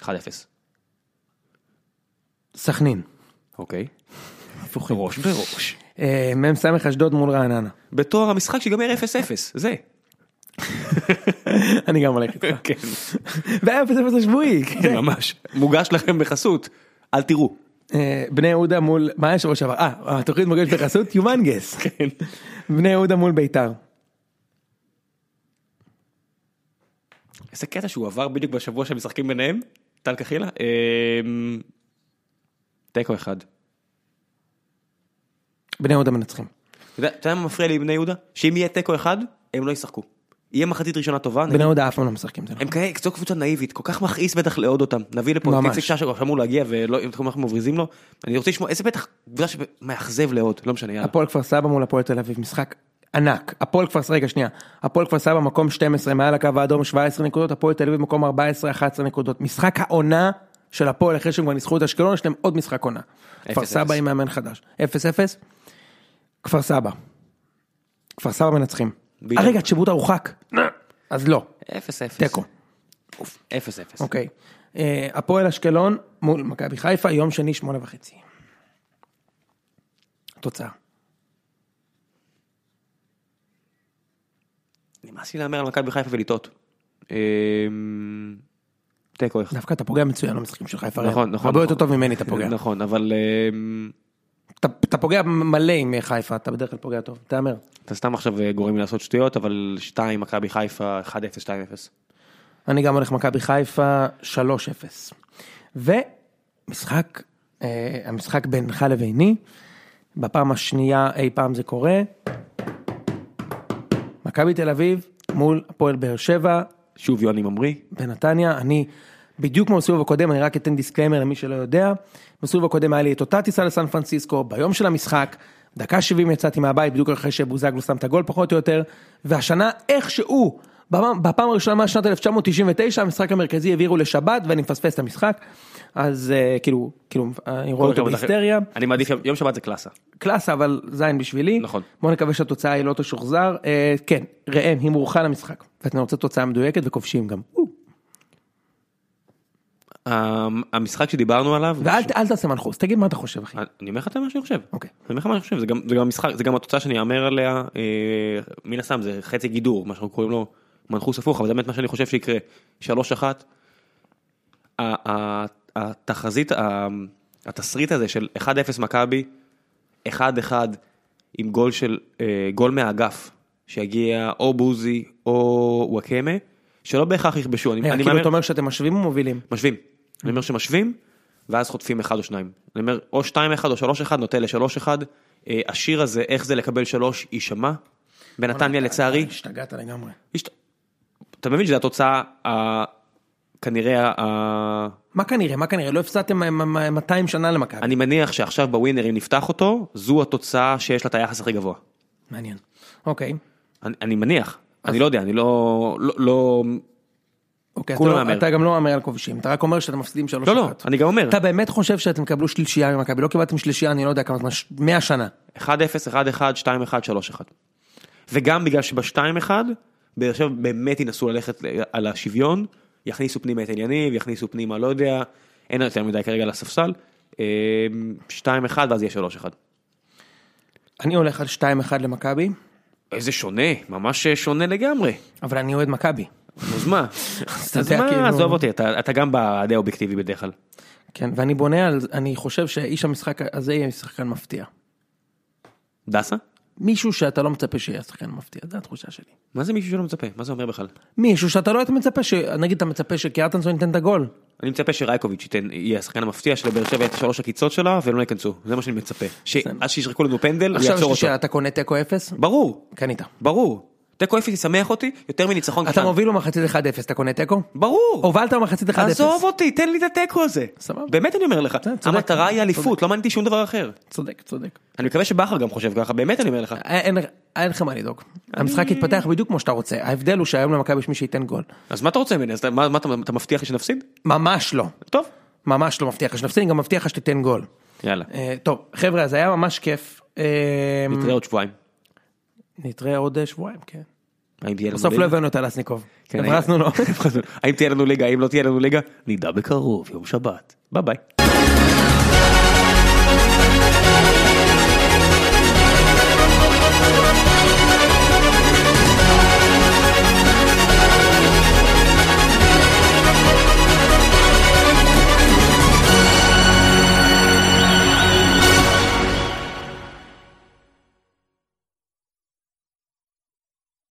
[SPEAKER 1] 1-0.
[SPEAKER 2] סכנין.
[SPEAKER 1] אוקיי. ראש בראש.
[SPEAKER 2] אה, מ"ס אשדוד מול רעננה.
[SPEAKER 1] בתואר המשחק שיגמר 0-0, זה.
[SPEAKER 2] אני גם הולך איתך.
[SPEAKER 1] כן.
[SPEAKER 2] והיה פתאום זה שבועי.
[SPEAKER 1] כן, ממש. מוגש לכם בחסות, אל תראו.
[SPEAKER 2] אה, בני יהודה מול, מה היה שבוע שעבר? אה, התוכנית מוגשת בחסות יומנגס. בני יהודה מול ביתר.
[SPEAKER 1] איזה קטע שהוא עבר בדיוק בשבוע שהם משחקים ביניהם, טל קחילה. אמ, תיקו אחד. אתה
[SPEAKER 2] בני יהודה מנצחים.
[SPEAKER 1] יודע- אתה יודע מה מפריע לי עם בני יהודה? שאם יהיה תיקו אחד, הם לא ישחקו. יהיה מחצית ראשונה טובה, נגיד.
[SPEAKER 2] בני יהודה אף פעם לא משחקים. זה נכון.
[SPEAKER 1] הם כאלה, זו קבוצה נאיבית, כל כך מכעיס בטח לאהוד אותם. נביא לפה את
[SPEAKER 2] ממש.
[SPEAKER 1] איציק ששו, עכשיו אמור להגיע ולא, אם אנחנו מבריזים לו, אני רוצה לשמוע איזה בטח, קבוצה שמאכזב לאהוד, לא משנה, יאללה.
[SPEAKER 2] הפועל כפר סבא מול הפועל תל אביב, משחק ענק. הפועל כפר, רגע שנייה, הפועל כפר סבא מקום 12 מעל הקו האדום 17 נקודות, הפועל תל אביב מקום 14 11 נקודות. משחק העונה של הפועל אחרי שהם כבר ניצחו את אשקלון, יש להם עוד משחק עונה. כפר
[SPEAKER 1] אפס.
[SPEAKER 2] סבא עם מאמן חדש. 0-0. כפר סבא. כפר סבא מנצחים.
[SPEAKER 1] בדיוק.
[SPEAKER 2] אה, רגע, תשיבוט הרוחק. אז לא,
[SPEAKER 1] אפס אפס.
[SPEAKER 2] תיקו.
[SPEAKER 1] אפס אפס.
[SPEAKER 2] אוקיי. אה, הפועל אשקלון מול מכבי חיפה, יום שני שמונה וחצי. תוצאה.
[SPEAKER 1] נמאס לי להמר על מכבי חיפה ולטעות. אמ, תיקו אחד.
[SPEAKER 2] דווקא אתה פוגע מצוין במשחקים של חיפה.
[SPEAKER 1] נכון, נכון.
[SPEAKER 2] הרבה
[SPEAKER 1] נכון.
[SPEAKER 2] יותר טוב ממני אתה פוגע.
[SPEAKER 1] נכון, אבל אמ,
[SPEAKER 2] אתה- אתה פוגע מלא עם חיפה, אתה בדרך כלל פוגע טוב, תהמר.
[SPEAKER 1] אתה סתם עכשיו אה, גורם לי לעשות שטויות, אבל 2 מכבי חיפה 1-0, 2-0.
[SPEAKER 2] אני גם הולך מכבי חיפה 3-0. ומשחק, אה, המשחק בינך לביני, בפעם השנייה אי פעם זה קורה, מכבי תל אביב מול הפועל באר שבע,
[SPEAKER 1] שוב יוני ממריא.
[SPEAKER 2] בנתניה, אני בדיוק כמו בסיבוב הקודם, אני רק אתן דיסקליימר למי שלא יודע, בסיבוב הקודם היה לי את אותה טיסה לסן פרנסיסקו, ביום של המשחק, דקה 70 יצאתי מהבית, בדיוק אחרי שבוזגלו שם את הגול פחות או יותר, והשנה איכשהו, בפעם בפעם הראשונה מאז שנת 1999, המשחק המרכזי העבירו לשבת ואני מפספס את המשחק, אז אה, כאילו, כאילו, אני רואה אותו
[SPEAKER 1] כל הכבוד לכם.
[SPEAKER 2] בהיסטריה. אוקיי.
[SPEAKER 1] אני מעדיף, יום- יום שבת זה קלאסה.
[SPEAKER 2] קלאסה אבל זין בשבילי.
[SPEAKER 1] נכון.
[SPEAKER 2] בוא נקווה שהתוצאה היא לא תשוחזר. אה, כן, ראם, הימורך למשחק. ואתה רוצה תוצאה מדויקת וכובשים גם. או,
[SPEAKER 1] המ- המשחק שדיברנו עליו,
[SPEAKER 2] ואל ת- אל תעשה מנחוס, תגיד מה אתה חושב אחי.
[SPEAKER 1] אני אומר לך את מה שאני חושב.
[SPEAKER 2] אוקיי.
[SPEAKER 1] אני אומר לך מה אני חושב, זה גם, זה גם המשחק, זה גם התוצאה שאני אאמר עליה, אה, מן הסתם זה חצי גידור, מה שאנחנו קוראים לו מנחוס הפוך, אבל זה באמת מה שאני חושב שיקרה. 3-1, ה- ה- התחזית, ה- התסריט הזה של 1-0 מכבי, 1-1 עם גול של, אה, גול מהאגף, שיגיע או בוזי או וואקמה, שלא בהכרח יכבשו, אני,
[SPEAKER 2] רגע,
[SPEAKER 1] אני
[SPEAKER 2] כאילו
[SPEAKER 1] מהמר,
[SPEAKER 2] אתה אומר שאתם משווים או מובילים?
[SPEAKER 1] משווים, אני אומר שמשווים, ואז חוטפים אחד או שניים. אני אומר, או 2-1 או 3-1, נוטה ל-3-1. אה, השיר הזה, איך זה לקבל 3, יישמע. בנתניה לצערי,
[SPEAKER 2] השתגעת לגמרי.
[SPEAKER 1] השת- אתה מבין שזו התוצאה, ה- כנראה, ה-
[SPEAKER 2] מה כנראה, מה כנראה, לא הפסדתם אה, מ- מ- 200 שנה למכבי.
[SPEAKER 1] אני מניח שעכשיו בווינר, אם נפתח אותו, זו התוצאה שיש לה את היחס הכי גבוה.
[SPEAKER 2] מעניין. אוקיי.
[SPEAKER 1] אני, אני מניח, אני לא יודע, אני לא, לא, לא,
[SPEAKER 2] אוקיי, אתה
[SPEAKER 1] כולם
[SPEAKER 2] לא-
[SPEAKER 1] מהמר.
[SPEAKER 2] אתה גם לא אומר על כובשים, אתה רק אומר שאתם מפסידים 3-1.
[SPEAKER 1] לא, לא, אני גם אומר,
[SPEAKER 2] אתה באמת חושב שאתם תקבלו שלישייה ממכבי, לא קיבלתם שלישייה אני לא יודע כמה זמן, ש- 100 שנה.
[SPEAKER 1] 1-0, 1-1, 2-1, 3-1. וגם בגלל שב-2-1, באר שבע באמת ינסו ללכת ל- על השוויון, יכניסו פנימה את ענייני, ויכניסו פנימה, לא יודע, אין יותר מדי כרגע על הספסל, אה, 2-1 ואז יהיה 3-1.
[SPEAKER 2] אני הולך על 2-1 למכבי,
[SPEAKER 1] איזה שונה, ממש שונה לגמרי.
[SPEAKER 2] אבל אני אוהד מכבי.
[SPEAKER 1] אז מה? אז
[SPEAKER 2] יודע, כאילו-
[SPEAKER 1] מה, עזוב אותי, אתה אתה גם די אובייקטיבי בדרך כלל.
[SPEAKER 2] כן, ואני בונה על, אני חושב שאיש המשחק הזה יהיה שחקן מפתיע.
[SPEAKER 1] דסה?
[SPEAKER 2] מישהו שאתה לא מצפה שיהיה שחקן מפתיע, זו התחושה שלי.
[SPEAKER 1] מה זה מישהו שלא מצפה? מה זה אומר בכלל?
[SPEAKER 2] מישהו שאתה לא היית מצפה, ש... נגיד אתה מצפה שקיארטנסון ייתן את הגול.
[SPEAKER 1] אני מצפה שרייקוביץ' ייתן, יהיה השחקן המפתיע של באר שבע, יהיה את שלוש עקיצות שלה, ולא ייכנסו, זה מה שאני מצפה. ש- עד שישרקו לנו פנדל, הוא
[SPEAKER 2] עכשיו יש
[SPEAKER 1] יעצור
[SPEAKER 2] לי
[SPEAKER 1] אותו.
[SPEAKER 2] שאלה, אתה קונה תיקו אפס?
[SPEAKER 1] ברור,
[SPEAKER 2] קנית.
[SPEAKER 1] ברור. תיקו אפס ישמח אותי יותר מניצחון
[SPEAKER 2] אתה
[SPEAKER 1] קטן.
[SPEAKER 2] מוביל במחצית 1-0, אתה קונה תיקו?
[SPEAKER 1] ברור.
[SPEAKER 2] הובלת במחצית 1-0.
[SPEAKER 1] עזוב אותי, תן לי את התיקו הזה.
[SPEAKER 2] סבבה.
[SPEAKER 1] באמת אני אומר לך,
[SPEAKER 2] צודק,
[SPEAKER 1] המטרה היא
[SPEAKER 2] צודק.
[SPEAKER 1] אליפות, לא מעניין אותי שום דבר אחר.
[SPEAKER 2] צודק, צודק.
[SPEAKER 1] אני מקווה שבכר גם חושב ככה, באמת אני אומר לך.
[SPEAKER 2] אין אין לך מה לדאוג. המשחק יתפתח בדיוק כמו שאתה רוצה, ההבדל הוא שהיום למכבי יש מי שייתן גול.
[SPEAKER 1] אז מה אתה רוצה ממני? אז אתה- מה מה אתה אתה מבטיח לי שנפסיד?
[SPEAKER 2] ממש לא.
[SPEAKER 1] טוב.
[SPEAKER 2] ממש לא מבטיח לך שנפסיד, אני גם מבטיח לך שתיתן גול.
[SPEAKER 1] יאללה.
[SPEAKER 2] אה, טוב, חבר'ה, אז היה ממש כיף. אה,
[SPEAKER 1] נתראה עוד שבועיים.
[SPEAKER 2] נתראה עוד אה, שבועיים, כן.
[SPEAKER 1] האם תהיה לנו
[SPEAKER 2] בסוף לא
[SPEAKER 1] ליגה?
[SPEAKER 2] הבאנו את אלסניקוב.
[SPEAKER 1] כן,
[SPEAKER 2] הברסנו לו.
[SPEAKER 1] לא האם תהיה לנו ליגה? האם לא תהיה לנו ליגה? נדע בקרוב, יום שבת. ביי ביי.